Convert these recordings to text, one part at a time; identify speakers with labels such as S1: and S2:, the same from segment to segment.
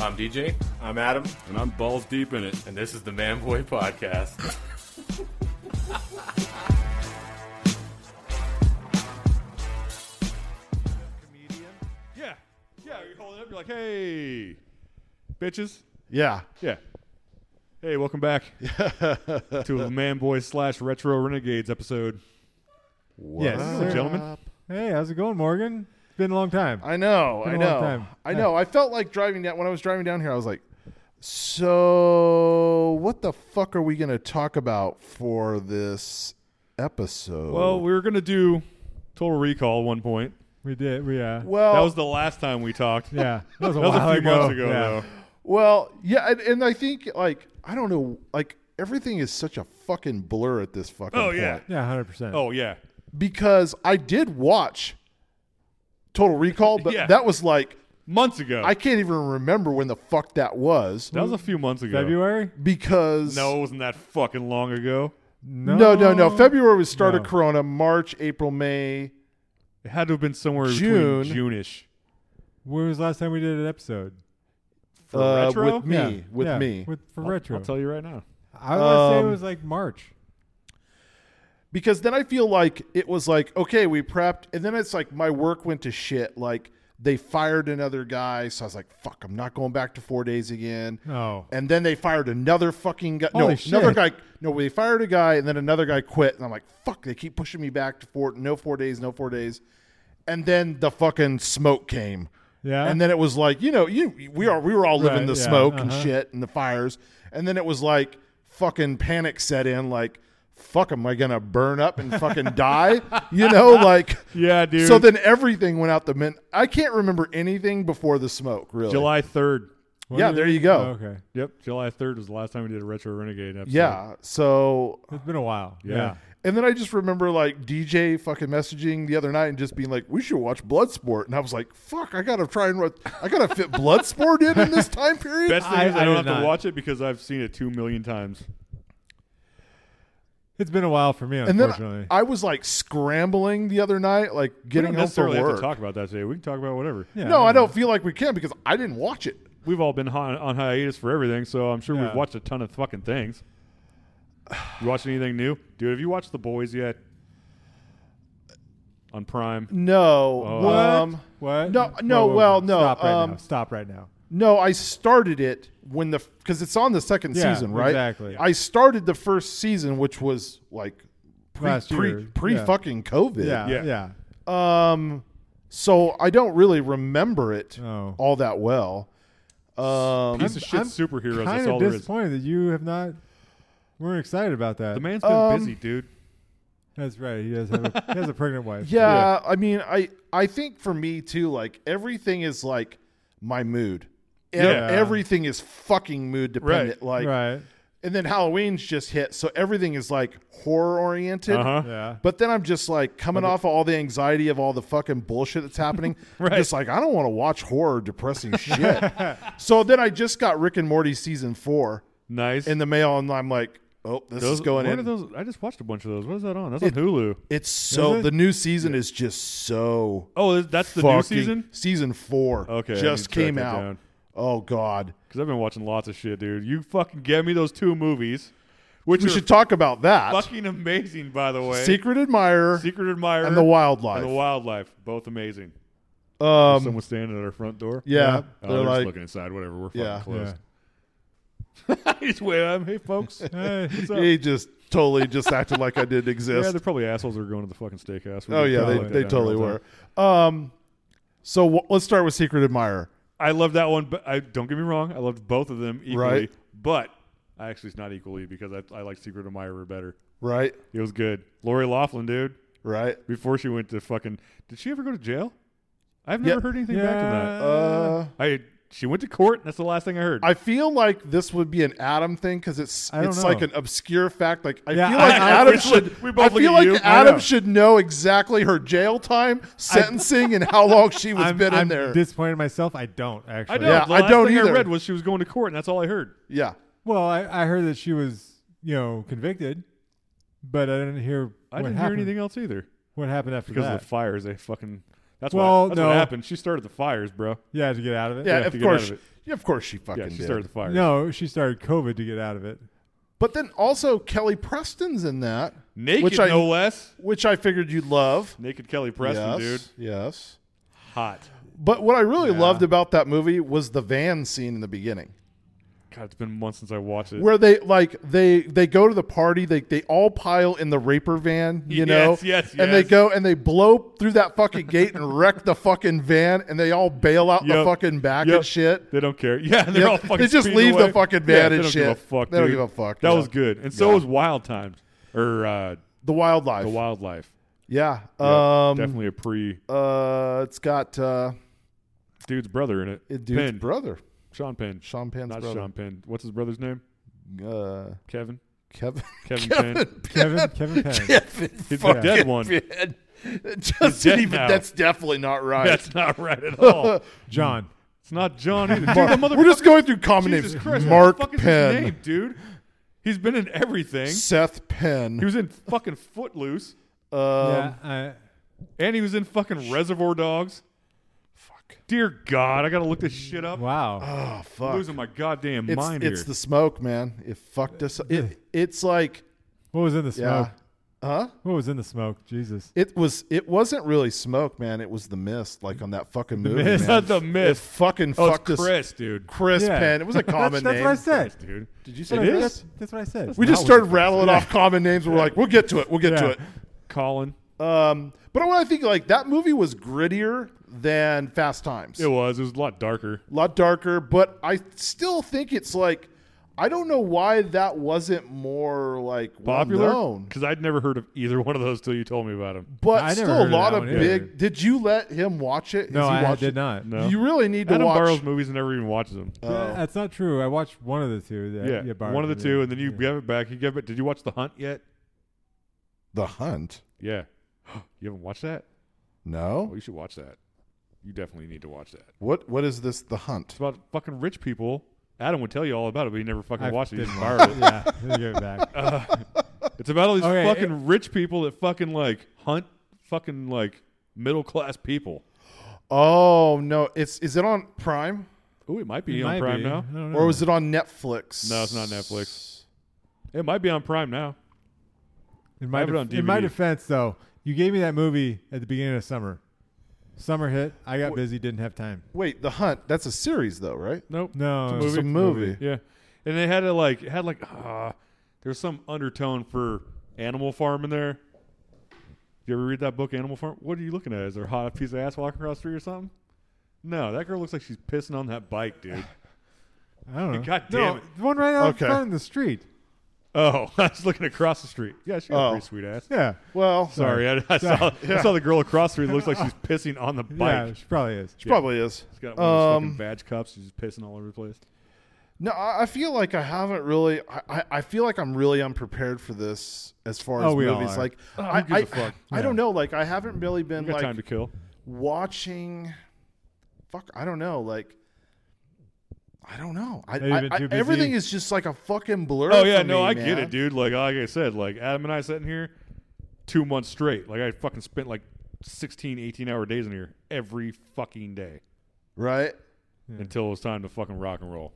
S1: I'm DJ,
S2: I'm Adam,
S3: And I'm balls deep in it.
S1: and this is the Man Boy Podcast.
S3: Comedian? Yeah. Yeah, you're holding up. You're like, hey, bitches.
S2: Yeah.
S3: Yeah. Hey, welcome back to a Man Boy slash Retro Renegades episode.
S2: Yes,
S3: Hello,
S2: sir.
S3: gentlemen.
S4: Hey, how's it going, Morgan? It's been a long time.
S2: I know.
S4: Been
S2: I
S4: a long
S2: know.
S4: time.
S2: I know. I felt like driving down when I was driving down here. I was like, so what the fuck are we going to talk about for this episode?
S3: Well, we were going to do Total Recall at one point.
S4: we did. We uh,
S2: well,
S3: that was the last time we talked.
S4: yeah, that was a,
S3: That was a
S4: while
S3: few
S4: ago.
S3: months ago,
S4: yeah.
S3: though.
S2: well, yeah, and, and I think like I don't know, like everything is such a fucking blur at this fucking
S3: Oh,
S2: point.
S3: yeah.
S4: Yeah, hundred percent.
S3: Oh, yeah.
S2: because I did watch Total Recall, but
S3: Yeah.
S2: that was like
S3: Months ago.
S2: I can't even remember when the fuck that was
S3: that was a few months ago.
S4: February?
S2: because
S3: No, it wasn't that fucking long ago.
S4: No,
S2: no, no, no. February was start of
S4: No.
S2: Corona, March, April, May.
S3: It had to have been somewhere
S2: June.
S3: between June-ish.
S4: When was the last time we did an episode?
S3: For
S2: uh,
S3: retro?
S2: with me,
S4: Yeah,
S2: with
S4: yeah,
S2: me,
S4: with for
S3: I'll-
S4: retro.
S3: I'll tell you right now.
S4: I would say
S2: Um,
S4: it was like March.
S2: because then I feel like it was like okay, we prepped, and then it's like my work went to shit. Like they fired another guy, so I was like, fuck, I'm not going back to four days again.
S4: Oh,
S2: And then they fired another fucking guy. no,
S4: Holy shit.
S2: another guy. No, they fired a guy, and then another guy quit. And I'm like, fuck, they keep pushing me back to four. No four days, no four days. And then the fucking smoke came.
S4: Yeah.
S2: And then it was like, you know, you we are we were all living
S4: Right,
S2: the
S4: yeah,
S2: smoke and
S4: uh-huh.
S2: shit and the fires. And then it was like fucking panic set in. Like, fuck, am I gonna burn up and fucking die? You know, like.
S3: Yeah, dude.
S2: So then everything went out the min. I can't remember anything before the smoke. Really.
S3: July 3rd.
S4: When
S2: yeah,
S4: did
S2: there
S4: we-
S2: you go.
S4: oh, okay,
S3: Yep, July 3rd was the last time we did a Retro Renegade episode.
S2: Yeah. So
S4: it's been a while.
S3: Yeah.
S2: And then I just remember like DJ fucking messaging the other night and just being like, "We should watch Bloodsport," and I was like, "Fuck, I gotta try and ru- I gotta fit Bloodsport in in this time period."
S3: Best thing
S4: I-
S3: is I,
S4: I
S3: don't
S4: did
S3: have
S4: not.
S3: to watch it because I've seen it two million times.
S4: it's been a while for me.
S2: and then
S4: Unfortunately,
S2: I was like scrambling the other night, like
S3: We
S2: getting
S3: don't
S2: home from
S3: necessarily have
S2: work.
S3: to talk about that today. We can talk about whatever.
S4: yeah,
S2: no, I don't feel like we can because I didn't watch it.
S3: We've all been on, on hiatus for everything, so I'm sure
S4: Yeah.
S3: we've watched a ton of fucking things. You watched anything new? Dude, have you watched The Boys yet? On Prime?
S2: No,
S3: Oh.
S2: um,
S4: What?
S2: No,
S4: Whoa,
S2: no,
S4: whoa, whoa.
S2: well, no,
S4: Stop right
S2: um,
S4: now. Stop right now.
S2: no, I started it when the because it's on the second
S4: Yeah,
S2: season, right?
S4: exactly.
S2: I started the first season, which was like pre
S4: Last year,
S2: pre
S4: yeah.
S2: pre fucking COVID.
S4: Yeah,
S3: Yeah.
S4: yeah.
S2: Um, so I don't really remember it
S4: Oh.
S2: all that well. Um,
S3: Piece of shit
S4: I'm
S3: superheroes, that's
S4: Kind
S3: all
S4: of
S3: there is.
S4: disappointed that you have not. We're excited about that.
S3: The man's been
S2: Um,
S3: busy, dude.
S4: That's right. He does have a, he has a pregnant wife.
S2: yeah, I mean, I I think for me too, like everything is like my mood. E-
S3: Yeah.
S2: everything is fucking mood dependent. Like,
S4: right.
S2: and then Halloween's just hit, so everything is like horror oriented.
S3: Uh-huh.
S4: Yeah.
S2: But then I'm just like coming off of all the anxiety of all the fucking bullshit that's happening. I'm just like, I don't want to watch horror, depressing shit. so then I just got Rick and Morty season four.
S3: Nice.
S2: in the mail, and I'm like, oh, this
S3: those,
S2: is going
S3: what
S2: in.
S3: Are those, I just watched a bunch of those. What is that on? That's on Hulu.
S2: it's so
S4: Is it?
S2: the new season is just so.
S3: Oh, that's the
S2: fucking,
S3: new season?
S2: Season four.
S3: Okay, I
S2: just
S3: need to track
S2: came
S3: that
S2: out.
S3: down.
S2: Oh God,
S3: Because I've been watching lots of shit, dude. You fucking gave me those two movies, which
S2: we
S3: are
S2: should talk about that.
S3: fucking amazing, by the way.
S2: Secret admirer
S3: Secret Admirer
S2: and the wildlife.
S3: And the Wildlife, both amazing.
S2: um,
S3: Someone's standing at our front door.
S2: yeah,
S4: Yeah.
S3: Oh,
S2: they're
S3: they're just
S2: like,
S3: looking inside. Whatever, we're
S2: Yeah.
S3: fucking closed.
S4: Yeah.
S3: He's way up. Hey, folks.
S4: Hey, what's up?
S2: he just totally just acted like I didn't
S3: yeah,
S2: exist.
S3: they're probably assholes who are going to the fucking steakhouse. We
S2: oh
S3: can
S2: yeah,
S3: probably
S2: they,
S3: put that
S2: they
S3: down
S2: totally
S3: real time.
S2: were. Um, so w- let's start with secret admirer.
S3: I love that one, but I don't get me wrong. I loved both of them equally,
S2: Right.
S3: but I actually it's not equally because I, I like Secret Admirer better.
S2: Right,
S3: It was good. Lori Laughlin, dude.
S2: right.
S3: Before she went to fucking, did she ever go to jail? I've never
S2: Yeah.
S3: heard anything
S4: yeah.
S3: back to that.
S2: Uh,
S3: I she went to court. And that's the last thing I heard.
S2: I feel like this would be an Adam thing because it's
S4: I don't
S2: it's
S4: know.
S2: like an obscure fact. Like I
S4: Yeah,
S2: feel
S4: I-
S2: like
S4: I-
S2: Adam
S3: we
S2: should.
S3: look- we both
S2: I
S3: look
S2: feel
S3: at
S2: like
S3: you. I
S2: Adam
S4: know.
S2: should know exactly her jail time, sentencing, and how long she was
S4: I'm,
S2: been
S4: I'm
S2: in there.
S4: disappointed in myself. I don't actually.
S3: I know.
S2: Yeah,
S3: the
S2: I
S3: last
S2: don't
S3: thing
S2: either.
S3: I read was she was going to court, and that's all I heard.
S2: yeah,
S4: Well, I, I heard that she was, you know, convicted, but I didn't hear.
S3: I
S4: what
S3: didn't
S4: happened.
S3: hear anything else either
S4: What happened after
S3: because
S4: that?
S3: of the fires. They fucking That's
S4: Well,
S3: what, that's
S4: no.
S3: what happened. She started the fires, bro.
S4: Yeah, to get out of it.
S2: Yeah,
S3: have
S2: of
S3: to get out
S2: course.
S3: of it.
S2: yeah, of course she fucking
S3: Yeah, she
S2: did.
S3: started the fires.
S4: No, she started COVID to get out of it.
S2: But then also Kelly Preston's in that,
S3: naked,
S2: which I-
S3: no less.
S2: which I figured you'd love.
S3: Naked Kelly Preston, dude,
S2: yes, yes.
S3: hot.
S2: But what I really loved about that movie was the van scene in the beginning.
S3: God, it's been months since I watched it.
S2: where they like they they go to the party they they all pile in the raper van you
S3: Yes,
S2: know
S3: yes,
S2: and they
S3: yes.
S2: go and they blow through that fucking gate and wreck the fucking van and they all bail out the
S3: Yep.
S2: fucking back
S3: Yep.
S2: and shit
S3: They don't care. Yeah, they're
S2: Yep.
S3: all fucking.
S2: They just
S3: speeding
S2: leave the
S3: away.
S2: fucking
S3: yeah,
S2: van
S3: They
S2: and
S3: don't
S2: shit.
S3: give a fuck.
S2: They don't
S3: dude.
S2: give a fuck,
S3: That
S2: yeah.
S3: was good, and so
S2: Yeah.
S3: was Wild Times or uh,
S2: the wildlife
S3: the Wildlife.
S2: yeah
S3: Yeah,
S2: um
S3: definitely a pre
S2: uh it's got uh
S3: dude's brother in it.
S2: it dude's
S3: Penn,
S2: brother
S3: Sean Penn,
S2: Sean Penn's
S3: not
S2: brother
S3: Sean Penn. What's his brother's name?
S2: uh
S3: Kevin.
S2: Kevin
S3: Kevin, Penn.
S2: Kevin
S4: Kevin, Kevin Penn.
S2: Kevin
S3: He's the
S2: fucking
S3: dead one.
S2: Penn. Just
S3: dead
S2: even
S3: now.
S2: that's definitely not right
S3: That's not right at all.
S4: John.
S3: it's not John either. Dude, the mother-
S2: we're just going through common
S3: Jesus
S2: names
S3: Christ,
S2: Mark
S3: what the fuck is
S2: Penn
S3: his name, dude? He's been in everything.
S2: Seth Penn
S3: He was in fucking Footloose,
S2: Um,
S4: yeah,
S3: and he was in fucking Reservoir Dogs. Fuck. Dear God, I gotta look this shit
S4: I,
S3: up.
S4: wow.
S2: Oh
S3: I'm
S2: fuck!
S3: losing my goddamn
S2: it's
S3: mind
S2: it's
S3: here.
S2: the smoke, man. It fucked us. It it's like
S4: What was in the smoke?
S2: yeah, huh?
S4: What was in the smoke? Jesus.
S2: It was it wasn't really smoke, man. It was the mist, like on that fucking movie.
S4: mist.
S3: it's
S2: man.
S3: not the
S2: It
S3: myth.
S2: fucking
S3: Oh,
S2: fucked
S3: it's
S2: us.
S3: Chris, dude.
S2: Chris
S4: Yeah.
S2: Penn. It was a
S4: that's,
S2: common
S4: that's
S2: name.
S4: what I said.
S3: Dude,
S2: Did you say
S4: That's,
S3: It
S4: what I-
S3: is?
S4: that's- that's what I said.
S2: We just started rattling off common names. We're like, we'll get to it. We'll get
S4: Yeah.
S2: to it.
S3: Colin.
S2: Um, but what I think, like that movie was grittier than Fast Times.
S3: It was. It was a lot darker.
S2: a lot darker, but I still think it's like I don't know why that wasn't more like
S3: Popular.
S2: known.
S3: Because I'd never heard of either one of those till you told me about him.
S2: But
S4: I never
S2: still,
S4: heard
S2: a
S4: of
S2: lot
S4: that
S2: of
S4: one either.
S2: big. Did you let him watch it?
S4: No,
S2: Has he
S4: I
S2: watched
S4: did
S2: it?
S4: not.
S3: No.
S2: You really need to
S3: Adam
S2: watch.
S3: Barrows movies and never even watches them.
S4: Yeah,
S2: Uh,
S4: that's not true. I watched one of the two. that-
S3: yeah,
S4: yeah, Barney,
S3: one of the
S4: yeah.
S3: two, and then you give it back. You give it. Did you watch The Hunt yet?
S2: the Hunt.
S3: Yeah. you haven't watched that? Oh,
S2: No.
S3: you should watch that. You definitely need to watch that.
S2: What What is this? The Hunt.
S3: It's about fucking rich people. Adam would tell you all about it, but he never fucking
S4: I
S3: watched it. He
S4: didn't
S3: just
S4: watch
S3: borrowed
S4: it.
S3: it.
S4: yeah, let me give it back.
S3: It's about all these
S4: Okay,
S3: fucking rich people that fucking like hunt fucking like middle class people.
S2: Oh no! It's is it on Prime
S3: Ooh, it might be
S4: It
S3: on
S4: might
S3: Prime
S4: be.
S3: now.
S4: I don't know.
S2: or was it on Netflix?
S3: Hmm. No, it's not Netflix. It might be on Prime now.
S4: in
S3: I
S4: my,
S3: have it on
S4: def- in my
S3: DVD.
S4: defense, though, you gave me that movie at the beginning of summer. Summer hit. I got busy. Didn't have time.
S2: Wait, The Hunt. That's a series though, right?
S3: Nope.
S4: No,
S2: It's a
S4: it's
S2: movie.
S3: Yeah, and they had a like it had like uh, there's some undertone for Animal Farm in there. You ever read that book, Animal Farm? What are you looking at? Is there a hot piece of ass walking across the street or something? No, that girl looks like she's pissing on that bike, dude.
S4: I don't know.
S3: God
S4: No,
S3: damn it.
S4: The one right out
S2: Okay.
S4: in front in the street.
S3: oh, I was looking across the street. Yeah, she got
S2: Oh.
S3: a pretty sweet ass.
S4: Yeah.
S2: Well,
S3: Sorry, I, I saw I saw the girl across the street. It looks like she's pissing on the bike.
S4: Yeah, she probably is.
S2: it probably is.
S3: She's got one of those
S2: Um,
S3: fucking badge cups. She's just pissing all over the place.
S2: No, I I feel like I haven't really. I, I- I feel like I'm really unprepared for this as far
S4: Oh,
S2: as
S4: we all
S2: movies.
S4: are.
S2: Like
S3: Oh, who
S2: I,
S3: gives
S2: I,
S3: a fuck?
S2: I don't know. Like I haven't really been
S3: You got time
S2: like
S3: to kill.
S2: watching. Fuck, I don't know. Like I don't know. I,
S4: Maybe
S2: I-
S4: been
S2: I-
S4: too busy.
S2: everything is just like a fucking blur.
S3: Oh yeah,
S2: for
S3: no,
S2: me,
S3: I get
S2: man.
S3: it, dude. Like like I said, like Adam and I sitting here two months straight. Like I fucking spent like 16, 18 hour days in here every fucking day
S2: Right?
S3: until it was time to fucking rock and roll.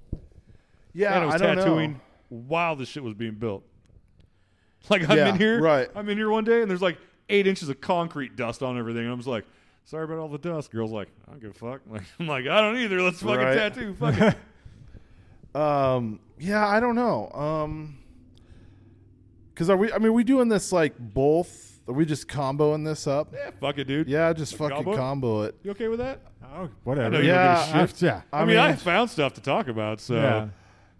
S2: Yeah,
S3: and it was
S2: I don't
S3: tattooing
S2: know.
S3: while the shit was being built. Like I'm
S2: Yeah,
S3: in here,
S2: right.
S3: I'm in here one day, and there's like eight inches of concrete dust on everything, and I'm just like, sorry about all the dust. Girl's like, I don't give a fuck. Like I'm like, I don't either. Let's fucking
S2: Right.
S3: tattoo. Fuck it.
S2: Um, yeah, I don't know. Um, because are we? I mean, we doing this like both? Are we just comboing this up?
S3: yeah, fuck it, dude.
S2: Yeah, just fucking
S3: Combo it?
S2: combo it.
S3: You okay with that?
S4: Oh, whatever.
S3: know you
S2: don't give a
S4: I-
S3: shit.
S4: yeah.
S3: I, mean, I found stuff to talk about, so
S4: Yeah.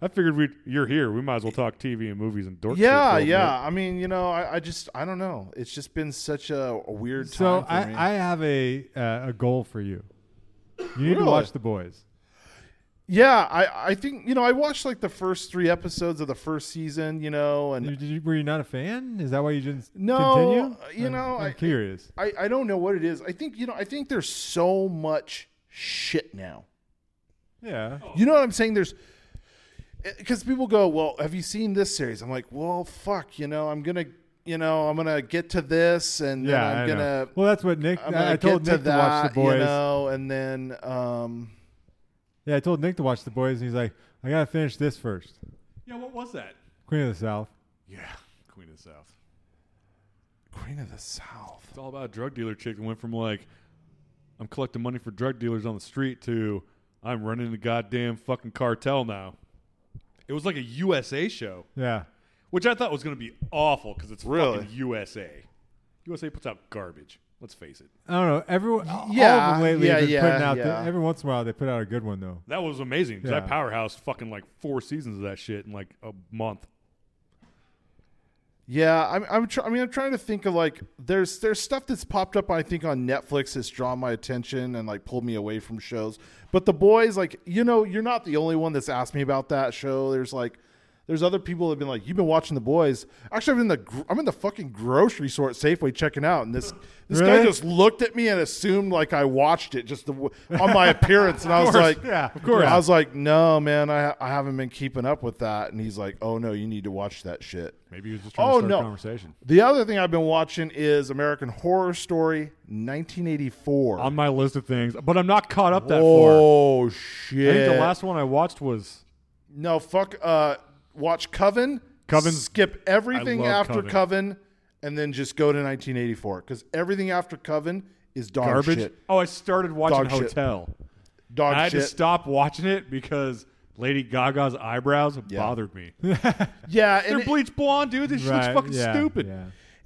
S3: I figured we you're here. We might as well talk TV and movies and dork. shit for
S2: Yeah,
S3: a
S2: yeah. I mean, you know, I, I just I don't know. It's just been such a, a weird
S4: So
S2: time for me.
S4: I, I have a uh, a goal for you. You need to
S2: Really?
S4: watch The Boys.
S2: yeah, I I think you know I watched like the first three episodes of the first season, you know,
S4: You-
S2: and
S4: did you- were you not a fan? Is that why you didn't
S2: No, uh,
S4: continue?
S2: you
S4: I'm-
S2: know,
S4: I'm
S2: I-
S4: curious.
S2: I I don't know what it is. I think you know I think there's so much shit now.
S4: Yeah.
S2: You know what I'm saying? There's eh, because people go, well, have you seen this series? I'm like, well, fuck, you know, I'm gonna you know, I'm gonna get to this, and then
S4: yeah,
S2: I'm
S4: I know.
S2: gonna,
S4: Well, that's what Nick.
S2: I'm
S4: I-
S2: gonna
S4: I told Nick
S2: get to
S4: to,
S2: that,
S4: watch the boys.
S2: you know, and then um,
S4: Yeah, I told Nick to watch the boys, and he's like, "I gotta finish this first.
S3: Yeah, what was that?
S4: Queen of the South.
S3: Yeah, Queen of the South.
S2: Queen of the South.
S3: It's all about a drug dealer chick that went from like, I'm collecting money for drug dealers on the street to I'm running the goddamn fucking cartel now. It was like a USA show,
S4: Yeah,
S3: which I thought was going to be awful because it's
S2: Really?
S3: fucking USA. USA puts out garbage. Let's face it.
S4: I don't know. Everyone, all of
S2: yeah,
S4: them lately,
S2: yeah,
S4: have been
S2: yeah,
S4: putting out.
S2: yeah.
S4: The, every once in a while, they put out a good one though.
S3: That was amazing because I
S4: Yeah.
S3: powerhoused fucking like four seasons of that shit in like a month.
S2: Yeah, I'm. I'm. Tr- I mean, I'm trying to think of like there's there's stuff that's popped up. I think on Netflix that's drawn my attention and like pulled me away from shows. But the boys, like you know, you're not the only one that's asked me about that show. There's like, there's other people that have been like, you've been watching the boys. Actually, I'm in the gr- I'm in the fucking grocery store at Safeway checking out, and this this guy
S4: Really?
S2: just looked at me and assumed like I watched it just the, w- on my appearance, and I was like,
S4: yeah, of course.
S2: I was like, no, man, I I haven't been keeping up with that, and he's like, oh no, you need to watch that shit.
S3: Maybe he was just
S2: trying to Oh, start a no.
S3: conversation.
S2: The other thing I've been watching is American Horror Story 1984.
S3: On my list of things, but I'm not caught up that far.
S2: oh
S3: I
S2: shit!
S3: think the last one I watched was
S2: no, fuck. Uh, watch Coven.
S3: Coven-
S2: Skip everything
S3: I love
S2: after
S3: Coven.
S2: Coven. and then just go to 1984 because everything after Coven is dog
S3: garbage.
S2: shit.
S3: Oh, I started watching
S2: Dog shit.
S3: Hotel.
S2: Dog
S3: I had
S2: shit.
S3: to stop watching it because Lady Gaga's eyebrows bothered me. They're
S2: yeah, and, it-
S3: bleach blonde, dude. This shit looks
S4: Right,
S3: fucking
S4: yeah,
S3: stupid.
S4: yeah.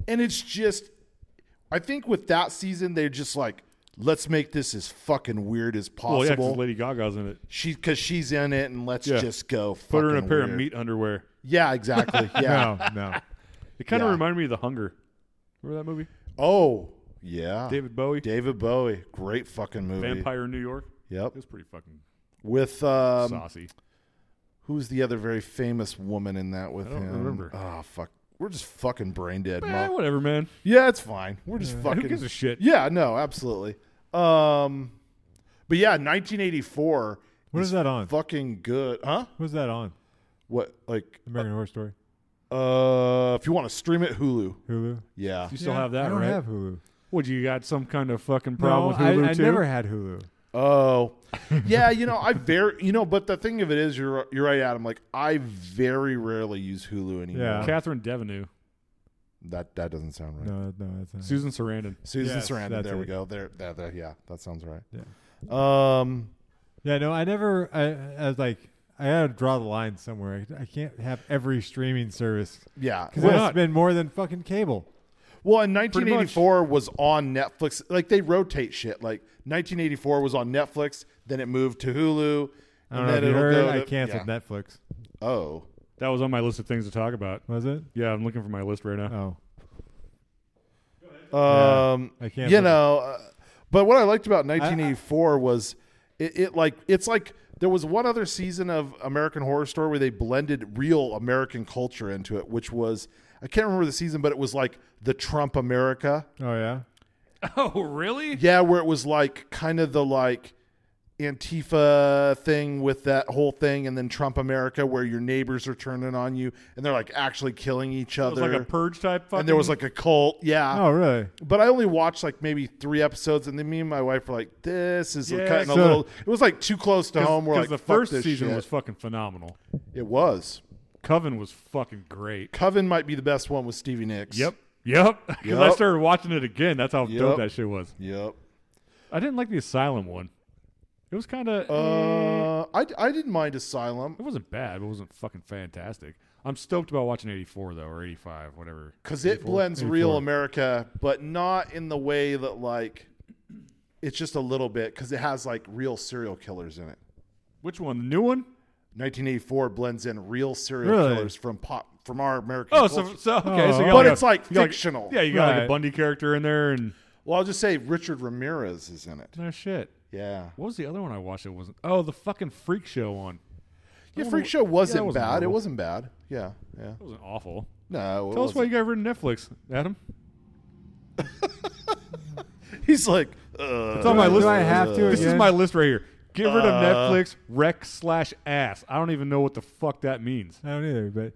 S2: and it's just, I think with that season they're just like, let's make this as fucking weird as possible.
S3: Well, yeah, because Lady Gaga's in it.
S2: she because she's in it, and let's
S3: Yeah.
S2: just go.
S3: Put her in a
S2: fucking
S3: pair of
S2: weird.
S3: meat underwear.
S2: Yeah, exactly. Yeah.
S4: No, no.
S3: It kind of
S2: Yeah.
S3: reminded me of The Hunger. Remember that movie?
S2: Oh, yeah.
S3: David Bowie,
S2: David Bowie. Great fucking movie.
S3: Vampire in New York.
S2: Yep.
S3: It was pretty fucking
S2: With um,
S3: saucy.
S2: who's the other very famous woman in that with
S3: I don't
S2: him?
S3: remember.
S2: Oh fuck. We're just fucking brain dead.
S3: Eh,
S2: Mom.
S3: whatever, man.
S2: Yeah, it's fine. We're just fucking
S3: Who gives a shit?
S2: Yeah, no, absolutely. Um but yeah, 1984
S4: What is that on?
S2: fucking good. Huh?
S4: What's that on?
S2: What like
S4: American Horror Story.
S2: uh if you want to stream it Hulu.
S4: Hulu.
S2: Yeah.
S3: You still
S4: Yeah,
S3: have that,
S4: I don't
S3: right?
S4: have Hulu.
S3: What you got? Some kind of fucking
S4: no,
S3: problem with Hulu
S4: I, I
S3: too?
S4: never had Hulu.
S2: Oh, yeah. You know, I very you know, but the thing of it is, you're you're right, Adam. Like, I very rarely use Hulu anymore.
S4: Yeah.
S3: Catherine Devenue,
S2: That that doesn't sound right.
S4: No, no, that's not.
S3: Susan Sarandon.
S2: Susan
S4: Yes,
S2: Sarandon.
S4: that's
S2: There we
S4: it.
S2: go. There, there, there. Yeah, that sounds right.
S4: Yeah.
S2: Um.
S4: Yeah, no, I never. I, I was like, I gotta draw the line somewhere. I, I can't have every streaming service
S2: Yeah.
S4: because
S3: Why
S4: I
S3: not?
S4: spend more than fucking cable.
S2: Well, in 1984 was on Netflix. Like they rotate shit. Like 1984 was on Netflix. Then it moved to Hulu.
S4: I don't know if you
S2: it'll
S4: heard.
S2: go
S4: I
S2: to-
S4: canceled
S2: yeah.
S4: Netflix.
S2: Oh.
S3: That was on my list of things to talk about.
S4: Was it?
S3: Yeah, I'm looking for my list right now.
S4: Oh,
S2: Um,
S4: I can't
S2: you
S4: believe-
S2: know, uh, but what I liked about 1984 was it, it like it's like there was one other season of American Horror Story where they blended real American culture into it, which was I can't remember the season, but it was like the Trump America.
S4: oh yeah.
S3: Oh, really?
S2: Yeah, where it was like kind of the like Antifa thing with that whole thing, and then Trump America, where your neighbors are turning on you and they're like actually killing each
S3: It was
S2: other.
S3: like a purge type. Fucking
S2: and there was like a cult. Yeah.
S4: Oh really?
S2: But I only watched like maybe three episodes, and then me and my wife were like, "This is
S3: Yeah,
S2: kind of
S3: so-
S2: a little." It was like too close to home. We're like,
S3: the
S2: "Fuck
S3: first
S2: this
S3: season
S2: shit."
S3: was fucking phenomenal.
S2: it was
S3: Coven was fucking great.
S2: Coven might be the best one with Stevie Nicks.
S3: Yep. Yep. Because I
S2: Yep.
S3: started watching it again. That's how dope
S2: Yep.
S3: that shit was.
S2: yep.
S3: I didn't like the Asylum one. It was kind of.
S2: Uh, I I didn't mind Asylum
S3: it wasn't bad, but it wasn't fucking fantastic. I'm stoked about watching 84 though, or 85, whatever.
S2: because it blends real America, but not in the way that like it's just a little bit because it has like real serial killers in it.
S3: Which one? The new one?
S2: 1984 blends in real serial
S4: Really?
S2: killers from pop from our American.
S3: Oh,
S2: culture.
S3: so, so okay. so you got
S2: but
S3: a-
S2: it's like
S3: you got
S2: fictional.
S3: yeah, you got like a
S4: Right.
S3: Bundy character in there, and
S2: Well, I'll just say Richard Ramirez is in it.
S3: no shit.
S2: Yeah.
S3: What was the other one I watched? It wasn't. Oh, the fucking Freak Show one.
S2: Yeah,
S3: That
S2: Freak
S3: one-
S2: Show wasn't
S3: wasn't
S2: bad. It
S3: horrible.
S2: wasn't bad. Yeah, yeah.
S3: That wasn't awful.
S2: No, it
S3: Tell us why you got
S2: wasn't.
S3: rid of Netflix, Adam.
S2: he's like. Uh,
S3: on my
S4: Do
S3: list.
S4: I have to?
S3: This is
S4: again?
S3: my list right here. Get rid of Netflix, wreck slash ass. I don't even know what the fuck that means.
S4: I don't either, but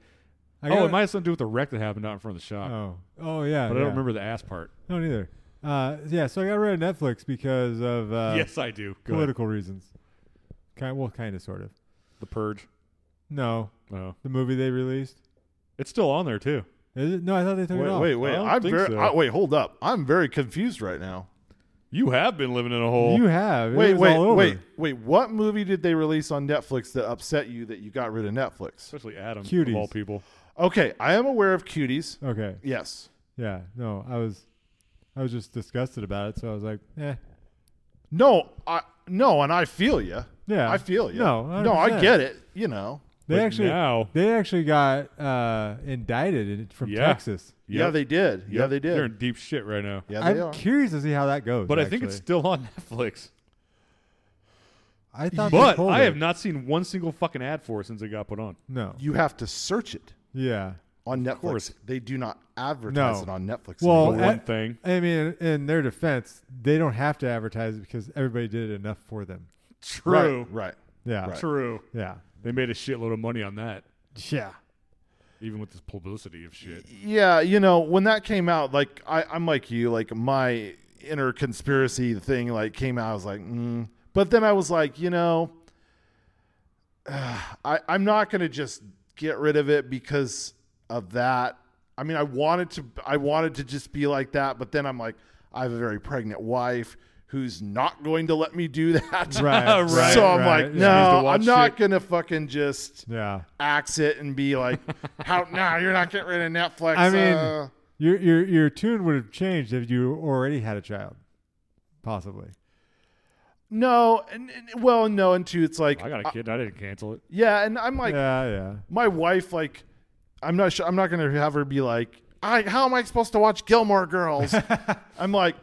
S4: I
S3: oh,
S4: got-
S3: it might have something to do with the wreck that happened out in front of the shop,
S4: Oh, oh yeah.
S3: but I
S4: yeah.
S3: don't remember the ass part.
S4: No, neither. Uh, yeah, so I got rid of Netflix because of uh,
S3: yes, I do. Go ahead.
S4: political reasons. Kind well, kind of, sort of.
S3: The Purge.
S4: No,
S3: Oh,
S4: the movie they released.
S3: it's still on there too.
S4: Is it? No, I thought they took it
S2: Wait,
S4: off.
S2: wait, wait.
S3: I don't
S2: I'm
S3: think
S2: very
S3: so.
S2: I- wait. Hold up. I'm very confused right now.
S3: You have been living in a hole.
S4: You have. It
S2: Wait,
S4: was
S2: wait,
S4: all over.
S2: wait, wait. What movie did they release on Netflix that upset you that you got rid of Netflix?
S3: Especially Adam,
S4: Cuties.
S3: of all people.
S2: Okay, I am aware of Cuties.
S4: Okay.
S2: Yes.
S4: Yeah. No, I was, I was just disgusted about it. So I was like, eh.
S2: No, I no, and I feel you.
S4: Yeah.
S2: I feel you.
S4: No,
S2: no, I
S4: 100%.
S2: get it. You know.
S4: They
S3: But
S4: actually,
S3: now,
S4: they actually got uh, indicted in, from
S3: Yeah.
S4: Texas.
S2: Yeah,
S3: Yep.
S2: they did. Yeah,
S3: Yep.
S2: they did.
S3: They're in deep shit right now.
S2: yeah,
S4: I'm
S2: they are.
S4: curious to see how that goes.
S3: But I think it's
S4: actually.
S3: still on Netflix.
S4: I thought. they
S3: But
S4: pulled
S3: I
S4: it.
S3: have not seen one single fucking ad for it since it got put on.
S4: No.
S2: you have to search it
S4: Yeah.
S2: on Netflix.
S3: course.
S2: They do not advertise
S4: No.
S2: it on Netflix.
S4: Well,
S2: anymore.
S4: I-
S3: One thing.
S4: I mean, in their defense, they don't have to advertise it because everybody did it enough for them.
S3: True.
S2: Right.
S4: Yeah.
S2: Right.
S3: True.
S4: Yeah.
S3: They made a shitload of money on that,
S4: Yeah.
S3: even with this publicity of shit.
S2: Yeah, you know, when that came out, like I, I'm like you, like my inner conspiracy thing like came out. I was like, mm. but then I was like, you know, I, I'm not gonna just get rid of it because of that. I mean, I wanted to, I wanted to just be like that, but then I'm like, I have a very pregnant wife who's not going to let me do that.
S4: Right. right
S2: so I'm
S4: right,
S2: like,
S4: yeah.
S2: no,
S3: watch
S2: I'm not
S3: shit.
S2: gonna fucking just
S4: Yeah.
S2: axe it and be like, how? Nah, you're not getting rid of Netflix.
S4: I mean,
S2: uh."
S4: your your your tune would have changed if you already had a child, possibly.
S2: No, and, and- well, no, and two, it's like, uh,
S3: I got a kid. and I didn't cancel it.
S2: yeah, and I'm like,
S4: yeah, yeah.
S2: my wife, like, I'm not sure, I'm not gonna have her be like, I, how am I supposed to watch Gilmore Girls? I'm like,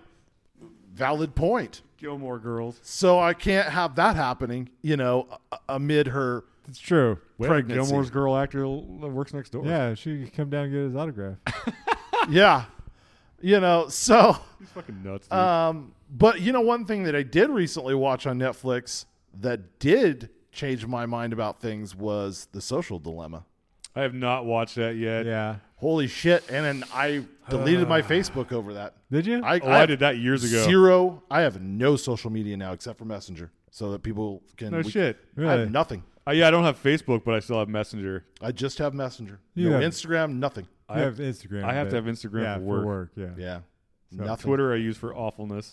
S2: valid point.
S3: Gilmore Girls.
S2: So I can't have that happening, you know, a- amid her.
S4: It's true.
S3: Well,
S2: Pregnancy.
S3: Gilmore's girl actor l- works next door.
S4: Yeah, she could come down and get his autograph.
S2: yeah, you know, so.
S3: He's fucking nuts, dude.
S2: Um, but you know, one thing that I did recently watch on Netflix that did change my mind about things was The Social Dilemma.
S3: I have not watched that yet.
S4: yeah.
S2: Holy shit! And then I deleted my Facebook over that.
S4: Did you?
S2: I,
S3: Oh, I, did that years ago.
S2: Zero. I have no social media now except for Messenger, so that people can.
S3: No
S2: we-
S3: Oh, shit.
S2: I
S4: Really?
S2: have nothing.
S3: Uh, yeah, I don't have Facebook, but I still have Messenger.
S2: I just have Messenger.
S4: You
S2: no
S4: have-
S2: Instagram. Nothing.
S4: I have Instagram.
S3: I have to
S4: but-
S3: have Instagram
S4: yeah,
S3: for work.
S4: Yeah.
S2: Yeah.
S4: So,
S2: nothing.
S3: Twitter I use for awfulness.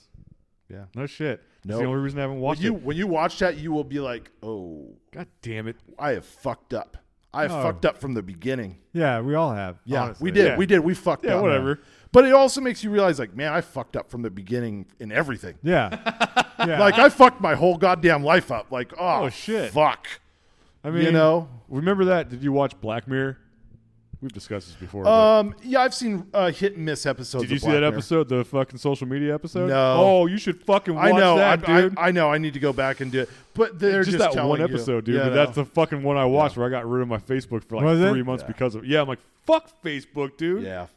S2: Yeah.
S3: No shit. That's
S2: Nope.
S3: the only reason I haven't
S2: When
S3: watched
S2: you
S3: it.
S2: when you watch that, you will be like, "Oh,
S3: God damn it.
S2: I have fucked up. I have
S4: Oh.
S2: fucked up from the beginning."
S4: Yeah, we all have.
S2: Yeah,
S4: honestly.
S2: we did.
S3: Yeah.
S2: We did. We fucked
S3: Yeah,
S2: up.
S3: whatever.
S2: But it also makes you realize, like, man, I fucked up from the beginning in everything.
S4: Yeah. yeah.
S2: Like, I fucked my whole goddamn life up. Like, oh,
S3: Oh, shit.
S2: fuck.
S3: I mean,
S2: you know.
S3: remember that? Did you watch Black Mirror? We've discussed this before. but-
S2: Um, yeah, I've seen uh, hit and miss episodes.
S3: did you
S2: of
S3: see
S2: Black
S3: that
S2: Mirror.
S3: episode, the fucking social media episode?
S2: No.
S3: Oh, you should fucking watch
S2: I know.
S3: that,
S2: I,
S3: dude.
S2: I, I know. I need to go back and do it. But they're
S3: just,
S2: just,
S3: that one
S2: telling
S3: episode,
S2: you.
S3: dude.
S2: Yeah,
S3: but
S2: I
S3: that's
S2: know.
S3: the fucking one I watched where I got rid of my Facebook for like
S4: Was it?
S3: three months because of it. Yeah, I'm like, fuck Facebook, dude.
S2: yeah.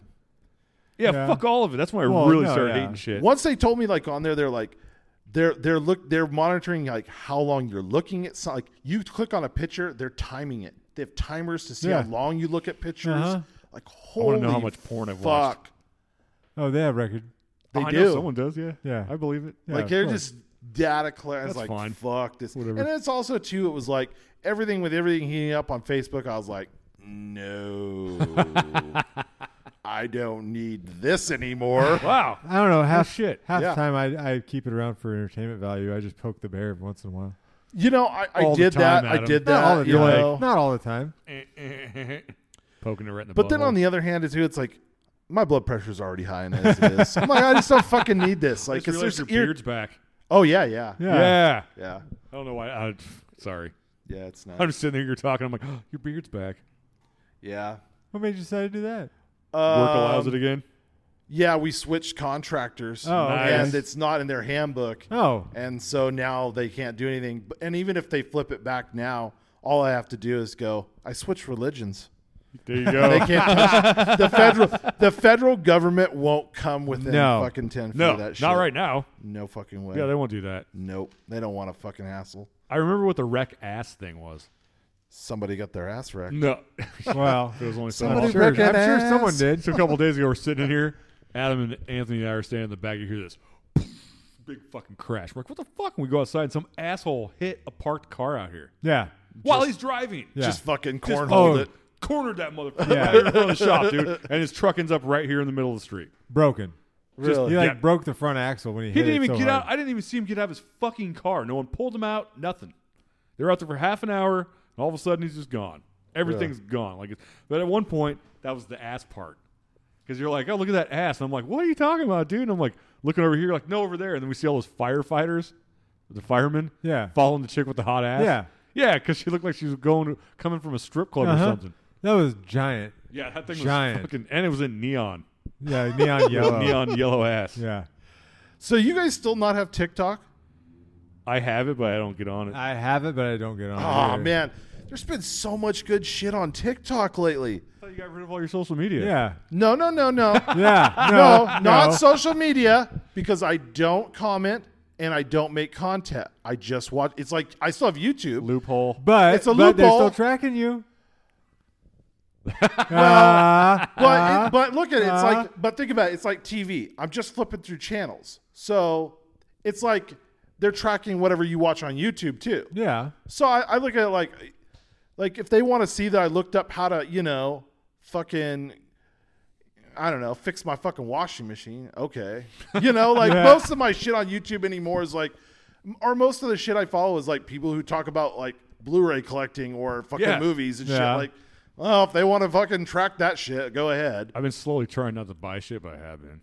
S3: Yeah,
S4: Yeah.
S3: fuck all of it. That's when I
S4: Well,
S3: really
S4: no,
S3: started
S4: yeah.
S3: hating shit.
S2: Once they told me, like, on there, they're like. They're they're look they're monitoring like how long you're looking at something. Like you click on a picture, they're timing it. They have timers to see
S4: Yeah.
S2: how long you look at pictures.
S4: Uh-huh.
S2: Like
S3: I
S2: holy
S3: wanna know how much porn I've
S2: fuck.
S3: watched.
S4: oh, they have record.
S2: They
S3: Oh, I
S2: do.
S3: Know someone does, yeah.
S4: Yeah.
S3: I believe it.
S4: Yeah,
S2: like
S4: of
S2: they're
S4: course.
S2: just data clear. It's
S3: That's
S2: like
S3: fine.
S2: fuck this.
S3: Whatever.
S2: And it's also too. It was like everything with everything heating up on Facebook. I was like, no, I don't need this anymore.
S3: Wow.
S4: I don't know half
S3: shit.
S4: Half
S2: Yeah.
S4: the time I, I keep it around for entertainment value. I just poke the bear every once in a while.
S2: You know, I, I
S3: All the
S2: did
S3: time,
S2: that. I
S3: Adam.
S2: did
S4: Not all the
S2: that. You
S4: time.
S2: know?
S4: Not all the time.
S3: Poking her right in the
S2: But then
S3: butthole.
S2: on the other hand, too, it's like my blood pressure's already high and as it is. I'm like, I just don't fucking need this.
S3: I
S2: Like,
S3: just
S2: 'cause
S3: realized
S2: there's
S3: your
S2: ear-
S3: beard's back.
S2: Oh yeah, yeah,
S4: Yeah.
S3: Yeah.
S2: yeah,
S3: I don't know why. I, sorry.
S2: yeah. It's not.
S3: I'm just sitting there, you're talking. I'm like, oh, your beard's back.
S2: Yeah.
S4: What made you decide to do that?
S3: Work
S2: Um,
S3: allows it again.
S2: Yeah, we switched contractors.
S4: Oh,
S3: okay.
S2: and it's not in their handbook.
S4: Oh,
S2: And so now they can't do anything. And even if they flip it back now, all I have to do is go, I switch religions.
S3: There you
S2: They
S3: go.
S2: can't touch the federal the federal government won't come within
S4: No.
S2: fucking ten feet
S3: no,
S2: of that shit.
S3: not right now.
S2: No fucking way.
S3: Yeah, they won't do that.
S2: nope. They don't want a fucking hassle.
S3: I remember what the wreck ass thing was.
S2: Somebody got their ass wrecked.
S3: No,
S4: Well,
S3: it was only so
S2: Somebody
S4: I'm
S3: much.
S4: sure, I'm
S2: wrecked that
S4: sure
S2: ass.
S4: someone did.
S3: So a couple days ago, we're sitting in here. Adam and Anthony and I are standing in the back. You hear this big fucking crash. We're like, what the fuck? And we go outside, and some asshole hit a parked car out here
S4: Yeah.
S3: while he's driving.
S4: Yeah.
S2: Just fucking
S3: Just
S2: cornholed
S3: fucking
S2: it.
S3: Cornered that motherfucker
S4: Yeah.
S3: right in front of the shop, dude. And his truck ends up right here in the middle of the street.
S4: Broken.
S2: Really?
S4: He like
S3: Yeah.
S4: broke the front axle when he,
S3: He
S4: hit
S3: didn't
S4: it
S3: even
S4: so
S3: get
S4: hard.
S3: out. I didn't even see him get out of his fucking car. No one pulled him out. Nothing. They were out there for half an hour, and all of a sudden he's just gone. Everything's gone. Like, it's- but at one point that was the ass part, because you're like, oh look at that ass, and I'm like, what are you talking about, dude? And I'm like looking over here, like no over there, and then we see all those firefighters, the firemen,
S4: Yeah.
S3: following the chick with the hot ass,
S4: Yeah.
S3: yeah, because she looked like she was going coming from a strip club or
S4: Uh-huh.
S3: something.
S4: That was giant.
S3: Yeah, that thing
S4: Giant.
S3: was fucking, and it was in neon,
S4: Yeah, neon yellow.
S3: neon yellow ass.
S4: Yeah.
S2: So you guys still not have TikTok?
S3: I have it, but I don't get on it.
S4: I have it, but I don't get on.
S2: Oh
S4: it either.
S2: man, there's been so much good shit on TikTok lately.
S3: I thought you got rid of all your social media.
S4: Yeah.
S2: No, no, no, no.
S4: Yeah. No.
S2: no, not
S4: no.
S2: social media because I don't comment and I don't make content. I just watch. It's like I still have YouTube.
S3: loophole.
S4: But
S2: It's a
S4: but they're
S2: loophole.
S4: still tracking you. Ah,
S2: But, it- but look at it. It's
S4: uh.
S2: like, but think about it. It's like TV. I'm just flipping through channels. So it's like they're tracking whatever you watch on YouTube too.
S4: yeah.
S2: So I, I look at it like, like if they want to see that I looked up how to, you know, fucking, I don't know, fix my fucking washing machine. Okay, you know, like
S4: Yeah.
S2: most of my shit on YouTube anymore is like, or most of the shit I follow is like people who talk about like Blu-ray collecting or fucking
S3: Yeah.
S2: movies and
S4: Yeah.
S2: shit. Like, well, if they want to fucking track that shit, go ahead.
S3: I've been slowly trying not to buy shit, but I have been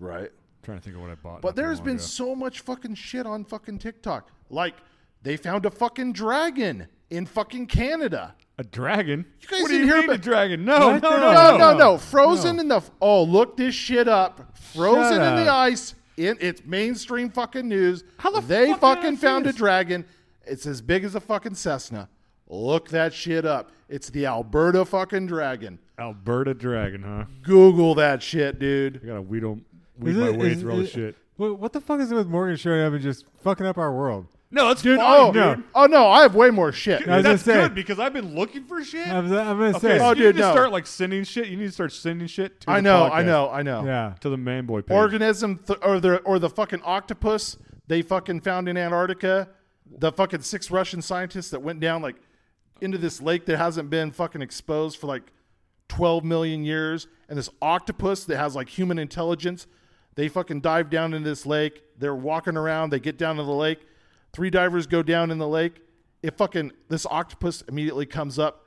S2: Right.
S3: trying to think of what I bought.
S2: But
S3: not too
S2: there's
S3: long
S2: been
S3: ago.
S2: so much fucking shit on fucking TikTok. Like, they found a fucking dragon in fucking Canada.
S3: a dragon.
S2: You guys
S3: what do
S2: didn't
S3: you
S2: hear
S3: mean
S2: about-
S3: a dragon? No, no,
S4: What
S3: no,
S4: the-
S2: no,
S3: no,
S2: no,
S4: no.
S2: no. Frozen in the oh, look this shit up. Frozen
S4: Shut
S2: in the
S4: up.
S2: ice. In it's mainstream fucking news.
S3: How the fuck
S2: they
S3: did I
S2: fucking
S3: see
S2: found
S3: this?
S2: a dragon. It's as big as a fucking Cessna. Look that shit up. It's the Alberta fucking dragon.
S3: Alberta dragon, huh?
S2: Google that shit, dude.
S3: I gotta weed, on, weed
S4: Is
S3: my
S4: it-
S3: way
S4: is-
S3: through all this
S4: is-
S3: shit.
S4: What, what the fuck is it with Morgan showing up and just fucking up our world?
S3: No, that's
S2: Dude,
S3: fine,
S2: oh,
S3: dude.
S2: oh no, I have way more shit.
S4: I was
S3: that's
S4: gonna say-
S3: good because I've been looking for shit.
S4: I'm, I'm gonna
S3: okay,
S4: say,
S3: so
S2: Oh,
S3: you
S2: dude,
S3: need to
S2: no.
S3: start like sending shit. You need to start sending shit to.
S2: I
S3: the
S2: know, I
S3: podcast,
S2: know, I know.
S4: yeah,
S3: To the manboy page.
S2: Organism th- or the or the fucking octopus they fucking found in Antarctica. The fucking six Russian scientists that went down like into this lake that hasn't been fucking exposed for like 12 million years and this octopus that has like human intelligence. They fucking dive down into this lake. They're walking around, they get down to the lake. Three divers go down in the lake. It fucking this octopus immediately comes up,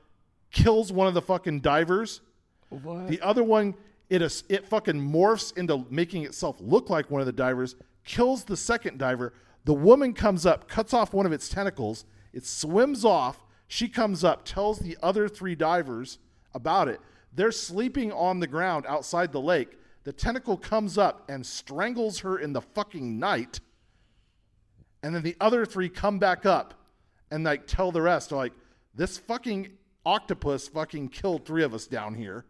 S2: kills one of the fucking divers.
S3: What?
S2: The other one, it is, it fucking morphs into making itself look like one of the divers, kills the second diver. The woman comes up, cuts off one of its tentacles. It swims off. She comes up, tells the other three divers about it. They're sleeping on the ground outside the lake. The tentacle comes up and strangles her in the fucking night. And then the other three come back up and like tell the rest, like, this fucking octopus fucking killed three of us down here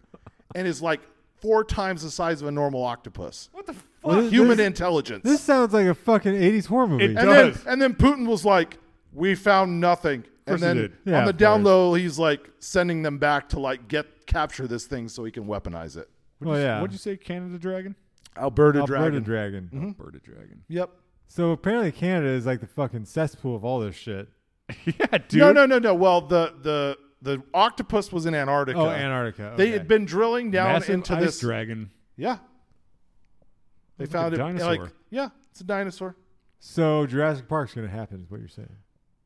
S2: and is like four times the size of a normal octopus.
S3: What the fuck?
S4: Well, this-
S2: Human
S4: this-
S2: intelligence.
S4: This sounds like a fucking '80s horror movie.
S3: It-
S2: and then
S3: does.
S2: and then Putin was like, We found nothing. And
S3: course he
S2: then
S3: did.
S4: Yeah,
S2: on the
S4: of
S2: down
S4: course.
S2: low, he's like sending them back to like get capture this thing so he can weaponize it.
S3: oh,
S4: well, yeah,
S3: What'd you say, Canada dragon?
S2: Alberta,
S4: Alberta
S2: Dragon.
S4: Dragon.
S3: Alberta dragon.
S2: Yep.
S4: So apparently, Canada is like the fucking cesspool of all this shit.
S3: yeah, dude.
S2: No, no, no, no. Well, the the the octopus was in Antarctica.
S4: Oh, Antarctica.
S2: They
S4: okay.
S2: had been drilling down
S3: Massive
S2: into
S3: ice
S2: this
S3: dragon.
S2: Yeah. They
S3: like
S2: found
S3: a
S2: it
S3: dinosaur.
S2: like yeah, it's a dinosaur.
S4: So Jurassic Park's gonna happen, is what you're saying.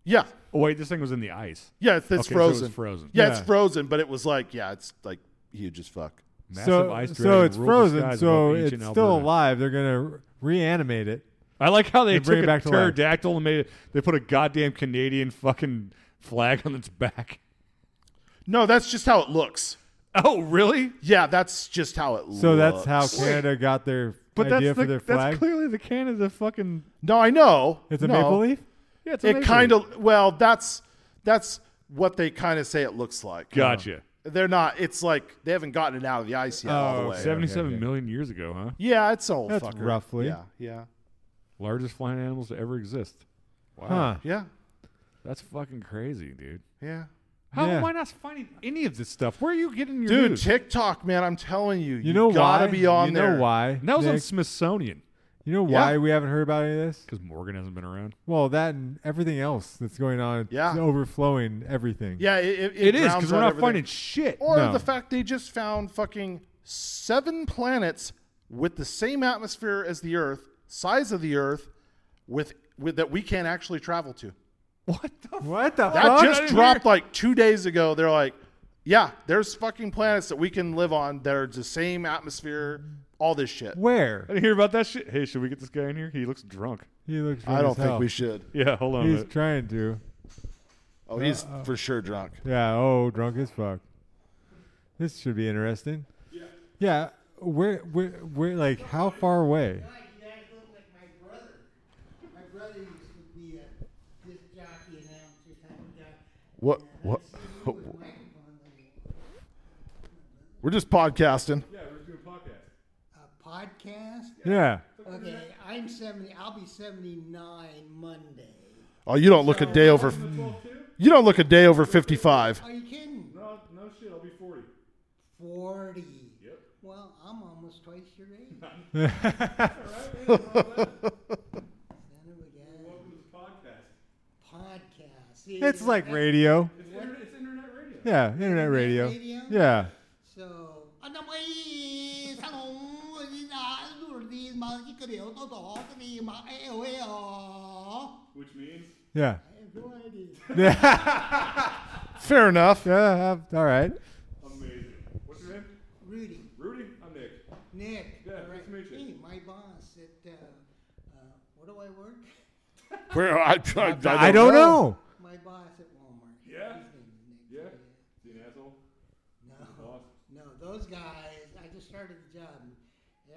S2: Yeah.
S3: Oh wait, this thing was in the ice.
S2: Yeah, it's, it's
S3: Okay, so it was
S2: frozen.
S3: frozen.
S2: Yeah, it's
S4: Yeah.
S2: frozen, but it was like yeah, it's like huge as fuck.
S3: Massive
S4: so,
S3: ice dragon
S4: so it's
S3: ruled the
S4: frozen.
S3: skies
S4: So
S3: above
S4: it's
S3: ancient
S4: still
S3: Alberta.
S4: alive. They're gonna reanimate it.
S3: I like how they,
S4: They bring
S3: took
S4: it
S3: a
S4: back to life.
S3: pterodactyl and made it. They put a goddamn Canadian fucking flag on its back.
S2: No, that's just how it looks.
S3: Oh, really?
S2: Yeah, that's just how it looks.
S4: So that's how Canada got their
S3: But
S4: idea
S3: that's
S4: for
S3: the,
S4: their
S3: that's
S4: flag.
S3: clearly the Canada fucking.
S2: No, I know.
S4: It's a
S2: No.
S4: maple leaf.
S3: Yeah, it's
S2: It kind of well, that's that's what they kind of say it looks like.
S3: Oh. gotcha.
S2: They're not it's like they haven't gotten it out of the ice yet all the
S4: Oh,
S2: way.
S4: seven-
S3: Seventy-seven
S4: okay.
S3: million years ago, huh?
S2: Yeah, it's an old
S4: That's
S2: fucker.
S4: roughly.
S2: Yeah, yeah.
S3: Largest flying animals to ever exist. Wow,
S4: Huh.
S2: Yeah.
S3: that's fucking crazy, dude.
S2: Yeah.
S3: How
S4: Yeah.
S3: am I not finding any of this stuff? Where are you getting your
S2: Dude,
S3: news?
S2: TikTok, man, I'm telling you, you,
S4: You, know
S2: gotta
S4: why?
S2: be on
S4: you
S2: there.
S4: Know why?
S3: that was on
S4: Nick?
S3: Smithsonian
S4: you know
S2: Yeah.
S4: why we haven't heard about any of this?
S3: because Morgan hasn't been around.
S4: Well, that and everything else that's going on. It's
S2: Yeah.
S4: overflowing everything.
S2: Yeah, it, it,
S3: It is
S2: drowns
S3: because we're
S2: out
S3: not
S2: everything.
S3: finding shit.
S2: Or
S4: No.
S2: the fact they just found fucking seven planets with the same atmosphere as the Earth, size of the Earth, with, with that we can't actually travel to.
S3: what the? F-
S4: What the
S2: That
S4: fuck?
S2: just dropped like two days ago. They're like, yeah, there's fucking planets that we can live on that are the same atmosphere, all this shit.
S4: Where?
S3: I didn't hear about that shit. Hey, should we get this guy in here? He looks drunk.
S4: He looks.
S2: I don't
S4: drunk as
S2: think we
S4: hell.
S2: should.
S3: Yeah, hold on. a
S4: He's
S3: minute.
S4: trying to.
S2: Oh,
S4: Uh,
S2: he's for sure drunk.
S4: Yeah. Oh, drunk as fuck. This should be interesting. Yeah. Where? Where? Where? Like, how far away?
S5: Like, you guys look like my brother. My brother used to be a disc jockey announcer type of guy.
S2: What? What?
S5: Microphone, like,
S2: We're just podcasting.
S3: yeah, we're doing podcast.
S5: a podcast.
S4: Yeah.
S5: Okay, I'm 70. I'll be 79 Monday.
S2: Oh, you don't look a day over. You don't look a day over fifty-five.
S5: Are you kidding?
S3: No, no shit. I'll be forty.
S5: 40. Yep. Well, I'm almost twice your age. Son of a gun. Podcast. See,
S4: It's
S5: you-
S4: like radio.
S3: It's internet radio.
S4: Yeah. Internet radio.
S5: radio?
S4: Yeah.
S5: So, anyway, hello, this is this man, he could also talk to me, my AOL.
S3: Which means
S4: Yeah.
S5: I have no idea.
S2: Fair enough.
S4: Yeah. I'm- all right.
S3: amazing. What's your name?
S5: Rudy,
S3: Rudy. I'm Nick.
S5: Nick.
S3: Yeah,
S5: all
S3: nice to meet you.
S5: Hey, my boss at, uh, uh, where do I work?
S2: Where I, I,
S4: I don't, know.
S5: My boss at Walmart.
S3: Yeah.
S5: His name is Nick.
S3: Yeah. Is he an asshole?
S5: No, no, those guys, I just started the job, and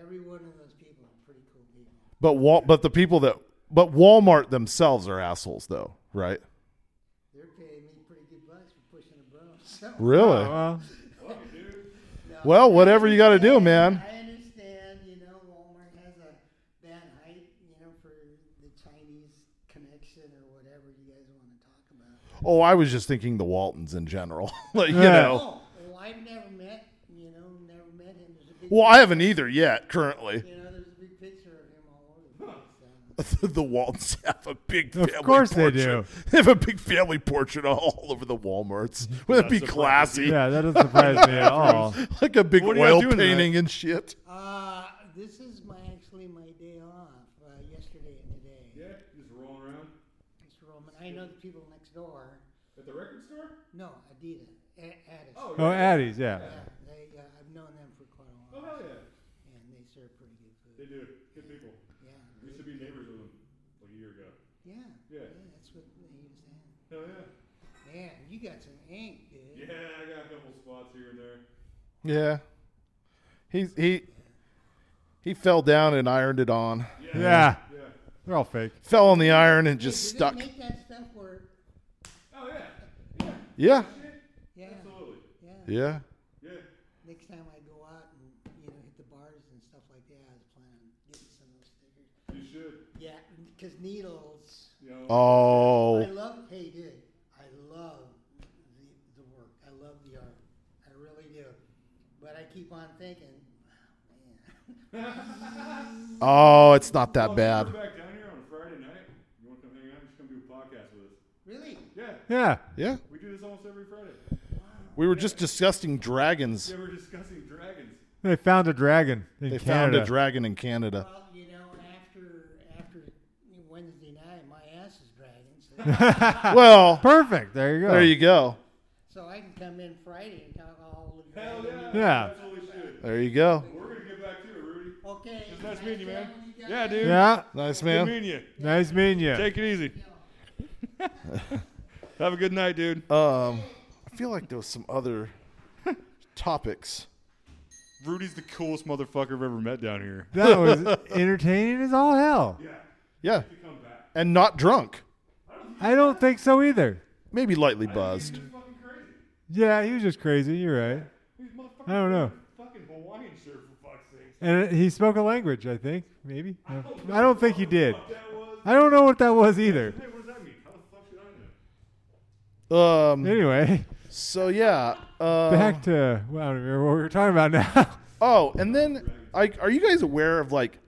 S5: every one of those people are pretty cool people.
S2: But Wal- but the people that but Walmart themselves are assholes though, right?
S5: They're paying me pretty good bucks for pushing a broom, so.
S2: Really?
S4: Well,
S2: Well, whatever you got to do, man.
S5: I understand, you know, Walmart has a bad hype, you know, for the Chinese connection or whatever you guys want to talk about.
S2: Oh, I was just thinking the Waltons in general. like you
S4: Yeah.
S2: know.
S5: Oh, well, I've never met, you know, never met him. There's a big,
S2: Well, I haven't either yet. Currently,
S5: you know, there's a big picture of him all over the place. So.
S2: the Waltons have a big.
S4: Of
S2: Family
S4: course they
S2: portrait. They have a big family portrait all over the WalMarts. Wouldn't that be classy?
S4: yeah. That doesn't surprise me at all.
S2: Like a big
S3: What do y'all
S2: oil
S3: do in the night?
S2: painting and shit.
S5: Uh, this is my actually my day off, uh, yesterday and today.
S3: Yeah. Just rolling around
S5: Mr. Roman, I know the people next door.
S3: at the record store.
S5: No, Adidas, A- Addis.
S4: Oh, Addie's. Yeah.
S5: Yeah, they, uh, I've known them for quite
S3: Oh
S5: a while,
S3: hell yeah.
S5: and they serve pretty good
S3: They
S5: food.
S3: do. Good people.
S5: Yeah,
S3: We used to be neighbors with them like a year ago.
S5: yeah,
S3: Yeah.
S5: that's what they used to
S3: Hell yeah.
S5: have. Man, you got some ink, dude.
S3: Yeah, I got a couple spots here and there.
S2: Yeah. He he he fell down and ironed it on.
S4: Yeah.
S3: Yeah.
S4: They're all fake.
S2: Fell on the iron and
S5: Hey,
S2: just
S5: do
S2: stuck.
S5: They make that stuff work.
S3: Oh yeah.
S2: Yeah.
S5: Yeah,
S3: Absolutely.
S5: yeah.
S2: Yeah.
S3: Yeah.
S5: Next time I go out and you know hit the bars and stuff like that, I was planning on getting some of those stickers.
S3: You should.
S5: Yeah, because needles.
S3: You know.
S5: I
S2: Oh.
S5: love, hey, dude, I love the, the work. I love the art. I really do. But I keep on thinking, wow, man.
S2: Oh, it's not
S3: Oh,
S2: that
S3: if
S2: bad.
S3: You were back down here on a Friday night. You want to come hang out? You should come do a podcast with us.
S5: really?
S3: Yeah.
S4: Yeah.
S2: Yeah.
S3: We do this almost every Friday.
S2: We were just discussing dragons.
S3: Yeah, we're discussing dragons.
S4: They found a dragon in
S2: They found
S4: Canada.
S2: a dragon in Canada.
S5: Well, you know, after after Wednesday night, my ass is dragging. So,
S2: Well,
S4: Perfect. There you go.
S2: there you go.
S5: so I can come in Friday and talk all the
S3: Hell yeah.
S4: Yeah.
S3: Absolutely should.
S2: There you go.
S3: We're gonna get back to it, Rudy.
S5: Okay.
S3: It's nice meeting you, man.
S5: Well, guys-
S3: Yeah, dude.
S4: Yeah.
S2: Nice
S3: Good
S2: man.
S3: meeting you.
S4: Nice meeting you.
S3: Take it easy. Have a good night, dude.
S2: Um I feel like there was some other topics.
S3: Rudy's the coolest motherfucker I've ever met down here.
S4: that was entertaining as all hell.
S3: Yeah.
S2: Yeah.
S3: You come back.
S2: And not drunk.
S4: I don't think so either.
S2: Maybe lightly buzzed.
S3: He's fucking crazy.
S4: Yeah, he was just crazy. You're right.
S3: He's motherfucking
S4: I don't know.
S3: Fucking Hawaiian shirt for fuck's sake.
S4: And he spoke a language, I think. Maybe. I don't think he did.
S3: Fuck that was.
S4: I don't know what that was either.
S3: Hey, what does that mean? How the fuck should I know?
S2: Um
S4: Anyway,
S2: So yeah. Uh,
S4: Back to well, I don't remember what we were talking about now.
S2: Oh, and then like are you guys aware of like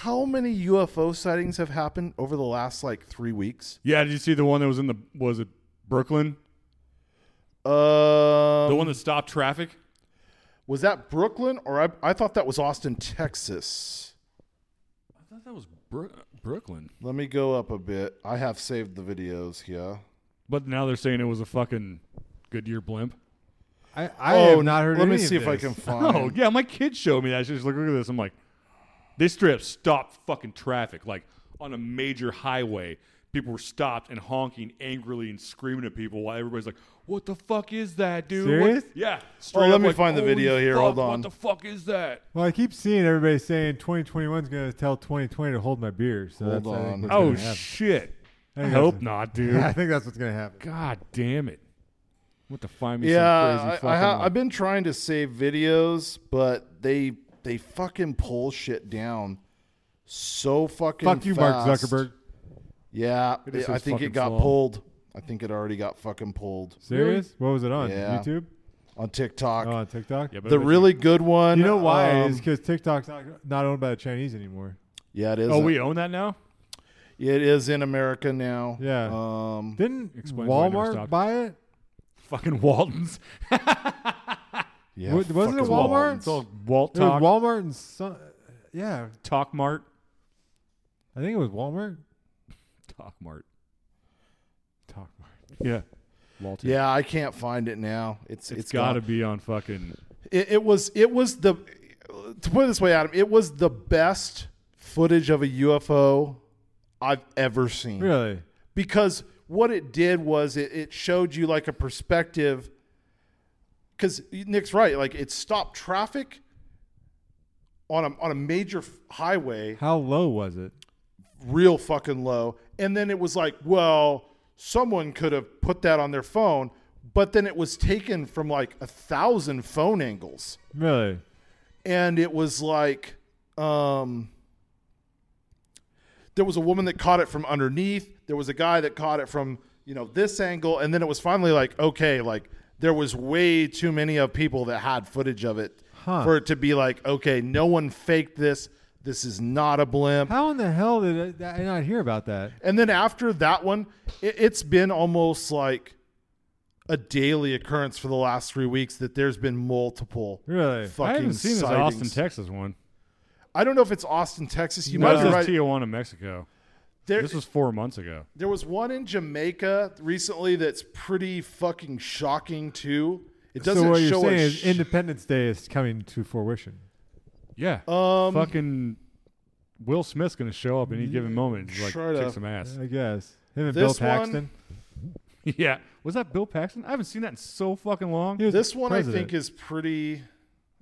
S2: how many UFO sightings have happened over the last like 3 weeks?
S3: Yeah, did you see the one that was in the was it Brooklyn?
S2: Uh
S3: The one that stopped traffic?
S2: Um, was that Brooklyn or I I thought that was Austin, Texas.
S3: I thought that was Bro- Brooklyn.
S2: Let me go up a bit. I have saved the videos here.
S3: But now they're saying it was a fucking Goodyear blimp.
S4: I, I
S2: oh,
S4: have not heard.
S2: Let
S4: any
S2: me
S4: of
S2: see if I
S4: this.
S2: can find.
S3: Oh yeah, my kids showed me that. She's like, look at this. I'm like, this strip stopped fucking traffic, like on a major highway. People were stopped and honking angrily and screaming at people while everybody's like, "What the fuck is that, dude?" What-
S4: Serious?
S3: Yeah.
S2: let
S3: Straight up
S2: me
S3: like,
S2: find the
S3: "Holy
S2: video here,
S3: fuck,
S2: hold on."
S3: What the fuck is that?
S4: Well, I keep seeing everybody saying 2021 is going to tell 2020 to hold my beer. So
S2: Hold
S4: that's, I think,
S2: on.
S4: what's
S3: Oh
S4: gonna happen.
S3: shit! I,
S4: think
S3: hope
S4: that's-
S3: not,
S4: I
S3: dude.
S4: think that's what's going to happen.
S3: God damn it! What to find me? some
S2: Yeah,
S3: crazy
S2: I, I
S3: fucking,
S2: ha-
S3: like-
S2: I've been trying to save videos, but they they fucking pull shit down so fucking.
S4: Fuck you, Mark
S2: fast.
S4: Zuckerberg.
S2: Yeah,
S3: It is
S2: I
S3: his
S2: think it
S3: fucking
S2: got
S3: flaw.
S2: pulled. I think it already got fucking pulled
S4: Serious? What was it on?
S2: Yeah.
S4: YouTube?
S2: on TikTok.
S4: Oh, on TikTok?
S3: Yeah, but
S2: the
S3: I bet
S2: really good one.
S4: You know why?
S2: um,
S4: is because TikTok's not, not owned by the Chinese anymore.
S2: yeah, it
S3: you-
S2: is.
S3: Oh, we own that now.
S2: It is in America now.
S4: Yeah.
S2: Um.
S4: Didn't
S3: Explains why I never
S4: Walmart
S3: stopped.
S4: buy it?
S3: Fucking Waltons.
S2: Yeah.
S4: Wa- wasn't it
S2: fucking
S4: Walmart?
S2: Walmart's.
S3: It's all Walt
S4: It was
S3: Talk,
S4: Walmart and some. Yeah,
S3: Talk Mart,
S4: I think it was Walmart.
S3: Talk Mart.
S4: Talk Mart.
S3: Yeah. Walter.
S2: Yeah, I can't find it now. It's
S3: it's
S2: it's
S3: got to
S2: gone.
S3: be on fucking.
S2: It, it was it was the to put it this way, Adam. It was the best footage of a UFO I've ever seen
S4: Really?
S2: because what it did was it, it showed you like a perspective. Because Nick's right, like it stopped traffic on a on a major f- highway,
S4: How low was it?
S2: real fucking low, and then it was like, well, someone could have put that on their phone, but then it was taken from like a thousand phone angles.
S4: Really?
S2: and it was like um there was a woman that caught it from underneath there was a guy that caught it from you know this angle and then it was finally like okay like there was way too many of people that had footage of it
S4: Huh.
S2: for it to be like okay no one faked this this is not a blimp
S4: How in the hell did I, I not hear about that?
S2: and then after that one, it, it's been almost like a daily occurrence for the last three weeks that there's been multiple.
S4: Really?
S2: fucking
S3: I haven't seen this
S2: sightings.
S3: Austin, Texas one.
S2: I don't know if it's Austin, Texas. You
S3: No,
S2: might
S3: this
S2: be
S3: is
S2: right.
S3: Tijuana, Mexico.
S2: There,
S3: This was four months ago.
S2: there was one in Jamaica recently that's pretty fucking shocking too. It doesn't
S4: so what
S2: show
S4: you're saying
S2: a
S4: is
S2: sh-
S4: Independence Day is coming to fruition.
S3: Yeah.
S2: Um,
S3: fucking Will Smith's gonna show up any given moment. And, like
S2: Sure
S3: kick
S2: enough.
S3: some ass.
S4: I guess him and Bill
S2: This one-
S4: Paxton.
S3: yeah. Was that Bill Paxton? I haven't seen that in so fucking long.
S4: He was
S2: this one I
S4: president.
S2: think is pretty.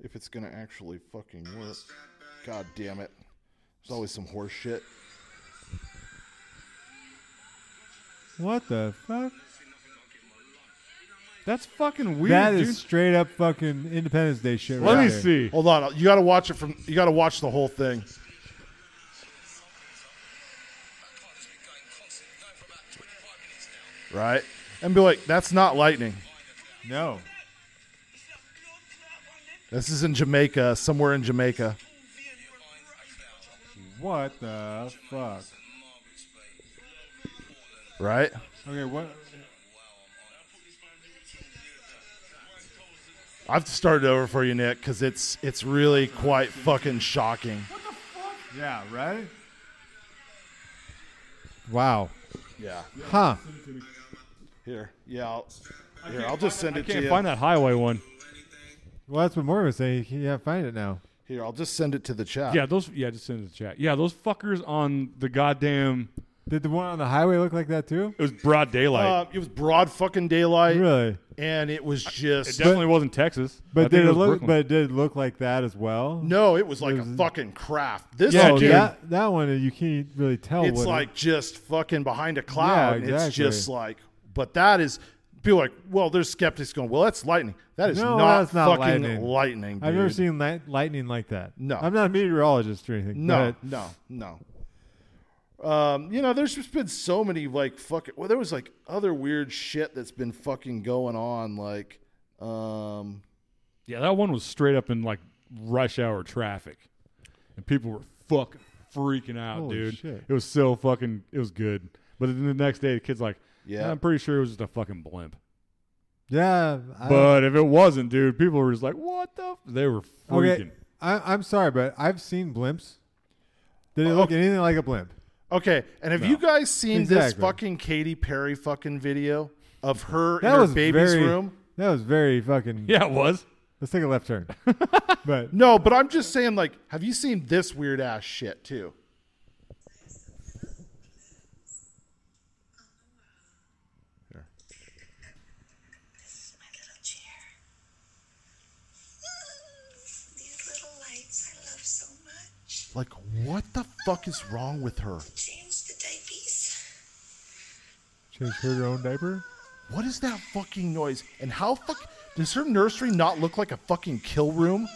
S2: If it's gonna actually fucking work, god damn it! There's always some horse shit.
S4: what the fuck.
S3: That's fucking weird,
S4: That
S3: dude.
S4: is straight up fucking Independence Day shit.
S3: Let
S4: right
S3: me
S4: there.
S3: see.
S2: Hold on, you gotta watch it from. You gotta watch the whole thing. Right, and be like, that's not lightning.
S4: No.
S2: This is in Jamaica, somewhere in Jamaica.
S4: What the fuck?
S2: Right?
S4: Okay, what?
S2: I've started over for you, Nick, because it's it's really quite fucking shocking.
S4: Yeah, right? Wow.
S2: Yeah.
S4: Huh.
S2: Here. Yeah. I'll, here, I'll just send
S3: I
S2: it to
S3: can't
S2: you.
S3: find that highway one.
S4: Well, that's what Morgan was saying. He can't find it now.
S2: Here, I'll just send it to the chat.
S3: Yeah, those. Yeah, just send it to the chat. Yeah, those fuckers on the goddamn.
S4: Did the one on the highway look like that too?
S3: It was broad daylight.
S2: Uh, it was broad fucking daylight,
S4: Really?
S2: and it was
S3: it
S2: just
S3: definitely wasn't Texas. I
S4: But
S3: think
S4: did it,
S3: was
S4: look?
S3: Brooklyn.
S4: But it did look like that as well.
S2: no. It was like a fucking craft. This
S3: Yeah, Oh,
S4: Oh,
S3: dude.
S4: that that one you can't really tell.
S2: it's
S4: what it-
S2: like just fucking behind a cloud.
S4: Yeah,
S2: It's just
S4: exactly.
S2: like, but that is people are like, well, there's skeptics going, well, that's lightning. That is
S4: No,
S2: not,
S4: that's not
S2: fucking lightning.
S4: lightning. I've never
S2: dude.
S4: seen light, lightning like that.
S2: No.
S4: I'm not a meteorologist or anything.
S2: No,
S4: but
S2: no, no. Um, you know, there's just been so many like fucking. Well, there was like other weird shit that's been fucking going on. Like, um,
S3: Yeah, that one was straight up in like rush hour traffic, and people were fucking freaking out,
S4: Holy
S3: dude.
S4: shit.
S3: It was so fucking. It was good, but then the next day, the kid's like,
S2: Yeah.
S3: I'm pretty sure it was just a fucking blimp."
S4: Yeah, I,
S3: But if it wasn't, dude, people were just like, "What the?" F-? They were freaking.
S4: okay. I, I'm sorry, but I've seen blimps. Did it look anything like a blimp?
S2: okay. And have you guys seen this
S4: Exactly.
S2: fucking Katy Perry fucking video of her
S4: That
S2: in
S4: was
S2: her baby's
S4: very,
S2: room?
S4: That was very fucking.
S3: Yeah, it was.
S4: Let's take a left turn. but
S2: No, but I'm just saying. Like, have you seen this weird ass shit too?
S6: This is my little chair. Mm, These little lights I love so much.
S2: Like, what the fuck is wrong with her?
S6: Change the diapies.
S4: change her own diaper.
S2: What is that fucking noise? And how fuck does her nursery not look like a fucking kill room?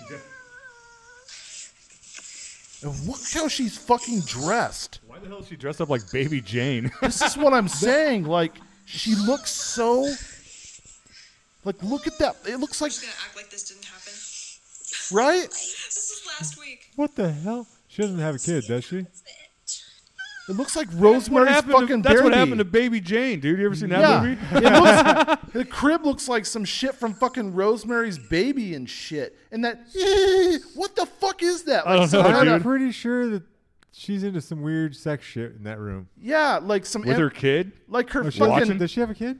S2: And look how she's fucking dressed.
S3: Why the hell is she dressed up like Baby Jane?
S2: This is what I'm saying. Like she looks so. Like look at that. It looks like
S7: just gonna act like this didn't happen.
S2: right.
S7: This is last week.
S4: What the hell? She doesn't have a kid, does she?
S2: It looks like
S3: what
S2: Rosemary's
S3: happened?
S2: fucking
S3: To, that's what
S2: baby.
S3: happened to Baby Jane, dude. You ever seen that
S2: yeah.
S3: movie?
S2: It looks, the crib looks like some shit from fucking Rosemary's Baby and shit. And that. What the fuck is that?
S3: I don't know,
S2: some kind
S4: I'm
S2: of-
S4: pretty sure that she's into some weird sex shit in that room.
S2: Yeah, like some.
S3: With
S2: em-
S3: her kid.
S2: like her
S4: Oh, she-
S2: fucking
S4: does she have a kid?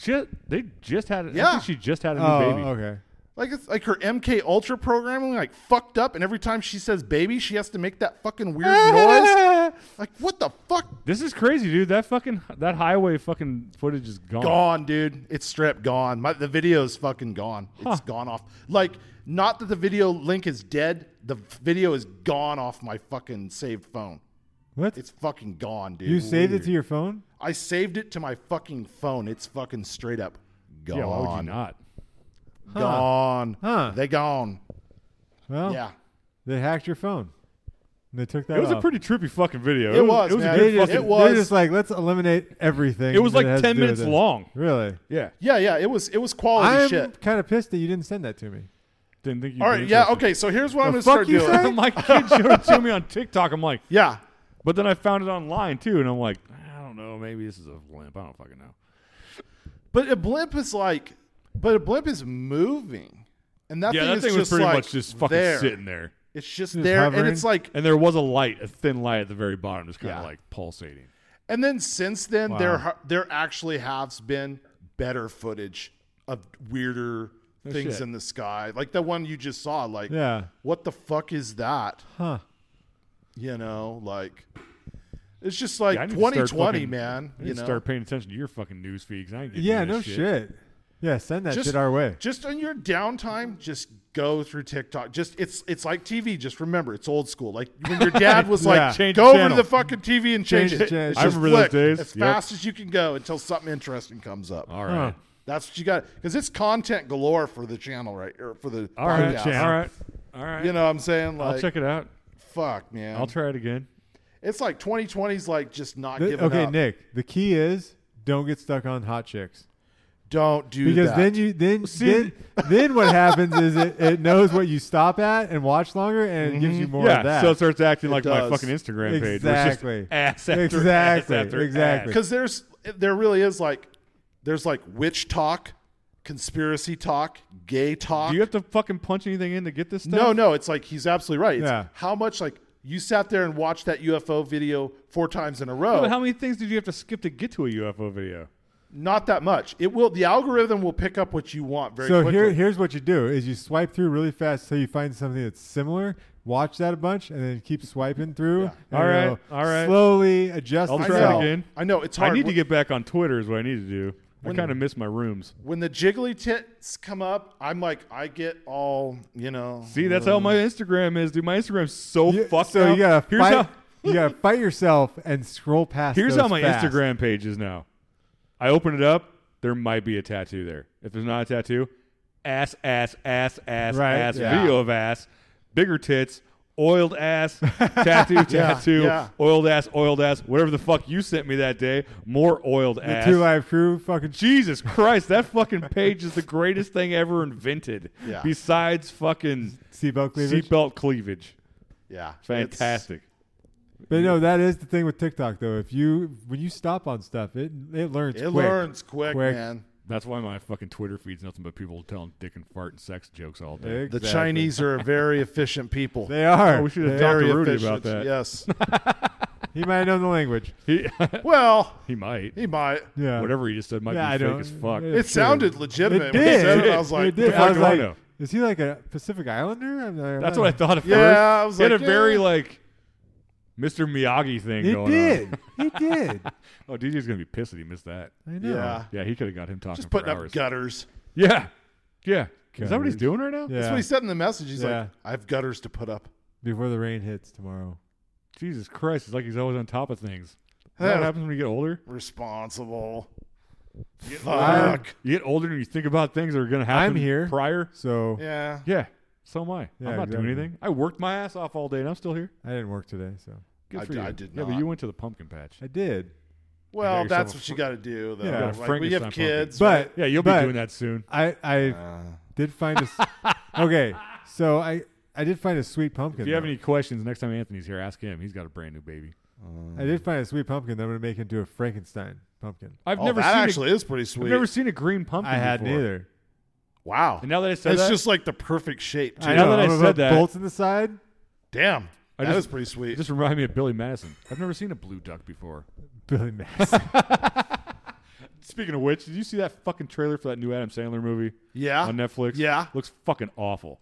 S3: Shit, they just had. I
S2: Yeah.
S3: think she just had a new
S4: Oh,
S3: baby.
S4: okay.
S2: like it's like her MK Ultra programming like fucked up, and every time she says baby, she has to make that fucking weird noise. Like what the fuck?
S3: This is crazy, dude. That fucking that highway fucking footage is gone.
S2: Gone, dude. It's stripped. Gone. My, the video's fucking gone. It's gone off. Like not that the video link is dead. The video is gone off my fucking saved phone.
S4: What?
S2: It's fucking gone, dude.
S4: you saved it to your phone?
S2: I saved it to my fucking phone. It's fucking straight up gone.
S3: Yeah, why would you not?
S2: Gone.
S4: Huh.
S2: They gone.
S4: Well,
S2: Yeah.
S4: they hacked your phone. And they took that
S3: It was a
S4: off.
S3: pretty trippy fucking video.
S2: It was,
S3: It was,
S2: man.
S3: a good
S4: They just,
S3: fucking.
S2: It was.
S4: They're just like, let's eliminate everything.
S3: It was
S4: that
S3: like
S4: has to
S3: 10
S4: do with
S3: minutes
S4: this.
S3: long.
S4: Really?
S3: Yeah.
S2: Yeah, yeah. It was it was quality
S4: I'm
S2: shit.
S4: kind of pissed that you didn't send that to me.
S3: Didn't think you.
S2: All right, yeah, okay. So here's what I'm gonna
S4: fuck
S2: start
S4: you
S2: doing.
S4: say?
S3: My kid showed it to me on TikTok. I'm like,
S2: Yeah,
S3: but then I found it online too, and I'm like, I don't know. Maybe this is a limp. I don't fucking know.
S2: but a blimp is like, but a blimp is moving, and that
S3: yeah,
S2: thing
S3: that
S2: is
S3: thing was
S2: just
S3: pretty
S2: like
S3: much just fucking
S2: there.
S3: sitting there,
S2: It's just
S4: Just
S2: there, and
S4: hovering.
S2: it's like,
S3: and there was a light, a thin light at the very bottom, just kind of
S2: Yeah.
S3: like pulsating.
S2: and then since then there
S4: Wow.
S2: ha- there actually has been better footage of weirder things
S3: shit.
S2: in the sky, like the one you just saw. Like,
S4: Yeah.
S2: what the fuck is that?
S4: Huh.
S2: You know, like, it's just like
S3: Yeah, I need to start
S2: 2020,
S3: fucking-
S2: man.
S3: I need
S2: You
S3: to
S2: know,
S3: start paying attention to your fucking news feeds. I ain't getting
S4: Yeah,
S3: into
S4: no
S3: this
S4: shit.
S3: shit.
S4: Yeah, send that shit our way.
S2: Just on your downtime, just go through TikTok. Just it's it's like TV. Just remember, it's old school. Like when your dad was
S4: Yeah.
S2: like,
S3: Change
S2: go
S3: the
S2: over to
S3: channel.
S2: the fucking TV and change,
S4: Change the
S2: it.
S4: channel.
S2: It's
S4: I
S2: just
S3: remember those
S2: flick
S3: days.
S2: as
S3: Yep.
S2: fast as you can go until something interesting comes up.
S3: All right.
S4: Huh.
S2: That's what you got because it's content galore for the channel, right? Or for the
S3: All right,
S2: podcast.
S3: all right, all right.
S2: You know what I'm saying? Like,
S3: I'll check it out.
S2: fuck, man.
S4: mm.
S3: I'll try it again.
S2: it's like 2020's like just not
S4: The-
S2: giving
S4: okay,
S2: up.
S4: Nick. The key is don't get stuck on hot chicks.
S2: Don't do
S4: Because
S2: that.
S4: then you then then, then what happens is it, it knows what you stop at and watch longer and it gives you more
S3: Mm-hmm. yeah,
S4: of that.
S3: so it starts acting like
S2: does.
S3: my fucking Instagram page. where it's just
S4: Exactly.
S3: Ass after
S4: Exactly,
S3: Ass after
S4: exactly.
S3: Ass.
S2: because there's there really is like there's like witch talk, conspiracy talk, gay talk.
S3: Do you have to fucking punch anything in to get this stuff?
S2: No, no, it's like he's absolutely right. It's
S4: Yeah.
S2: How much like you sat there and watched that UFO video four times in a row?
S3: But how many things did you have to skip to get to a UFO video?
S2: Not that much. It will. The algorithm will pick up what you want very
S4: So
S2: quickly.
S4: here here's what you do is you swipe through really fast till you find something that's similar. Watch that a bunch and then keep swiping through. and
S3: All right,
S4: it'll
S3: all right.
S4: Slowly adjust.
S3: I'll
S2: I
S3: try it
S2: know.
S4: itself.
S3: again.
S2: I know, it's hard.
S3: I need to
S2: When-
S3: get back on Twitter. Is what I need to do. I kind of miss my rooms.
S2: when the jiggly tits come up, I'm like, I get all you know.
S3: See, that's how my Instagram is, dude. My Instagram's so
S4: You-
S3: fucked
S4: Mm. so
S3: up.
S4: you gotta
S3: here's
S4: fight.
S3: how
S4: you gotta fight yourself and scroll past.
S3: here's
S4: those
S3: how my
S4: fast.
S3: Instagram page is now. I open it up. There might be a tattoo there. If there's not a tattoo, ass, ass, ass, ass,
S4: Right,
S3: ass,
S4: yeah.
S3: video of ass, bigger tits, oiled ass, tattoo, tattoo,
S2: yeah.
S3: oiled ass, oiled ass, whatever the fuck you sent me that day, more oiled
S4: The
S3: ass.
S4: Two Live Crew fucking
S3: Jesus Christ, that fucking page is the greatest thing ever invented.
S2: Yeah.
S3: Besides fucking
S4: seatbelt cleavage.
S3: seatbelt cleavage.
S2: Yeah, it's-
S3: Fantastic.
S4: But no, that is the thing with TikTok though. If you when you stop on stuff, it it learns.
S2: it
S4: quick.
S2: learns quick,
S4: Quick.
S2: man.
S3: That's why my fucking Twitter feed's nothing but people telling dick and fart and sex jokes all day.
S4: Exactly.
S2: The Chinese are a very efficient people.
S4: They are.
S3: Oh, we should have
S4: They
S3: talked
S4: are.
S2: very
S3: to Rudy
S2: efficient.
S3: about that.
S2: Yes.
S4: He might know the language.
S3: He,
S2: well,
S3: he might.
S2: he might.
S4: Yeah.
S3: Whatever he just said might
S4: Yeah, I
S3: be fake
S4: don't-
S3: as fuck.
S4: yeah.
S2: It
S4: Sure.
S2: sounded legitimate. When he said it, I was like,
S4: it did.
S3: fuck
S4: I was
S3: do I
S4: like,
S3: know?
S4: is he like a Pacific Islander? I'm like,
S3: That's what I thought at
S2: Yeah,
S3: first.
S2: I was
S3: he had
S2: like,
S3: a very
S2: yeah.
S3: like Mr. Miyagi thing
S4: He
S3: going
S4: did.
S3: on.
S4: he did.
S3: Oh, DJ's gonna be pissed that he missed that.
S4: I know.
S2: Yeah.
S3: Yeah, he could have got him talking
S2: just
S3: for
S2: putting
S3: hours.
S2: up gutters.
S3: yeah, yeah. Is that what he's
S4: Gutters.
S3: doing right now?
S4: Yeah.
S2: That's what he said in the message. He's
S4: Yeah.
S2: like, I have gutters to put up.
S4: Before the rain hits tomorrow.
S3: Jesus Christ! It's like he's always on top of things. Is
S2: Yeah.
S3: that what happens when you get older?
S2: Responsible. Fuck.
S4: I'm-
S3: You get older and you think about things that are gonna happen.
S4: I'm here.
S3: Prior.
S4: So
S2: yeah.
S3: Yeah. So am I.
S4: Yeah,
S3: I'm not
S4: exactly.
S3: doing anything. I worked my ass off all day and I'm still here.
S4: I didn't work today. So
S3: Good
S2: I
S3: for
S2: d-
S3: you.
S2: I did
S3: yeah, but
S2: not.
S3: you went to the pumpkin patch.
S4: I did.
S2: Well,
S3: yourself
S2: that's
S3: a
S2: what you got to do, though.
S4: You got a
S2: Like, when you
S3: Frankenstein
S2: have
S3: pumpkin.
S2: kids, uh,
S4: But
S3: Yeah, you'll
S4: but
S3: be doing that Uh. soon.
S4: I I did find a s- okay. So I I did find a sweet pumpkin.
S3: If you have
S4: though.
S3: any questions, next time Anthony's here, ask him. He's got a brand new baby.
S4: I did find a sweet pumpkin that I'm gonna make into a Frankenstein pumpkin.
S3: I've
S2: oh,
S3: never
S2: that
S3: seen
S2: actually is pretty
S3: a,
S2: sweet.
S3: I've never seen a green pumpkin.
S4: I hadn't
S3: before.
S4: either.
S2: wow.
S3: And now that I said
S2: it's
S3: that,
S2: just like the perfect shape, too.
S3: I- now that
S4: I'm gonna
S3: said
S4: put
S3: that-
S4: bolts in the side.
S2: Damn.
S3: I
S2: that
S3: just-
S2: is pretty sweet.
S3: it just reminded me of Billy Madison. I've never seen a blue duck before.
S4: Billy Madison.
S3: Speaking of which, did you see that fucking trailer for that new Adam Sandler movie
S2: yeah.
S3: on Netflix?
S2: Yeah.
S3: looks fucking awful.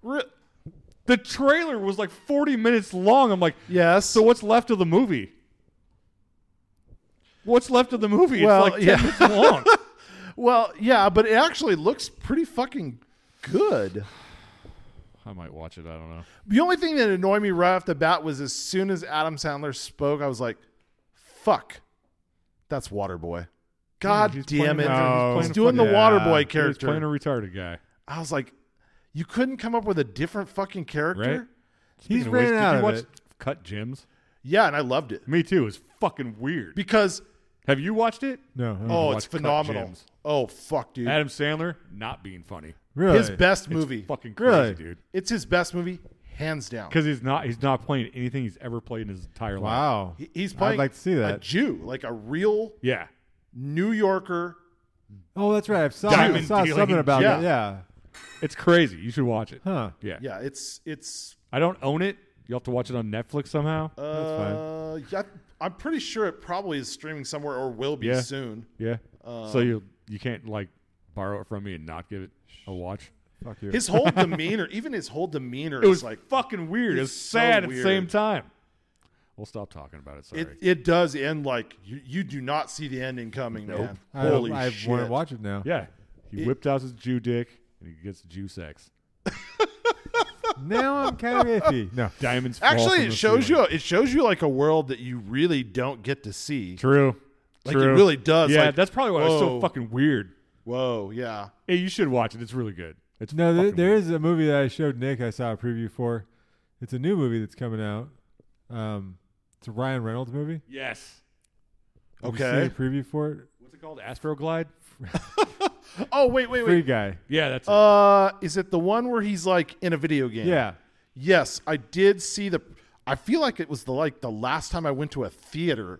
S2: Re-
S3: The trailer was like 40 minutes long. I'm like,
S2: yes.
S3: so what's left of the movie? What's left of the movie?
S2: Well,
S3: it's like 10
S2: yeah.
S3: minutes long.
S2: Well, yeah, but it actually looks pretty fucking good.
S3: I might watch it. I don't know.
S2: The only thing that annoyed me right off the bat was as soon as Adam Sandler spoke, I was like, fuck, that's Waterboy. God
S3: he's playing
S2: damn it.
S3: a- No.
S2: He's,
S3: he's
S2: doing
S3: playing
S2: the
S3: a
S4: fucking-
S2: Waterboy
S3: He was playing a
S2: character.
S3: retarded guy.
S2: I was like, you couldn't come up with a different fucking character?
S3: Right?
S4: He's
S3: Speaking of which,
S4: ran
S3: did
S4: out
S3: you
S4: of
S3: watch
S4: it.
S3: Cut Gems?
S2: Yeah, and I loved it.
S3: Me too. It's fucking weird.
S2: Because,
S3: Have you watched it?
S4: No. I don't
S2: oh,
S3: watch
S2: it's
S3: Cut
S2: phenomenal.
S3: Gems.
S2: Oh, fuck, dude.
S3: Adam Sandler not being funny.
S4: Really?
S2: his best movie.
S3: It's fucking crazy,
S4: Really?
S3: dude.
S2: It's his best movie, hands down.
S3: Because he's not he's not playing anything he's ever played in his entire life.
S4: Wow.
S2: He- He's playing
S4: I'd like to see
S2: a
S4: that.
S2: Jew, like a real
S3: Yeah.
S2: New Yorker
S4: Oh, that's right. I saw, I
S3: Diamond
S4: saw
S3: dealing.
S4: something about
S2: Yeah.
S4: it. Yeah.
S3: It's crazy. You should watch it.
S4: Huh.
S3: Yeah.
S2: Yeah, it's it's.
S3: I don't own it. You'll have to watch it on Netflix somehow.
S2: Uh, yeah, I'm pretty sure it probably is streaming somewhere or will be
S3: Yeah.
S2: soon.
S3: yeah. so
S2: um,
S3: you you can't like borrow it from me and not give it a watch.
S4: Fuck you.
S2: His whole demeanor, even his whole demeanor,
S3: It was
S2: is
S3: like
S2: like
S3: fucking weird. It's
S2: it's so
S3: sad at the
S2: weird.
S3: same time. We'll stop talking about it. Sorry.
S2: it. It does end like you, you do not see the ending coming, man.
S4: I,
S2: Holy
S4: I
S2: shit!
S4: want to watch it now.
S3: yeah. He whipped out his Jew dick and he gets Jew sex.
S4: Now I'm kind of iffy. No.
S3: Diamonds. fall
S2: Actually,
S3: from
S2: it
S3: the
S2: shows
S3: ceiling.
S2: you it shows you like a world that you really don't get to see.
S3: True.
S2: Like, it
S3: True.
S2: really does,
S3: Yeah,
S2: like,
S3: that's probably why it's so
S2: whoa.
S3: fucking weird.
S2: Whoa, yeah,
S3: Hey, you should watch it. It's really good. It's
S4: No, there,
S3: fucking
S4: there
S3: weird.
S4: is a movie that I showed Nick. I saw a preview for. It's a new movie that's coming out. Um, it's a Ryan Reynolds movie.
S3: Yes.
S4: Have you
S2: Okay.
S4: seen a preview for it.
S3: What's it called? Astroglide.
S2: Oh wait, wait,
S4: Free
S2: wait.
S4: guy.
S3: Yeah, that's it.
S2: Uh, is it the one where he's like in a video game?
S4: Yeah.
S2: Yes, I did see the. I feel like it was the like the last time I went to a theater.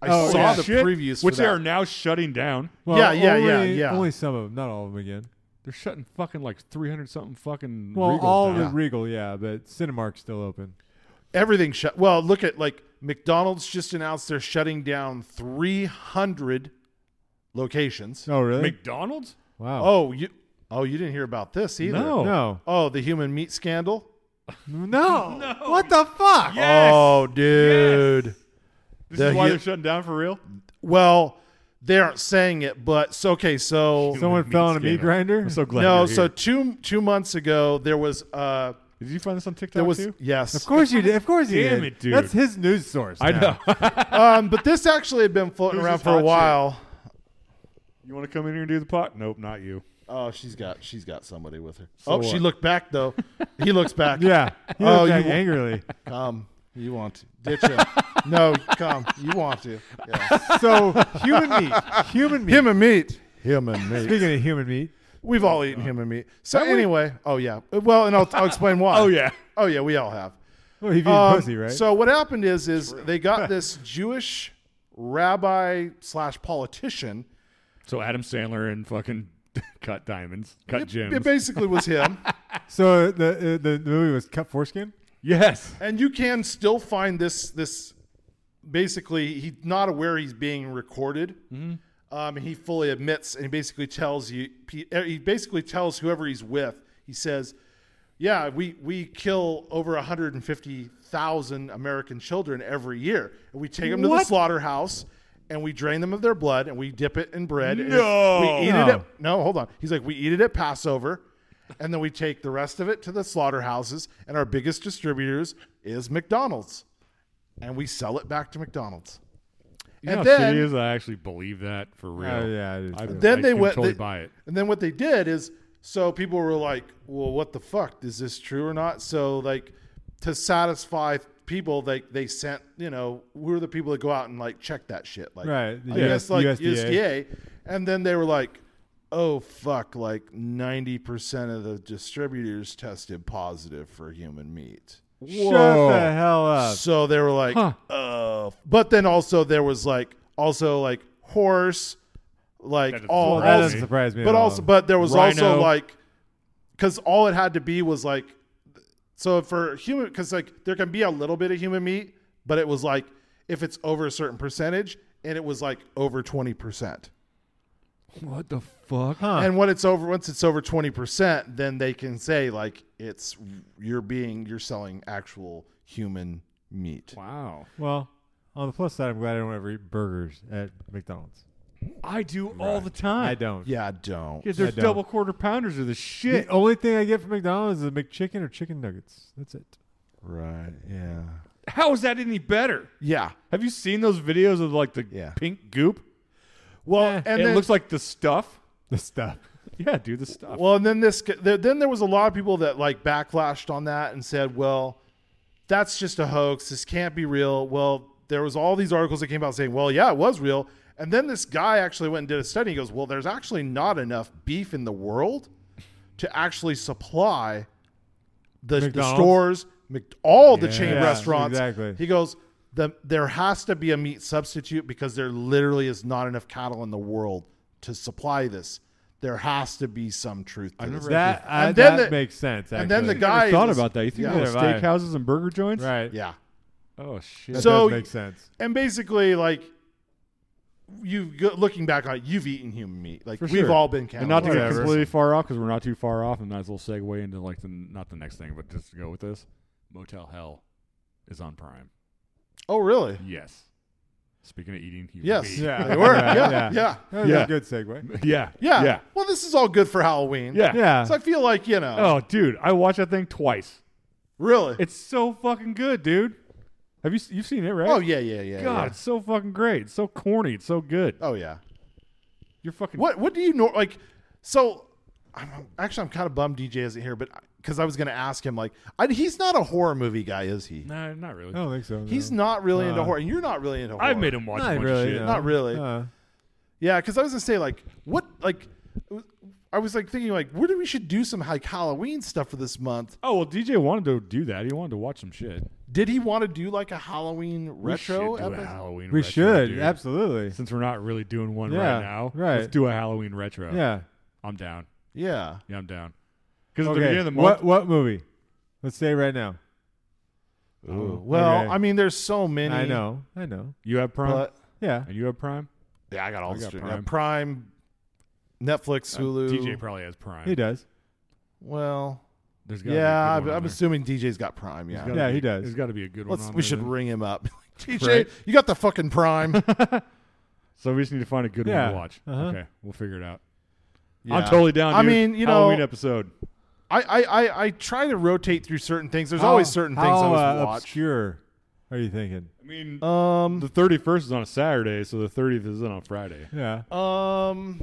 S2: I
S4: Oh,
S2: saw
S4: yeah.
S2: the
S3: Shit,
S2: previews, for
S3: which they
S2: that.
S3: are now shutting down.
S4: Well,
S2: Yeah, yeah, yeah,
S4: only,
S2: yeah.
S4: Only some of them, not all of them again.
S3: They're shutting fucking like three hundred something fucking.
S4: Well,
S3: Regals
S4: all
S3: down.
S4: the Regal, yeah, but Cinemark's still open.
S2: everything shut. Well, look at like McDonald's just announced they're shutting down 300 locations.
S4: Oh, really?
S3: McDonald's.
S4: wow.
S2: Oh, you oh you didn't hear about this either.
S3: No.
S4: no,
S2: Oh, the human meat scandal.
S4: no, What the fuck?
S3: Yes.
S2: Oh, dude.
S3: This
S2: The
S3: is why
S2: hu-
S3: they're shutting down for real.
S2: Well, they aren't saying it, but so okay, so
S4: Someone
S3: Meat
S4: fell on a
S3: scanner.
S4: meat grinder.
S3: I'm so glad.
S2: no,
S3: you're
S2: so
S3: here.
S2: two two months ago there was uh
S3: did you find this on TikTok
S2: there was
S3: too?
S2: yes
S4: Of course you did. Of course you
S3: Damn
S4: did.
S3: it, dude.
S4: That's his news source.
S3: I
S4: now.
S3: know.
S2: Um, but this actually had been floating
S3: Who's
S2: around
S3: this
S2: for a
S3: hot
S2: while.
S3: you want to come in here and do the pot? Nope, not you.
S2: Oh, she's got she's got somebody with her.
S3: So
S2: oh,
S3: what?
S2: she looked back though. He looks back.
S4: Yeah. He looked
S2: Oh, you
S4: back
S2: wa-
S4: angrily.
S2: Come. You want to. Ditch him. no, come. You want to. Yeah.
S4: So human meat. Human meat.
S2: Him and meat. Him and meat.
S4: Speaking of human meat,
S2: We've all eaten human meat. So anyway, oh yeah. Well, and I'll, I'll explain why.
S3: Oh, yeah.
S2: Oh yeah. We all have.
S4: well, he beat
S2: Um,
S4: pussy, right?
S2: So what happened is, is they got this Jewish rabbi slash politician.
S3: So Adam Sandler and fucking cut diamonds, cut
S2: It,
S3: gems.
S2: it basically was him.
S4: So the uh, the, the movie was Cut Foreskin.
S3: yes.
S2: and you can still find this this basically he's not aware he's being recorded
S3: Mm-hmm.
S2: um, and he fully admits and he basically tells you he er, he basically tells whoever he's with he says yeah we we kill over 150000 american children every year and we take them to the
S3: What?
S2: slaughterhouse and we drain them of their blood and we dip it in bread and
S3: No.
S2: we eat it
S4: No.
S2: at no, hold on. He's like, we eat it at Passover, and then we take the rest of it to the slaughterhouses, and our biggest distributors is McDonald's, and we sell it back to McDonald's.
S3: You
S2: And
S3: know how
S2: then-
S3: shitty it is? I actually believe that for real.
S4: Oh, yeah, I do,
S3: I,
S4: too.
S2: Then
S3: I
S2: they
S3: can
S2: went
S3: totally
S2: they-
S3: buy it.
S2: And then what they did is, so people were like, well, what the fuck is this true or not? So like, to satisfy people, they they sent you know we are the people that go out and like check that shit, like
S4: Right, the
S2: I guess
S4: US
S2: like USDA.
S4: USDA.
S2: and then they were like. Oh fuck! Like ninety percent of the distributors tested positive for human meat.
S4: Shut the hell up.
S2: So they were like, uh, but then also there was like, also like horse, like
S3: doesn't
S2: all.
S3: surprise
S4: That
S2: all-
S4: doesn't surprise me.
S2: But
S4: at all.
S2: also, but there was also
S3: Rhino.
S2: like, because all it had to be was like, so for human, because like there can be a little bit of human meat, but it was like if it's over a certain percentage, and it was like over twenty percent.
S3: What the fuck?
S2: And when it's over, once it's over twenty percent, then they can say like it's you're being you're selling actual human meat.
S3: Wow.
S4: well, on the plus side, I'm glad I don't ever eat burgers at McDonald's.
S3: I do all the time.
S4: I don't.
S2: Yeah, don't.
S3: Yeah, there's
S4: I don't.
S3: double quarter pounders of the shit.
S4: The only thing I get from McDonald's is a McChicken or chicken nuggets. That's it.
S2: Right. Yeah.
S3: How is that any better?
S2: Yeah.
S3: Have you seen those videos of like the
S2: Yeah.
S3: pink goop?
S2: Well,
S3: And
S2: and
S3: Eh, it
S2: then,
S3: looks like the stuff.
S4: The stuff.
S3: Yeah, dude, the stuff.
S2: well, and then this g- there, then there was a lot of people that like backlashed on that and said, "Well, that's just a hoax. This can't be real." Well, there was all these articles that came out saying, "Well, yeah, it was real." And then this guy actually went and did a study. He goes, "Well, there's actually not enough beef in the world to actually supply the, the
S4: McDonald's?
S2: stores, Mc- all the chain
S4: Yeah,
S2: restaurants."
S4: exactly.
S2: He goes, the, there has to be a meat substitute because there literally is not enough cattle in the world to supply this. There has to be some truth to this.
S4: That uh,
S2: And then
S4: that
S2: the-
S4: makes sense.
S2: and then the
S4: actually.
S2: guy-
S3: I thought
S2: was-
S3: about that. You think
S2: yeah.
S3: about
S4: Neither have I.
S3: steakhouses and burger joints?
S4: Right.
S2: yeah.
S3: Oh shit.
S4: That
S2: So-
S4: does make sense.
S2: And basically, like you go- looking back on it, you've eaten human meat. Like
S3: For
S2: we've
S3: sure.
S2: all been counted.
S3: and not to get
S4: Whatever.
S3: completely far off because we're not too far off, and that's a little segue into like the not the next thing, but just to go with this, Motel Hell is on Prime.
S2: oh, really?
S3: Yes. Speaking of eating human
S2: Yes.
S3: meat.
S4: Yeah.
S2: They were.
S4: Right,
S2: Yeah,
S4: yeah.
S2: yeah.
S4: That was
S3: Yeah.
S4: a good segue.
S3: Yeah.
S2: Yeah.
S3: Yeah.
S2: Well, this is all good for Halloween.
S3: Yeah.
S4: Yeah.
S2: So I feel like you know.
S3: Oh, dude, I watched that thing twice.
S2: really?
S3: It's so fucking good, dude. Have you s- you've seen it, right?
S2: oh yeah, yeah, yeah.
S3: God,
S2: yeah.
S3: it's so fucking great. It's so corny. It's so good.
S2: Oh yeah.
S3: You're fucking
S2: What what do you know? Like, so I'm, I'm- actually I'm kind of bummed DJ isn't here, but because I was going to ask him, like, I, he's not a horror movie guy, is he?
S3: Nah, not really.
S4: I don't think so.
S2: He's
S4: no.
S2: not really into
S4: Uh,
S2: horror, and you're not really into horror.
S3: I made him watch a
S4: Not
S3: bunch
S4: really.
S3: of shit.
S4: no.
S2: Not really.
S4: Uh,
S2: Yeah, because I was gonna say like what like I was like thinking like where do we should do some like Halloween stuff for this month?
S3: Oh well, DJ wanted to do that. He wanted to watch some shit.
S2: Did he want to do like a Halloween retro?
S3: we should do a
S2: episode?
S3: Halloween.
S4: we
S3: retro,
S4: should
S3: dude.
S4: absolutely.
S3: Since we're not really doing one
S4: Yeah,
S3: right now,
S4: right.
S3: Let's do a Halloween retro.
S4: Yeah.
S3: I'm down.
S2: Yeah.
S3: Yeah, I'm down. Because at the
S4: Okay.
S3: beginning of the month,
S4: what what movie? Let's say right now.
S2: Ooh. Well,
S4: okay.
S2: I mean, there's so many.
S4: I know. I know.
S3: you have Prime,
S2: but
S4: Yeah.
S3: and you have Prime.
S2: yeah, I got all
S3: I
S2: the
S3: got
S2: stream-
S3: Prime.
S2: yeah, Prime, Netflix, Hulu.
S3: DJ probably has Uh, Prime.
S4: He does.
S2: Well,
S3: There's gotta be a good
S2: yeah,
S3: one
S2: I'm,
S3: on
S2: I'm
S3: there.
S2: assuming DJ's got Prime. Yeah,
S3: There's gotta
S4: Yeah,
S3: be-
S4: he does.
S3: There's got to be a good
S2: Let's,
S3: one. on
S2: we
S3: there
S2: should
S3: then.
S2: ring him up. DJ,
S3: Right.
S2: you got the fucking Prime.
S3: So we just need to find a good one
S4: Yeah,
S3: to watch.
S4: uh-huh.
S3: Okay, we'll figure it out.
S2: Yeah.
S3: I'm totally down.
S2: I
S3: dude.
S2: mean, you know-
S3: Halloween episode.
S2: I, I, I, I try to rotate through certain things. There's
S4: How-
S2: always certain things I
S4: how,
S2: always
S4: uh,
S2: watch.
S4: Obscure. Are you thinking?
S3: I mean,
S2: Um,
S3: the 31st is on a Saturday, so the 30th is on a Friday.
S4: Yeah.
S2: Um,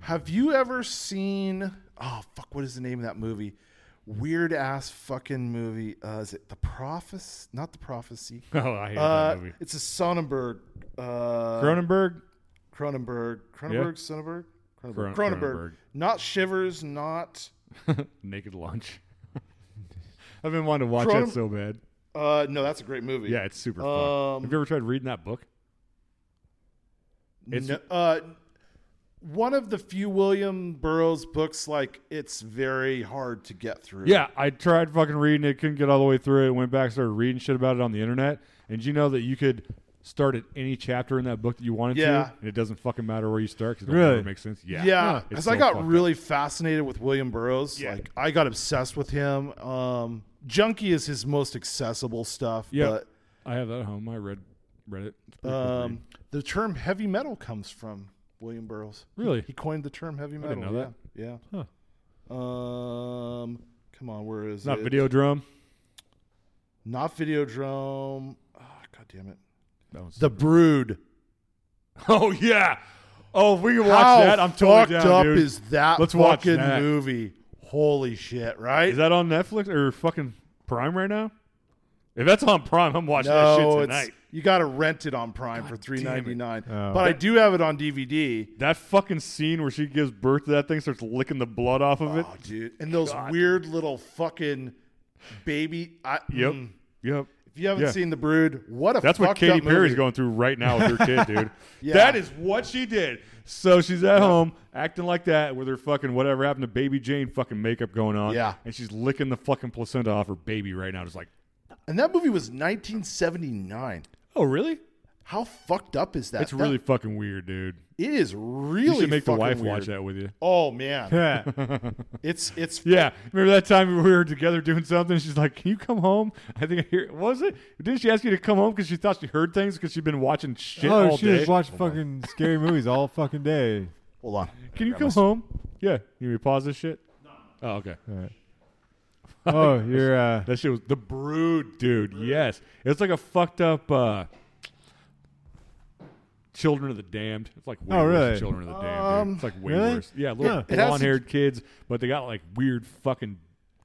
S2: Have you ever seen? Oh fuck! What is the name of that movie? Weird ass fucking movie. Uh, is it The Prophecy? Not The Prophecy.
S3: Oh, I hate
S2: Uh,
S3: that movie.
S2: it's a Sonnenberg. Uh,
S3: Cronenberg.
S2: Cronenberg. Cronenberg. Sonnenberg.
S3: Cron-
S2: Cronenberg. Cronenberg.
S3: Cronenberg.
S2: Not Shivers. Not.
S3: Naked Lunch. I've been wanting to watch
S2: Cronen-
S3: that so bad.
S2: Uh, no, that's a great movie.
S3: Yeah, it's super fun.
S2: Um,
S3: Have you ever tried reading that book? It's-
S2: No- uh, one of the few William Burroughs books, like it's very hard to get through.
S3: Yeah, I tried fucking reading it, couldn't get all the way through it. Went back, started reading shit about it on the internet. And did you know that you could start at any chapter in that book that you wanted
S2: Yeah.
S3: to, and it doesn't fucking matter where you start because it
S4: Really?
S3: really makes sense. Yeah,
S2: yeah.
S3: It's
S2: Because
S3: so
S2: I got
S3: fucked
S2: really fascinated with William Burroughs.
S3: Yeah.
S2: Like I got obsessed with him. Um, Junkie is his most accessible stuff.
S3: Yeah. I have that at home. I read read it. It's
S2: But
S3: pretty cool to
S2: um, the term heavy metal comes from William Burroughs.
S3: Really?
S2: He coined the term heavy metal.
S3: didn't know
S2: yeah. Yeah. Um, come on, where is
S3: read. not
S2: it?
S3: video drum.
S2: Not Videodrome. Oh, God damn it.
S3: That one's
S2: The Brood.
S3: oh yeah. Oh, if we can watch
S2: How
S3: that, I'm totally
S2: fucked
S3: down,
S2: up
S3: dude.
S2: is that
S3: Let's watch
S2: fucking
S3: that.
S2: movie? Holy shit! Right?
S3: Is that on Netflix or fucking Prime right now? If that's on Prime, I'm watching
S2: no,
S3: that shit
S2: it's
S3: tonight.
S2: you got to rent it on Prime for three ninety nine.
S4: Oh.
S2: But I do have it on DVD.
S3: That fucking scene where she gives birth to that thing, starts licking the blood off of it.
S2: Oh, dude! And those weird little fucking baby. I,
S3: Yep.
S2: mm.
S3: Yep.
S2: If you haven't
S3: Yeah.
S2: seen The Brood, what a
S3: That's what
S2: fucked
S3: Katy
S2: up
S3: Perry's
S2: movie.
S3: going through right now with her kid, dude.
S2: Yeah.
S3: That is what she did. So she's at home acting like that with her fucking whatever happened to Baby Jane fucking makeup going on.
S2: Yeah.
S3: And she's licking the fucking placenta off her baby right now. Just like,
S2: And that movie was nineteen seventy nine.
S3: oh, really?
S2: How fucked up is that?
S3: That's
S2: That-
S3: really fucking weird, dude.
S2: It is really.
S3: You should make the
S2: fucking
S3: wife
S2: weird.
S3: watch that with you.
S2: Oh man,
S4: Yeah.
S2: it's it's
S3: Yeah, remember that time we were together doing something? She's like, "Can you come home?" I think I hear. what Was it? Didn't she ask you to come home because she thought she heard things because she'd been watching shit
S4: oh,
S3: all
S4: she
S3: day?
S4: just watched fucking scary movies all fucking day.
S2: Hold on.
S3: Can you come home? Yeah. You want me to pause this shit? Oh, okay.
S4: Oh, you're uh,
S3: That shit was the brood, dude. Yes, it's like a fucked up uh Children of the Damned. It's like way
S4: Oh,
S3: worse than
S4: really?
S3: Children of the Damned.
S2: Um,
S3: Dude. It's like way
S4: really?
S3: worse. Yeah, little
S2: It has to-
S3: blonde-haired kids, but they got like weird fucking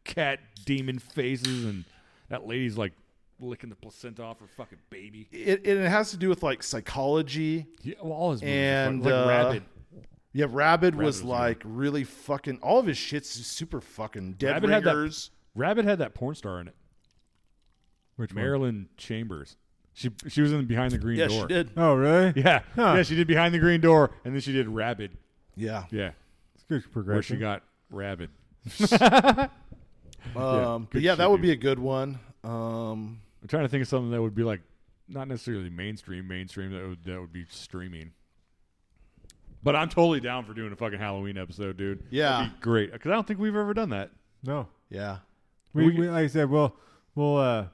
S3: cat demon faces, and that lady's like licking the placenta off her fucking baby.
S2: It, it has to do with like psychology.
S3: Yeah, well, all his movies are fucking-
S2: And,
S3: like
S2: uh,
S3: Rabid.
S2: Yeah, Rabid,
S3: was
S2: was
S3: good.
S2: like really fucking. All of his shit's super fucking dead
S3: Rabid had that-
S2: ringers.
S3: Rabbit had that porn star in it,
S4: which one?
S3: Marilyn Chambers. She she was in Behind the Green
S2: Yeah,
S3: Door.
S2: she did.
S4: Oh, really?
S3: Yeah,
S4: Huh.
S3: yeah, she did Behind the Green Door, and then she did Rabid.
S2: Yeah.
S3: Yeah,
S4: It's good
S3: where she
S4: progression.
S3: got rabid.
S2: Um, but
S3: good
S2: yeah,
S3: shit,
S2: that would
S3: dude.
S2: be a good one. Um,
S3: I'm trying to think of something that would be like not necessarily mainstream, mainstream that would that would be streaming. But I'm totally down for doing a fucking Halloween episode, dude.
S2: Yeah.
S3: That'd be great because I don't think we've ever done that.
S4: No.
S2: yeah.
S4: We,
S3: We-
S4: we, like I said, we'll we'll uh,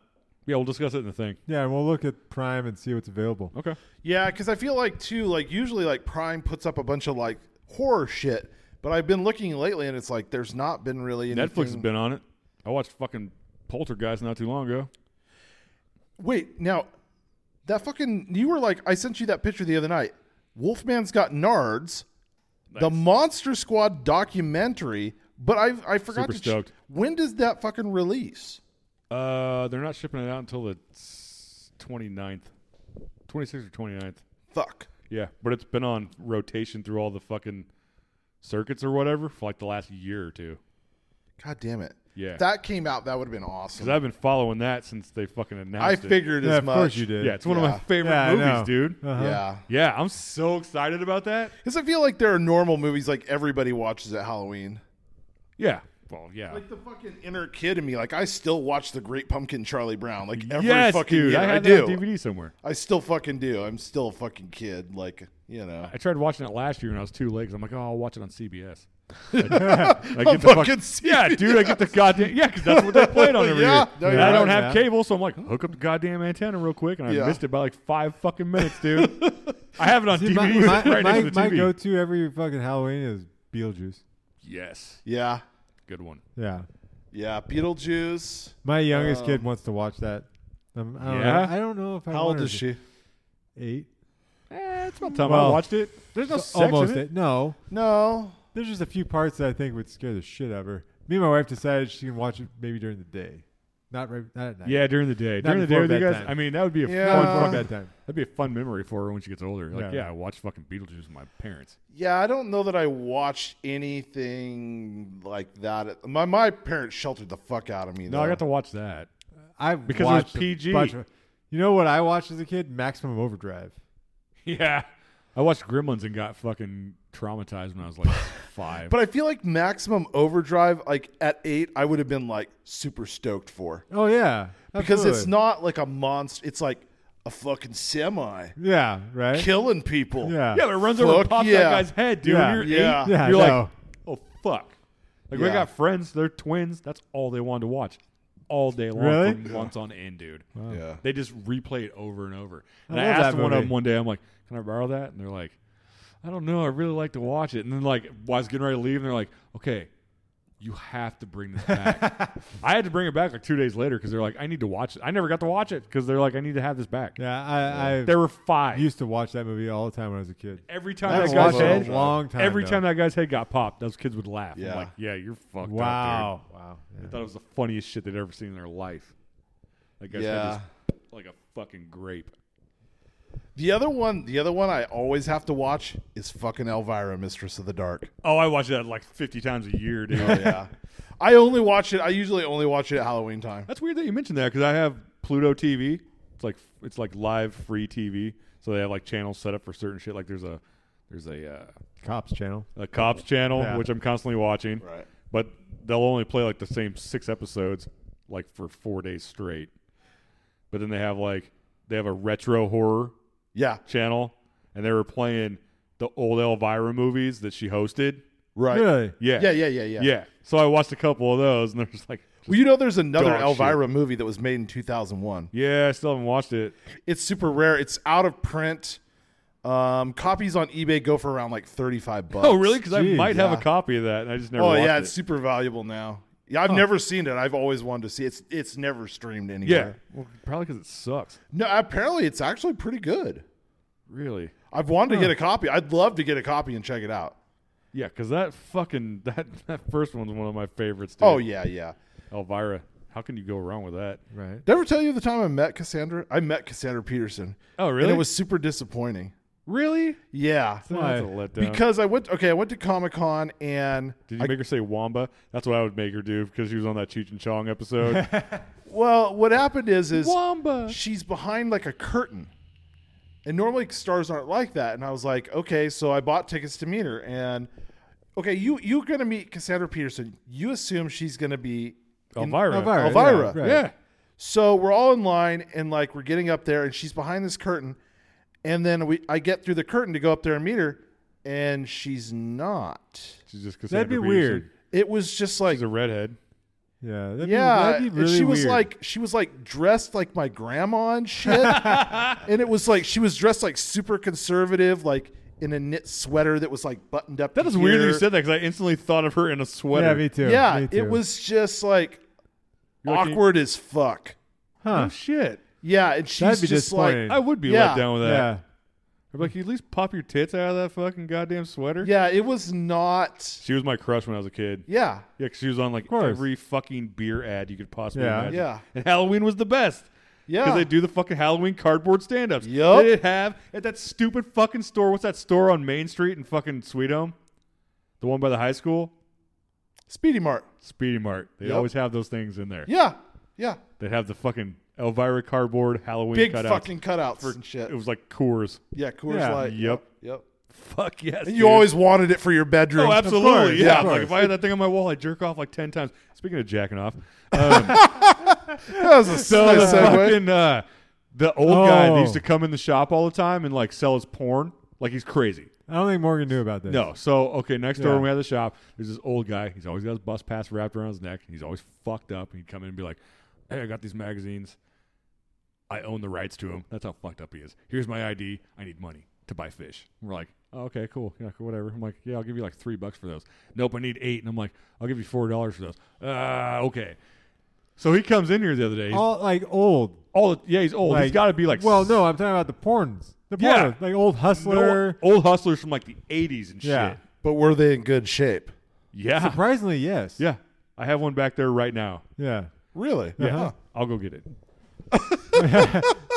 S3: Yeah, we'll discuss it in the thing.
S4: yeah, we'll look at Prime and see what's available.
S3: Okay.
S2: Yeah, because I feel like too, like usually like Prime puts up a bunch of like horror shit, but I've been looking lately and it's like there's not been really anything.
S3: Netflix has been on it. I watched fucking Poltergeist not too long ago.
S2: Wait, now that fucking you were like I sent you that picture the other night. Wolfman's got Nards, the Monster Squad documentary, but I I forgot
S3: Super
S2: to
S3: stoked.
S2: when does that fucking release?
S3: Uh, they're not shipping it out until the s- 29th, 26th or 29th.
S2: Fuck.
S3: Yeah, but it's been on rotation through all the fucking circuits or whatever for like the last year or two.
S2: God damn it.
S3: Yeah.
S2: If that came out, that would have been awesome.
S3: Because I've been following that since they fucking announced
S2: I
S3: it.
S2: figured
S4: Yeah,
S2: as
S4: of
S2: much.
S4: course you did.
S3: Yeah, it's one of
S2: Yeah.
S3: my favorite
S4: Yeah, I know.
S3: movies, dude.
S4: Uh-huh.
S2: Yeah.
S3: Yeah, I'm so excited about that.
S2: Because I feel like there are normal movies like everybody watches at Halloween.
S3: Yeah. Well, yeah.
S2: Like the fucking inner kid in me, like I still watch The Great Pumpkin Charlie Brown. Like every
S3: yes,
S2: fucking
S3: dude.
S2: year.
S3: I
S2: I,
S3: have that
S2: do.
S3: on DVD somewhere.
S2: I still fucking do. I'm still a fucking kid. Like, you know.
S3: I tried watching it last year and I was too late 'cause I'm like, oh, I'll watch it on CBS. I
S2: On
S3: get the fuck-
S2: fucking
S3: yeah, dude, I get the goddamn yeah, because that's what they played on every
S2: Yeah,
S3: year.
S2: there
S3: And
S2: you
S3: I
S2: are,
S3: don't have
S4: yeah.
S3: cable, so I'm like, hook up the goddamn antenna real quick, and I
S2: Yeah.
S3: missed it by like five fucking minutes, dude. I have it on
S4: See, my
S3: DVD
S4: my,
S3: right
S4: my,
S3: next to the
S4: my
S3: TV.
S4: go-to every fucking Halloween is Beetlejuice.
S3: yes,
S2: Yeah.
S3: good one.
S4: Yeah.
S2: Yeah. Beetlejuice.
S4: My youngest kid
S2: Um,
S4: wants to watch that. Um, I don't
S3: Oh. Yeah?
S4: Know, I don't know if I
S2: How
S4: want
S2: old
S4: her
S2: is
S4: to-
S2: she?
S4: Eight.
S3: eh, it's about time I
S4: Well,
S3: watched it. There's no
S4: So
S3: sex
S4: almost
S3: in it.
S4: No,
S2: No.
S4: there's just a few parts that I think would scare the shit out of her. Me and my wife decided she can watch it maybe during the day, not right, not at night.
S3: Yeah, during the day.
S4: Not
S3: During the day
S4: before
S3: with you guys.
S4: bedtime.
S3: I mean, that would be a
S2: Yeah.
S4: Before
S3: fun fucking,
S4: bedtime.
S3: that'd be a fun memory for her when she gets older. Like,
S4: Yeah.
S3: yeah, I watched fucking Beetlejuice with my parents.
S2: Yeah, I don't know that I watched anything like that. My my parents sheltered the fuck out of me.
S3: No,
S2: though.
S3: I got to watch that.
S4: I
S3: Because it was
S4: watched a
S3: PG.
S4: bunch of- you know what I watched as a kid? Maximum Overdrive.
S3: Yeah. I watched Gremlins and got fucking traumatized when I was like five.
S2: But I feel like Maximum Overdrive, like at eight, I would have been like super stoked for
S4: Oh yeah,
S2: because it's
S4: absolutely.
S2: not like a monster. It's like a fucking semi
S4: Yeah, right.
S2: killing people.
S4: Yeah.
S3: yeah, but it runs over
S2: Fuck
S3: and pops
S2: yeah.
S3: that guy's head, dude.
S4: Yeah.
S3: You're
S2: Yeah.
S3: eight.
S4: Yeah, I
S3: You're like,
S4: know.
S3: oh, fuck. Like, we
S2: Yeah.
S3: got friends. They're twins. That's all they wanted to watch all day long
S4: Really?
S3: for months on end, dude.
S2: Yeah.
S3: They just replay it over and over. And
S4: I
S3: I,
S4: love
S3: asked
S4: that
S3: one of
S4: movie.
S3: them one day, I'm like, can I borrow that? And they're like, I don't know. I really like to watch it. And then, like, I was getting ready to leave, and they're like, okay, you have to bring this back. I had to bring it back like two days later because they're like, I need to watch it. I never got to watch it because they're like, I need to have this back.
S4: Yeah, I, I
S3: There were five.
S4: used to watch that movie all the time when I was a kid.
S3: every
S4: I
S3: time that
S4: haven't
S3: guy's
S4: watched
S2: guy
S4: it
S3: head,
S4: in a long time.
S3: every
S4: though.
S3: time that guy's head got popped, those kids would laugh.
S2: Yeah.
S3: I'm like, yeah, you're fucked up,
S4: Wow.
S3: dude.
S4: Wow.
S3: I thought it was the funniest shit they'd ever seen in their life. That guy's
S2: Yeah.
S3: head is like a fucking grape.
S2: The other one, the other one I always have to watch is fucking Elvira, Mistress of the Dark.
S3: Oh, I watch that like 50 times a year, dude.
S2: Oh, Yeah. I only watch it. I usually only watch it at Halloween time.
S3: That's weird that you mentioned that because I have Pluto TV. It's like it's like live free TV. So they have like channels set up for certain shit. Like there's a there's a uh,
S4: Cops Channel.
S3: a cops channel,
S4: Yeah.
S3: which I'm constantly watching.
S2: Right.
S3: But they'll only play like the same six episodes, like for four days straight. But then they have like they have a retro horror
S2: Yeah.
S3: channel, and they were playing the old Elvira movies that she hosted.
S2: Right.
S4: Really?
S3: Yeah.
S2: Yeah. Yeah. Yeah. Yeah.
S3: Yeah. So I watched a couple of those, and they're just like,
S2: Well, you know, there's another
S3: Dog
S2: Elvira movie that was made in 2001.
S3: yeah, I still haven't watched it.
S2: It's super rare. It's out of print. Um, copies on eBay go for around like 35 bucks.
S3: Oh, really? Because I
S4: Jeez,
S3: might have
S2: yeah.
S3: a copy of that, and I just never.
S2: Oh
S3: watched
S2: yeah,
S3: it.
S2: it's super valuable now. Yeah, I've never seen it. I've always wanted to see it. It's it's never streamed
S3: yeah.
S2: anywhere.
S3: Well, probably because it sucks.
S2: No, apparently it's actually pretty good.
S3: Really.
S2: I've wanted to get a copy. I'd love to get a copy and check it out.
S3: Yeah, because that fucking that that first one's one of my favorites. Dude.
S2: Oh yeah, yeah.
S3: Elvira. How can you go wrong with that?
S4: Right.
S2: Did I ever tell you the time I met Cassandra? I met Cassandra Peterson.
S3: Oh,
S2: And
S3: really?
S2: it was super disappointing.
S3: Really?
S2: Yeah.
S3: That's a letdown.
S2: Because I went okay, I went to Comic Con and
S3: Did you make her say Wamba? That's what I would make her do because she was on that Cheech and Chong episode.
S2: well, what happened is is
S3: Wamba.
S2: she's behind like a curtain. And normally stars aren't like that. And I was like, okay, so I bought tickets to meet her. And okay, you you're gonna meet Cassandra Peterson. You assume she's gonna be in-
S3: Elvira.
S4: Elvira.
S2: Elvira.
S4: Yeah. right.
S3: Yeah.
S2: So we're all in line and like we're getting up there and she's behind this curtain. And then we I get through the curtain to go up there and meet her, and she's not.
S3: She's just
S4: That'd be
S3: Cassandra
S4: weird.
S3: Peterson.
S2: It was just like
S3: She's a redhead.
S4: Yeah. That'd
S2: yeah,
S4: Be, that'd be
S2: and
S4: really
S2: she was
S4: weird.
S2: like she was like dressed like my grandma and shit, and it was like she was dressed like super conservative, like in a knit sweater that was like buttoned up.
S3: That is
S2: to
S3: weird that
S2: here.
S3: you said that because I instantly thought of her in a sweater.
S4: Yeah, me too.
S2: Yeah,
S4: me too.
S2: it was just like
S3: You're like,
S2: awkward as fuck.
S4: Huh.
S3: Oh shit!
S2: Yeah, and she's
S4: That'd be
S2: just like
S4: disappointing.
S3: I would be
S2: Yeah.
S3: let down with that.
S4: Yeah.
S3: I'd be like, "Can you at least pop your tits out of that fucking goddamn sweater.
S2: yeah, it was not.
S3: She was my crush when I was a kid.
S2: Yeah,
S3: Yeah, 'cause she was on like
S4: course.
S3: every fucking beer ad you could possibly
S4: Yeah.
S3: imagine.
S2: Yeah.
S3: And Halloween was the best.
S2: Yeah.
S3: Because they do the fucking Halloween cardboard stand ups.
S2: Yup.
S3: They have at that stupid fucking store. What's that store on Main Street in fucking Sweet Home? The one by the high school?
S2: Speedy Mart.
S3: Speedy Mart. They
S2: Yup.
S3: always have those things in there.
S2: Yeah, yeah,
S3: They have the fucking Elvira cardboard Halloween
S2: big
S3: cutouts.
S2: fucking cutouts and shit.
S3: it was like Coors.
S2: yeah, Coors
S4: Yeah.
S2: Light.
S3: Yep.
S2: Yep.
S3: Fuck yes.
S2: And
S3: dude.
S2: you always wanted it for your bedroom.
S3: Oh, absolutely. yeah.
S2: of
S3: Like if I had that thing on my wall, I'd jerk off like 10 times. Speaking of jacking off. Um,
S2: That was a
S3: So the
S2: nice segue.
S3: fucking uh, the old guy
S4: Oh.
S3: that used to come in the shop all the time and like sell his porn, like he's crazy.
S4: I don't think Morgan knew about this.
S3: No, so okay, next door
S4: Yeah.
S3: when we had the shop, there's this old guy. He's always got his bus pass wrapped around his neck. He's always fucked up. And he'd come in and be like, "Hey, I got these magazines. I own the rights to them. That's how fucked up he is. Here's my ID. I need money to buy fish." And we're like, oh, "Okay, cool. Yeah, cool, whatever." I'm like, "Yeah, I'll give you like three bucks for those." Nope, I need eight. And I'm like, "I'll give you four dollars for those." Ah, okay. So he comes in here the other day. He's
S4: All like old.
S3: all yeah, he's old.
S4: Oh. Like,
S3: he's got to be like
S4: Well, no, I'm talking about the porns. The The
S3: Yeah.
S4: Boys, like old hustler.
S3: No, old hustlers from like the 80s and
S4: Yeah.
S3: shit.
S2: But were they in good shape?
S3: Yeah.
S4: Surprisingly, yes.
S3: Yeah. I have one back there right now.
S4: Yeah.
S2: Really?
S4: Yeah.
S3: I'll go get it.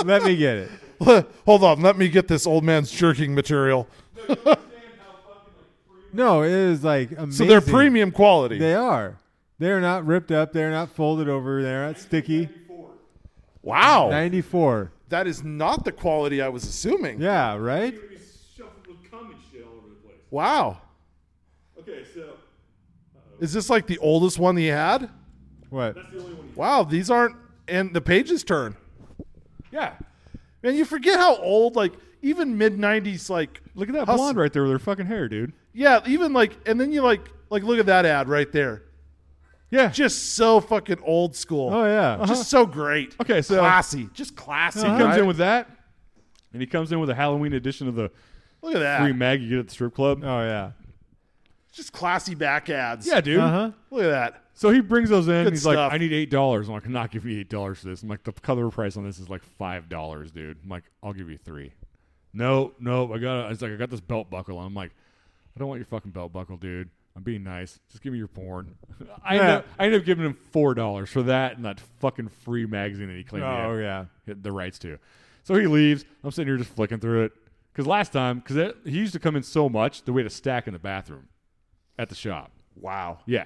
S4: Let me get it.
S2: Huh. Hold on. Let me get this old man's jerking material.
S4: No, it is like amazing.
S2: So they're premium quality.
S4: They are. They're not ripped up. They're not folded over. They're not sticky.
S3: Oh.
S2: wow.
S4: 94.
S2: That is not the quality I was assuming.
S4: Yeah, right?
S2: Wow.
S3: Okay, so
S2: Is this like the oldest one he had?
S4: What?
S2: Wow, these aren't and the pages turn.
S3: yeah,
S2: Man, you forget how old like even mid 90s like
S3: look at that
S2: Hustle.
S3: blonde right there with her fucking hair, dude.
S2: yeah, even like and then you like like look at that ad right there.
S3: Yeah.
S2: Just so fucking old school.
S4: Oh, yeah.
S3: Uh-huh.
S2: Just so great.
S3: Okay, so-
S2: classy. Just classy.
S3: he comes
S2: right?
S3: in with that, and he comes in with a Halloween edition of the
S2: Look at that.
S3: free mag you get at the strip club.
S4: Oh, yeah.
S2: Just classy back ads.
S3: yeah, dude.
S4: Uh huh.
S2: Look at that.
S3: So he brings those in. and
S2: Good
S3: he's
S2: stuff.
S3: like, "I need eight dollars." I'm like, "I'm not giving you eight dollars for this." I'm like, "The cover price on this is like five dollars, dude." I'm like, "I'll give you three. No, no, I got. It's like I got this belt buckle. on. I'm like, "I don't want your fucking belt buckle, dude. I'm being nice. Just give me your porn." I end
S4: Yeah.
S3: up, I end up giving him four dollars for that and that fucking free magazine that he claimed. he had-
S4: Oh, yeah.
S3: had the rights to. So he leaves. I'm sitting here just flicking through it because last time, because he used to come in so much, the way to stack in the bathroom at the shop.
S2: Wow.
S3: Yeah.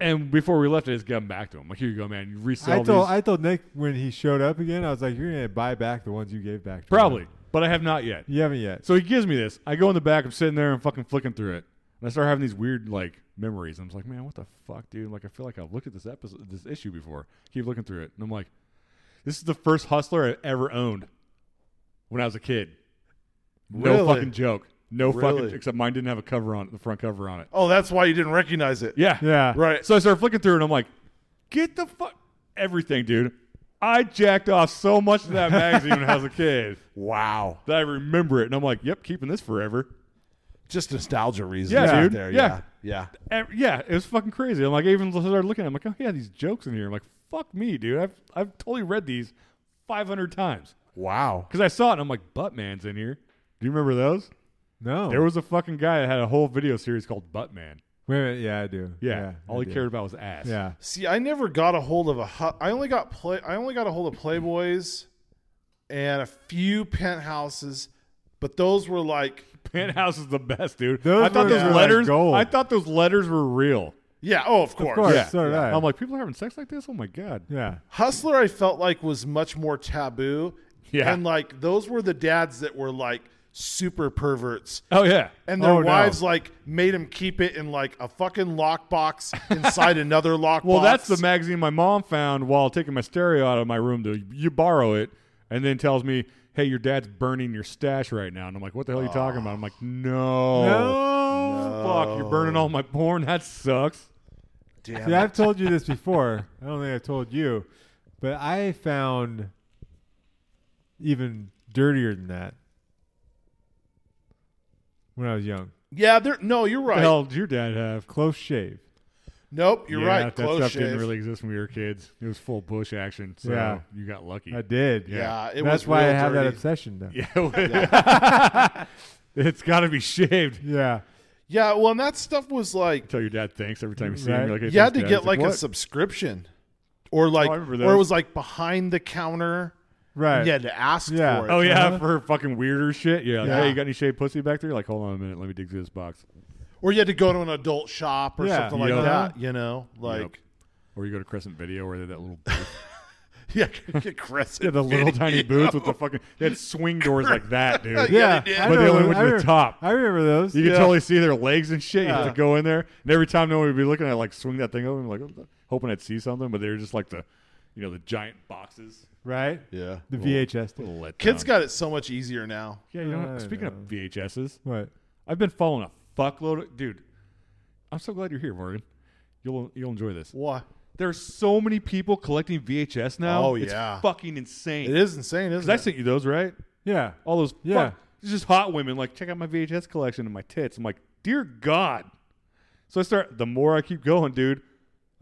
S3: And before we left, I just got 'em back to him. Like, here you go, man. You resell
S4: I told,
S3: these.
S4: I told Nick when he showed up again, I was like, you're going to buy back the ones you gave back to
S3: Probably,
S4: him."
S3: but I have not yet.
S4: You haven't yet.
S3: So he gives me this. I go in the back. I'm sitting there and fucking flicking through it, and I start having these weird like memories. I'm just like, man, what the fuck, dude? Like, I feel like I've looked at this episode, this issue before. Keep looking through it, and I'm like, this is the first hustler I ever owned when I was a kid. No
S2: Really?
S3: fucking joke. No
S2: Really?
S3: fucking. Except mine didn't have a cover on it, the front cover on it.
S2: Oh, that's why you didn't recognize it.
S3: Yeah.
S4: Yeah.
S2: Right.
S3: So I started flicking through it, and I'm like, get the fuck everything, dude. I jacked off so much to that magazine when I was a kid
S2: Wow.
S3: that I remember it, and I'm like, yep, keeping this forever.
S2: Just nostalgia reasons.
S3: Yeah,
S2: right
S3: dude.
S2: There.
S3: Yeah.
S2: Yeah.
S3: Ev- yeah, it was fucking crazy. I'm like, I even started looking at, it, I'm like, oh yeah, these jokes in here. I'm like, fuck me, dude. I've I've totally read these 500 times
S2: Wow.
S3: because I saw it, and I'm like, Buttman's in here. Do you remember those?
S4: No.
S3: There was a fucking guy that had a whole video series called Buttman.
S4: Wait a minute. Yeah, I do.
S3: Yeah, all
S4: I
S3: he
S4: do.
S3: cared about was ass.
S4: Yeah.
S2: See, I never got a hold of a hu- I only got play. I only got a hold of Playboys, and a few penthouses, but those were like,
S3: Penthouse is the best, dude.
S4: Those
S3: I thought
S4: were-
S3: those
S4: yeah. were like
S3: letters.
S4: gold.
S3: I thought those letters were real.
S2: yeah. Oh, of course.
S4: Of course.
S3: Yeah.
S4: So did I.
S3: I'm like, people are having sex like this. Oh my god.
S4: yeah.
S2: Hustler, I felt like was much more taboo.
S3: Yeah.
S2: And like those were the dads that were like super perverts.
S3: Oh yeah.
S2: And their
S4: Oh, no.
S2: wives like made them keep it in like a fucking lockbox inside another lockbox.
S3: Well, that's the magazine my mom found while taking my stereo out of my room to you borrow it, and then tells me, "Hey, your dad's burning your stash right now." And I'm like, "What the hell are you talking about?" I'm like, "No, Oh. fuck, you're burning all my porn. That sucks."
S2: Damn
S4: See,
S2: it.
S4: I've told you this before. I don't think I've told you, but I found even dirtier than that when I was young.
S2: Yeah, there. No, you're
S3: What
S2: right.
S3: the hell did your dad have?
S4: Close shave.
S2: Nope, you're
S3: Yeah,
S2: right.
S3: That
S2: Close
S3: stuff
S2: shave.
S3: didn't really exist when we were kids. It was full bush action. So
S4: Yeah.
S3: you got lucky.
S4: I did.
S2: Yeah, it
S4: That's
S2: was
S4: why I
S2: real
S4: have that
S2: dirty.
S4: obsession. Though. Yeah.
S3: Yeah. it's got to be shaved.
S2: Yeah, well, and that stuff was like
S3: Tell your dad thanks every time you see him.
S4: Right.
S3: You're Like, hey,
S2: you had
S3: thanks,
S2: to
S3: Dad.
S2: get
S3: He's
S2: like a
S3: "What?" Oh,
S2: subscription, or like,
S3: I remember
S2: or it
S3: those.
S2: was like behind the counter.
S4: Right.
S2: You had to ask
S4: Yeah.
S2: for it.
S3: Oh yeah,
S4: Uh-huh.
S3: for fucking weirder shit. Yeah, like,
S2: Yeah.
S3: hey, you got any shaved pussy back there? Like, hold on a minute, let me dig through this box.
S2: or you had to go to an adult shop or
S4: Yeah.
S2: something like
S3: Yep.
S2: that. You know, like
S3: Or you go to Crescent Video where they had that little,
S2: yeah, get crescent.
S3: yeah, the little
S2: Video.
S3: tiny booths with the fucking, they had swing doors like that, dude.
S2: Yeah,
S4: Yeah.
S2: they did.
S4: I
S3: But they only
S4: remember-
S3: went to
S4: I
S3: the
S4: remember-
S3: top.
S4: I remember those.
S3: You could
S4: yeah.
S3: totally see their legs and shit. You have
S2: Yeah.
S3: to go in there, and every time no one would be looking, I like swing that thing over, and like hoping I'd see something, but they were just like the, you know, the giant boxes.
S4: Right.
S2: Yeah,
S4: The VHS. Tape.
S3: Let
S2: kids got it so much easier now.
S3: Yeah, you know.
S4: I
S3: Speaking
S4: know.
S3: of VHSs,
S4: What?
S3: I've been following a fuckload of dude. I'm so glad you're here, Morgan. You'll you'll enjoy this.
S2: Why?
S3: There's so many people collecting VHS now.
S2: Oh,
S3: It's
S2: yeah.
S3: fucking insane.
S2: It is insane, isn't
S3: 'Cause I
S2: it?
S3: sent you those, right?
S4: Yeah.
S3: All those.
S4: Yeah.
S3: Fuck, it's just hot women. Like, check out my VHS collection and my tits. I'm like, dear God. So I start. The more I keep going, dude,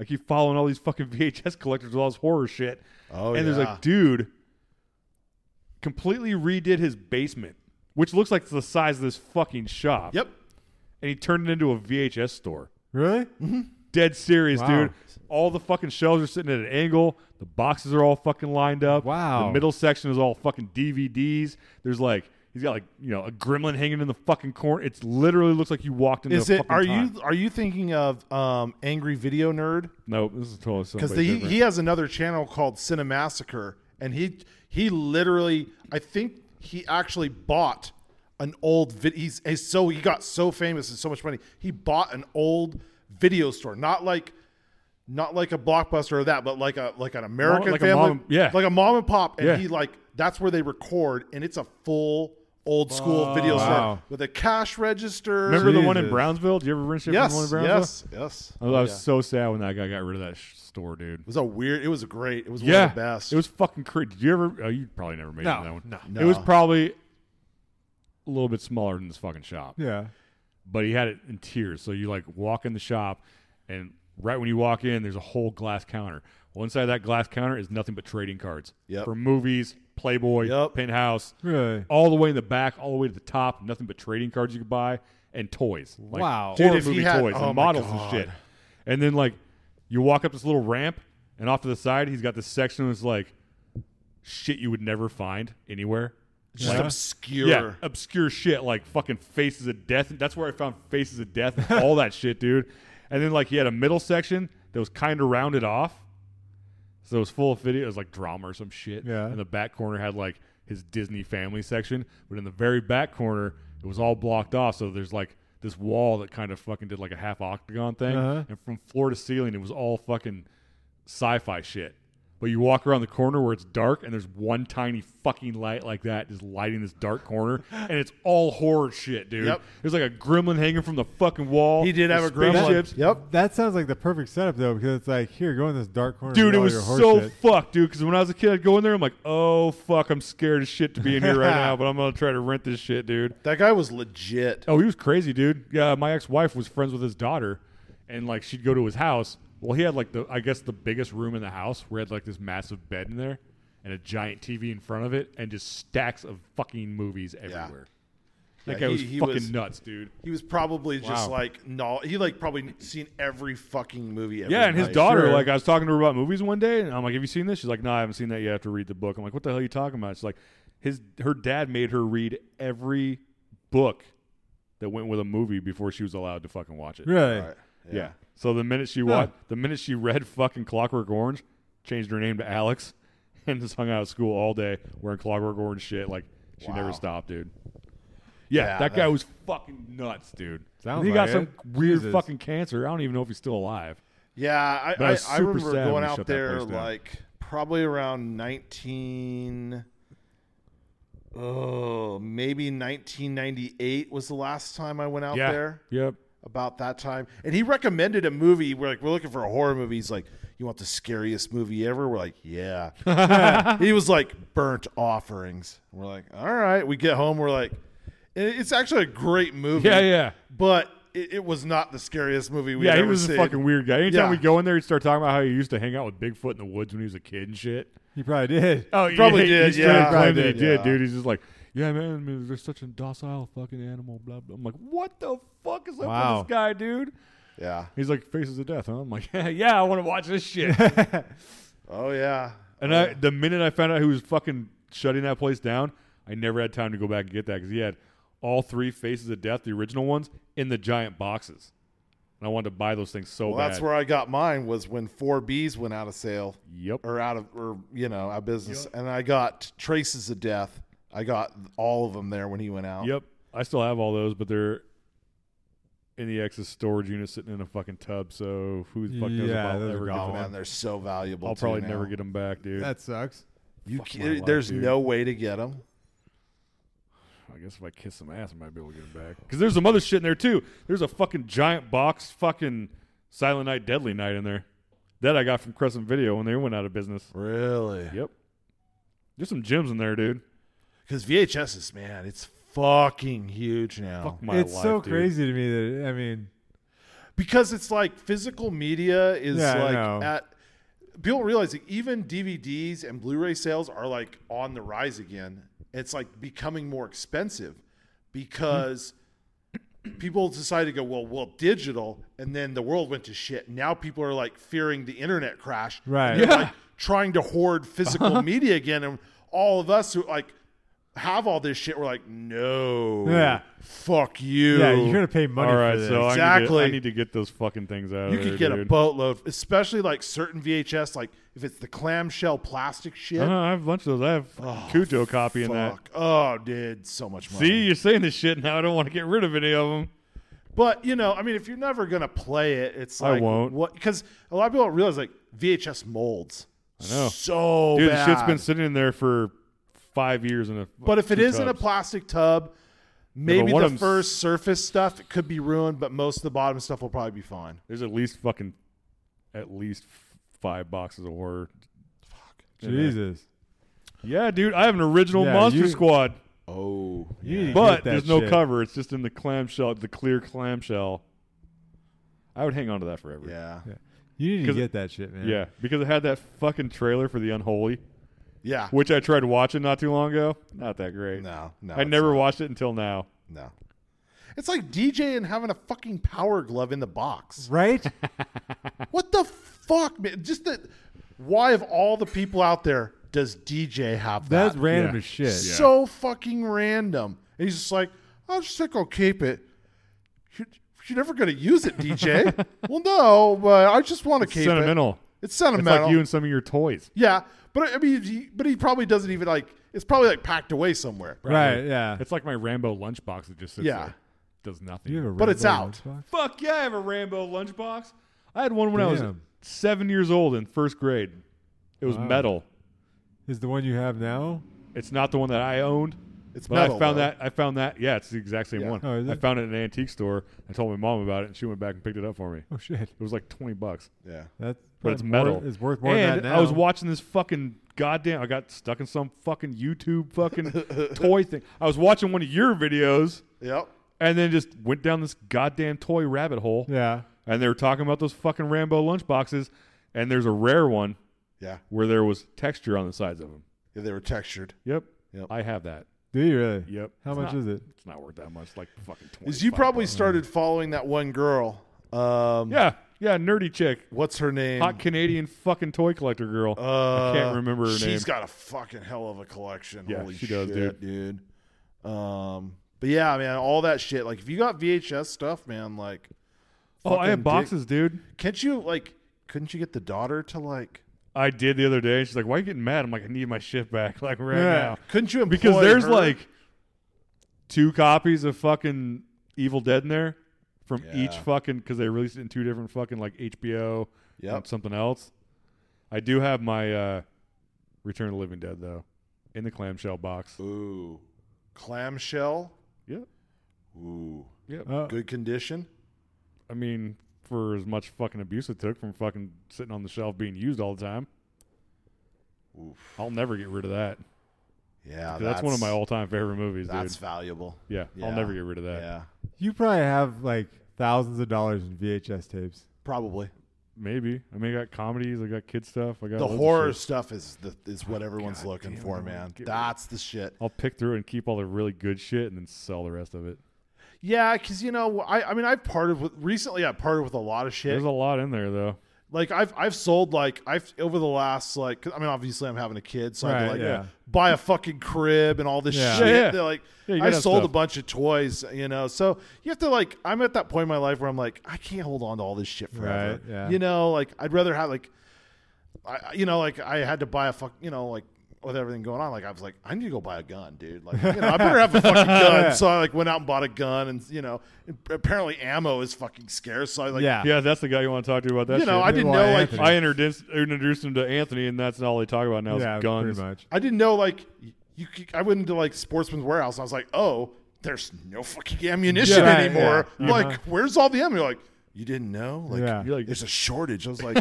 S3: I keep following all these fucking VHS collectors with all this horror shit.
S2: Oh,
S3: and there's
S2: yeah.
S3: like, dude, completely redid his basement, which looks like the size of this fucking shop.
S2: Yep.
S3: And he turned it into a VHS store.
S4: Really?
S3: Oh. Dead serious,
S4: Wow.
S3: dude. All the fucking shelves are sitting at an angle. The boxes are all fucking lined up.
S4: Wow.
S3: The middle section is all fucking DVDs. There's like he's got like you know a gremlin hanging in the fucking corner. It's literally looks like you walked into.
S2: Is
S3: a
S2: it?
S3: fucking
S2: Are
S3: time.
S2: you are you thinking of um, Angry Video Nerd?
S3: Nope. This is totally
S2: Because
S3: something
S2: he
S3: different.
S2: he has another channel called Cinemassacre, and he he literally I think he actually bought an old vid. He's, he's so he got so famous and so much money. He bought an old video store, not like. Not like a blockbuster or that, but like a like an American
S3: like a
S2: family,
S3: mom- yeah.
S2: like a mom and pop, and
S3: Yeah.
S2: he like that's where they record, and it's a full old school video
S4: Wow.
S2: store with a cash register.
S3: Oh, Remember the one in
S4: Jesus.
S3: Brownsville? Did you ever rent shit
S2: Yes,
S3: from the one in Brownsville?
S2: yes, yes.
S3: I was, I was so sad when that guy got rid of that sh- store, dude.
S2: It was a weird. It was great. It was
S3: yeah,
S2: one of the best.
S3: it was fucking crazy. Did you ever? Oh, you probably never made it in that one.
S2: No.
S3: it was probably a little bit smaller than this fucking shop.
S4: Yeah.
S3: but he had it in tiers. So you like walk in the shop, and right when you walk in, there's a whole glass counter. Well, inside that glass counter is nothing but trading cards
S2: Yep.
S3: for movies, Playboy,
S2: Yep.
S3: Penthouse,
S4: Really?
S3: all the way in the back, all the way to the top. Nothing but trading cards you could buy and toys. Like
S4: Wow.
S2: Dude,
S3: horror
S2: if he
S3: movie
S2: had-
S3: toys
S2: oh my
S3: and models and
S2: God.
S3: shit. And then like you walk up this little ramp, and off to the side, he's got this section that's like shit you would never find anywhere.
S2: just
S3: Like-
S2: obscure.
S3: yeah, obscure shit like fucking Faces of Death. That's where I found Faces of Death and all that shit, dude. And then like he had a middle section that was kind of rounded off, so it was full of video. It was like drama or some shit.
S4: Yeah.
S3: And the back corner had like his Disney family section, but in the very back corner it was all blocked off. So there's like this wall that kind of fucking did like a half octagon thing,
S4: Uh-huh.
S3: and from floor to ceiling it was all fucking sci-fi shit. But you walk around the corner where it's dark and there's one tiny fucking light like that just lighting this dark corner and it's all horror shit, dude.
S2: Yep.
S3: There's like a gremlin hanging from the fucking wall.
S2: He did have
S3: There's
S2: a gremlin.
S3: spaceships.
S2: Yep.
S4: That sounds like the perfect setup though, because it's like here, go in this dark corner. and
S3: Dude, it
S4: do all
S3: was
S4: your horse
S3: so
S4: shit.
S3: fucked, dude. Because when I was a kid, I'd go in there. I'm like, oh fuck, I'm scared as shit to be in here right now, but I'm gonna try to rent this shit, dude.
S2: That guy was legit.
S3: Oh, he was crazy, dude. Yeah, my ex-wife was friends with his daughter, and like she'd go to his house. Well, he had like the I guess the biggest room in the house where he had like this massive bed in there and a giant TV in front of it and just stacks of fucking movies everywhere. That
S2: Yeah,
S3: guy
S2: he-
S3: was
S2: he
S3: fucking
S2: was-
S3: nuts, dude.
S2: He was probably just
S3: Wow.
S2: like no. He like probably seen every fucking movie. Every
S3: Yeah, and his
S2: night.
S3: daughter,
S4: Sure.
S3: like, I was talking to her about movies one day, and I'm like, "Have you seen this?" She's like, "No, I haven't seen that. You have to read the book." I'm like, "What the hell are you talking about?" She's like, "His her dad made her read every book that went with a movie before she was allowed to fucking watch it."
S4: Really?
S2: Right.
S3: Yeah. So the minute she watched, the minute she read fucking Clockwork Orange, changed her name to Alex, and just hung out at school all day wearing Clockwork Orange shit. Like she
S2: Wow.
S3: never stopped, dude. Yeah,
S2: Yeah,
S3: that, guy
S2: that-
S3: was fucking nuts, dude.
S4: Sounds
S3: he got
S4: like
S3: some
S4: it.
S3: weird
S4: Jesus.
S3: fucking cancer. I don't even know if he's still alive.
S2: Yeah, I,
S3: But I
S2: I,
S3: was
S2: I
S3: super
S2: remember
S3: sad when
S2: going
S3: they shut
S2: out
S3: that
S2: there
S3: place down.
S2: like probably around nineteen. Oh, maybe 1998 was the last time I went out
S3: yeah.
S2: there.
S3: Yep.
S2: About that time, and he recommended a movie. We're like, we're looking for a horror movie. He's like, you want the scariest movie ever? We're like, yeah. he was like burnt offerings. We're like, all right. We get home. We're like, and it's actually a great movie.
S3: Yeah, yeah.
S2: But it, it was not the scariest movie we.
S3: yeah,
S2: ever
S3: he was
S2: seen.
S3: a fucking weird guy. Anytime
S2: Yeah.
S3: we go in there, he'd start talking about how he used to hang out with Bigfoot in the woods when he was a kid and shit.
S4: He probably did.
S3: Oh,
S2: He probably
S3: yeah,
S2: did,
S3: He straight
S2: yeah.
S3: up
S2: Probably
S3: claimed that he
S2: did,
S3: did,
S2: yeah.
S3: dude. He's just like, yeah, man, I mean, they're such a docile fucking animal. Blah blah. I'm like, what the fuck is up
S4: Wow.
S3: with this guy, dude?
S2: Yeah.
S3: He's like, faces of death, huh? I'm like, yeah, yeah I want to watch this shit.
S2: Oh yeah.
S3: and I, the minute I found out he was fucking shutting that place down, I never had time to go back and get that because he had all three faces of death, the original ones, in the giant boxes, and I wanted to buy those things so
S2: Well,
S3: bad.
S2: that's where I got mine was when Four Bs went out of sale
S3: Yep.
S2: or out of or you know out of business, and I got Traces of Death. I got all of them there when he went
S4: Oh.
S2: out.
S3: Yep. I still have all those, but they're in the X's storage unit sitting in a fucking tub. So who the fuck knows
S4: Yeah,
S3: if
S4: those
S3: I'll
S4: are
S3: ever get
S2: Oh
S4: gone.
S3: them.
S2: man, they're so valuable.
S3: I'll
S2: too
S3: probably
S2: now.
S3: never get them back, dude.
S4: That sucks.
S2: You
S3: Fuck
S2: ca-
S3: my life,
S2: there's
S3: dude.
S2: no way to get them.
S3: I guess if I kiss some ass, I might be able to get them back. Because there's some other shit in there too. There's a fucking giant box, fucking Silent Night, Deadly Night in there. That I got from Crescent Video when they went out of business.
S2: Really?
S3: Yep. There's some gems in there, dude.
S2: Because VHS is man, it's fucking huge now.
S3: Fuck my
S4: it's
S3: life,
S4: so
S3: dude.
S4: crazy to me that I mean,
S2: because it's like physical media is
S4: Yeah, I know.
S2: like at people realize that even DVDs and Blu-ray sales are like on the rise again. It's like becoming more expensive because
S4: Mm-hmm.
S2: people decided to go, well, well, digital, and then the world went to shit. Now people are like fearing the internet crash, and
S4: Right. Uh-huh.
S2: they're, like, trying to hoard physical media again, and all of us who like have all this shit, we're like, no,
S4: Yeah.
S2: fuck you.
S4: Yeah, you're gonna pay money
S3: All right,
S4: for this.
S3: so I need to-
S2: Exactly.
S3: I need, to, get those fucking things out.
S2: You
S3: of
S2: could
S3: there,
S2: get a
S3: Oh, dude.
S2: boatload, especially like certain VHS, like if it's the clamshell plastic shit.
S3: Uh-huh, I have a bunch of those. I have
S4: Oh,
S3: Cujo copy in that.
S2: Fuck. Oh, dude, so much money.
S3: See, you're saying this shit now. I don't want to get rid of any of them.
S2: But you know, I mean, if you're never gonna play it, it's
S3: I
S2: like
S3: won't.
S2: What? Because a lot of people don't realize like VHS molds. I
S3: know.
S2: So
S3: Dude,
S2: Oh, bad.
S3: the shit's been sitting in there for five years. In a
S2: but if it
S3: two
S2: is in a
S3: tubs.
S2: plastic tub, maybe
S3: one
S2: the
S3: of 'em's-
S2: first surface stuff could be ruined, but most of the bottom stuff will probably be fine.
S3: there's at least fucking, at least f- five boxes of horror. in there.
S4: Jesus.
S3: Yeah, dude, I have an original
S4: Yeah,
S3: Monster
S4: you-
S3: Squad,
S2: Oh,
S4: You need to
S3: but
S4: get that
S3: there's no
S4: shit.
S3: cover. It's just in the clamshell, the clear clamshell. I would hang on to that forever.
S2: yeah, yeah.
S4: You need to
S3: 'Cause-
S4: get that shit, man.
S3: Yeah, because it had that fucking trailer for the Unholy,
S2: yeah.
S3: which I tried watching not too long ago. Not that great.
S2: No, no,
S3: I
S2: it's
S3: never
S2: not.
S3: watched it until now.
S2: No, it's like DJ and having a fucking power glove in the box.
S4: Right?
S2: What the fuck, man? Just that. Why of all the people out there does DJ have that?
S4: That's random
S3: Yeah.
S4: as shit.
S2: So fucking random. And he's just like, I'm just gonna keep it. You're, you're never gonna use it, DJ. well, no, but I just want to keep
S3: Sentimental.
S2: it. It's
S3: It's
S2: sentimental.
S3: like you and some of your toys.
S2: yeah, but I mean, he, but he probably doesn't even like. It's probably like packed away somewhere.
S4: Right, yeah.
S3: It's like my Rambo lunchbox that just sits
S2: Yeah.
S3: there. Does nothing.
S4: You have a
S2: But it's
S4: Rambo
S2: out.
S4: lunchbox?
S3: Fuck yeah, I have a Rambo lunchbox. I had one when I was
S4: Damn.
S3: seven years old in first grade. It was
S4: Wow.
S3: metal.
S4: Is the one you have now?
S3: It's not the one that I owned.
S2: It's
S3: but
S2: metal,
S3: I found
S2: though.
S3: that I found that yeah, it's the exact same
S2: Yeah.
S3: one.
S4: Oh, is
S3: I
S4: it?
S3: found it in an antique store. I told my mom about it and she went back and picked it up for me.
S4: Oh shit.
S3: It was like twenty bucks.
S2: Yeah.
S4: That's
S3: But it's
S4: worth-
S3: metal.
S4: It's worth more
S3: and
S4: than that now.
S3: I was watching this fucking goddamn I got stuck in some fucking YouTube fucking toy thing. I was watching one of your videos
S2: Yep.
S3: and then just went down this goddamn toy rabbit hole.
S4: Yeah.
S3: And they were talking about those fucking Rambo lunchboxes, and there's a rare one
S2: Yeah.
S3: where there was texture on the sides of them.
S2: yeah they were textured.
S3: Yep.
S2: Yep.
S3: I have that.
S4: Do you really?
S3: Yep.
S4: How
S3: It's
S4: much
S3: not-
S4: is it?
S3: It's not worth that much. Like fucking twenty.
S2: Is you probably started following that one girl? Um,
S3: Yeah. Yeah. Nerdy chick.
S2: What's her name?
S3: Hot Canadian fucking toy collector girl.
S2: Uh,
S3: I can't remember her name.
S2: She's got a fucking hell of a collection.
S3: Yeah,
S2: Holy
S3: she does,
S2: shit, dude. Um, but yeah, man, all that shit. Like, if you got VHS stuff, man, like,
S3: oh, I
S2: fucking
S3: have boxes, dude.
S2: dick- Can't you like? Couldn't you get the daughter to like?
S3: I did the other day. She's like, "Why are you getting mad?" I'm like, "I need my shit back, like right
S4: Yeah.
S3: now."
S2: Couldn't you? Employ
S3: because there's
S2: her?
S3: like two copies of fucking Evil Dead in there from each
S2: Yeah.
S3: fucking because they released it in two different fucking like HBO and
S2: Yep.
S3: something else. I do have my uh Return of the Living Dead though in the clamshell box.
S2: ooh, clamshell.
S3: Yep,
S2: Ooh,
S3: yep.
S4: Oh,
S2: good condition.
S3: Uh, I mean, for as much fucking abuse it took from fucking sitting on the shelf being used all the time,
S2: Oof.
S3: I'll never get rid of that.
S2: Yeah,
S3: 'Cause That's, one of my all-time favorite movies, dude.
S2: That's valuable.
S3: Yeah, I'll
S2: yeah.
S3: never get rid of that.
S2: Yeah,
S4: you probably have like thousands of dollars in VHS tapes.
S2: probably.
S3: Maybe. I mean, I got comedies, I got kid stuff, I got
S2: The
S3: loads of
S2: horror
S3: shit. Oh,
S2: stuff is the is what everyone's
S3: God
S2: looking
S3: damn, I
S2: for,
S3: wanna
S2: man.
S3: get rid of-
S2: That's the shit.
S3: I'll pick through it and keep all the really good shit and then sell the rest of it.
S2: Yeah, because you know, I I mean, I've parted with recently. I parted with a lot of shit.
S3: There's a lot in there though.
S2: like I've I've sold like I've over the last like 'cause, I mean obviously I'm having a kid so I had to,
S4: Right,
S2: like
S4: yeah.
S2: buy a fucking crib and all this
S4: Yeah.
S2: shit.
S3: Yeah, yeah.
S2: They're like
S3: Yeah, you
S2: I
S3: gotta have
S2: sold a
S3: stuff.
S2: bunch of toys, you know. So you have to like I'm at that point in my life where I'm like I can't hold on to all this shit forever.
S4: Right, yeah.
S2: You know, like I'd rather have like I you know like I had to buy a fuck you know like with everything going on, like I was like, I need to go buy a gun, dude. Like, you know, I better have a fucking gun. So I like went out and bought a gun, and you know, apparently ammo is fucking scarce. So I like,
S4: yeah.
S3: Yeah, that's the guy you want to talk to about that
S2: you know, I
S3: shit.
S2: didn't
S4: Why
S2: know like
S4: Anthony?
S3: I introduced introduced him to Anthony and that's all they talk about now
S4: yeah,
S3: is guns.
S4: pretty much.
S2: I didn't know like you. Could, I went into like Sportsman's Warehouse. And I was like, oh, there's no fucking ammunition
S4: Yeah,
S2: anymore.
S4: yeah.
S2: Like,
S4: Uh-huh.
S2: where's all the ammo? You're like, you didn't know? Like,
S4: Yeah.
S3: You're like-
S2: there's a shortage. I was like,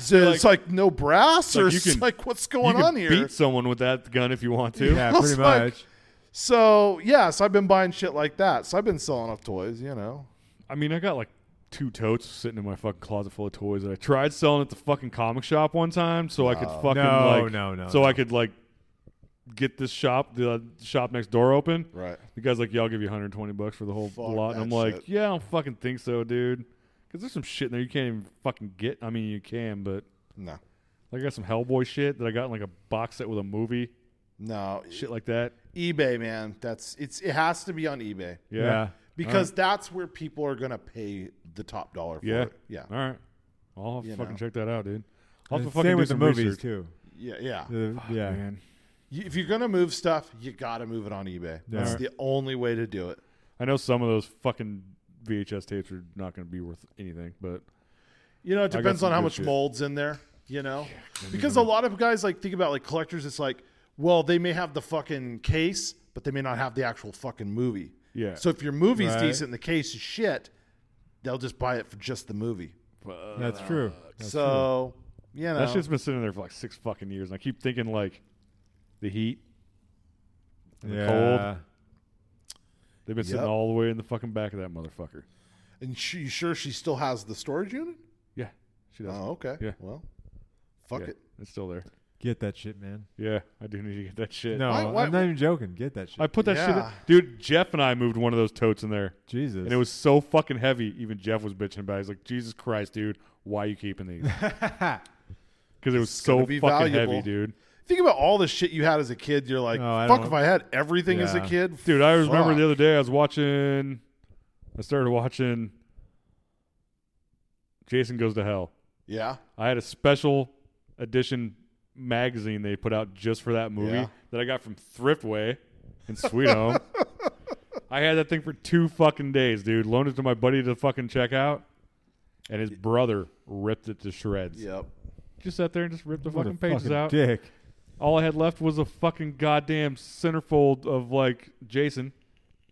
S2: so it's like no brass or
S3: you
S2: it's
S3: can-
S2: like what's
S3: You
S2: going
S3: can
S2: on here?
S3: beat someone with that gun if you want to.
S4: Yeah,
S2: I was
S4: pretty
S2: like-
S4: much.
S2: So yeah, so I've been buying shit like that. So I've been selling off toys, you know.
S3: I mean, I got like two totes sitting in my fucking closet full of toys that I tried selling at the fucking comic shop one time so I could fucking
S4: Oh. No,
S3: like
S4: no, no,
S3: so
S4: no.
S3: I could like get this shop, the uh, shop next door open.
S2: Right.
S3: The guy's like, "Yeah, I'll give you 120 bucks for the whole
S2: Fuck
S3: lot," and
S2: that
S3: I'm like,
S2: shit.
S3: "Yeah, I don't fucking think so, dude." Because there's some shit in there you can't even fucking get. I mean, you can, but
S2: No.
S3: like, I got some Hellboy shit that I got in like a box set with a movie,
S2: No.
S3: shit like that.
S2: eBay, man. That's it's it has to be on eBay.
S3: Yeah. Uh-huh.
S2: Because that's where people are gonna pay the top dollar for
S3: Yeah. Uh-huh.
S2: it. Yeah.
S3: All right. I'll have to
S2: You
S3: fucking
S2: know.
S3: check that out, dude. I'll have to
S4: And
S3: fucking
S4: same
S3: do
S4: with the
S3: some
S4: movies
S3: research.
S4: too.
S2: Yeah, yeah.
S4: The- yeah.
S3: Man.
S2: You- if you're gonna move stuff, you gotta move it on eBay. That's
S3: Alright.
S2: the only way to do it.
S3: I know some of those fucking VHS tapes are not going to be worth anything, but
S2: You know, it
S3: I got
S2: depends
S3: some
S2: on how
S3: good
S2: much
S3: shit.
S2: mold's in there, you know? Because a lot of guys like think about like collectors, it's like, well, they may have the fucking case, but they may not have the actual fucking movie.
S3: Yeah.
S2: So if your movie's
S4: Right.
S2: decent and the case is shit, they'll just buy it for just the movie. uh,
S4: That's true. That's true.
S2: so you know
S3: that shit's been sitting there for like six fucking years, and I keep thinking like the heat.
S4: yeah.
S3: cold. They've been sitting
S2: Yep.
S3: all the way in the fucking back of that motherfucker.
S2: and she, you sure she still has the storage unit?
S3: Yeah, she does.
S2: Oh, okay.
S3: Yeah.
S2: Well, fuck
S3: Yeah,
S2: it.
S3: It's still there.
S4: Get that shit, man.
S3: Yeah, I do need to get that shit.
S4: No,
S2: Why- why-
S4: I'm not even joking. Get that shit.
S3: I put that
S2: Yeah.
S3: shit, in. dude. Jeff and I moved one of those totes in there,
S4: Jesus.
S3: and it was so fucking heavy. Even Jeff was bitching about. it. He's like, "Jesus Christ, dude, why are you keeping these?" Because it was so
S2: gonna
S3: fucking heavy,
S2: be valuable.
S3: dude.
S2: Think about all the shit you had as a kid. You're like,
S4: Oh, I
S2: fuck
S4: don't-
S2: if I had everything as a
S4: Yeah.
S2: kid.
S3: Dude, I remember
S2: Fuck.
S3: the other day I was watching. I started watching. Jason goes to hell.
S2: Yeah.
S3: I had a special edition magazine they put out just for that movie
S2: Yeah.
S3: that I got from Thriftway in Sweet Home. I had that thing for two fucking days, dude. Loaned it to my buddy to fucking check out, and his brother ripped it to shreds.
S2: Yep.
S3: Just sat there and just ripped the
S4: What a
S3: fucking pages
S4: fucking
S3: out.
S4: Dick.
S3: All I had left was a fucking goddamn centerfold of like Jason.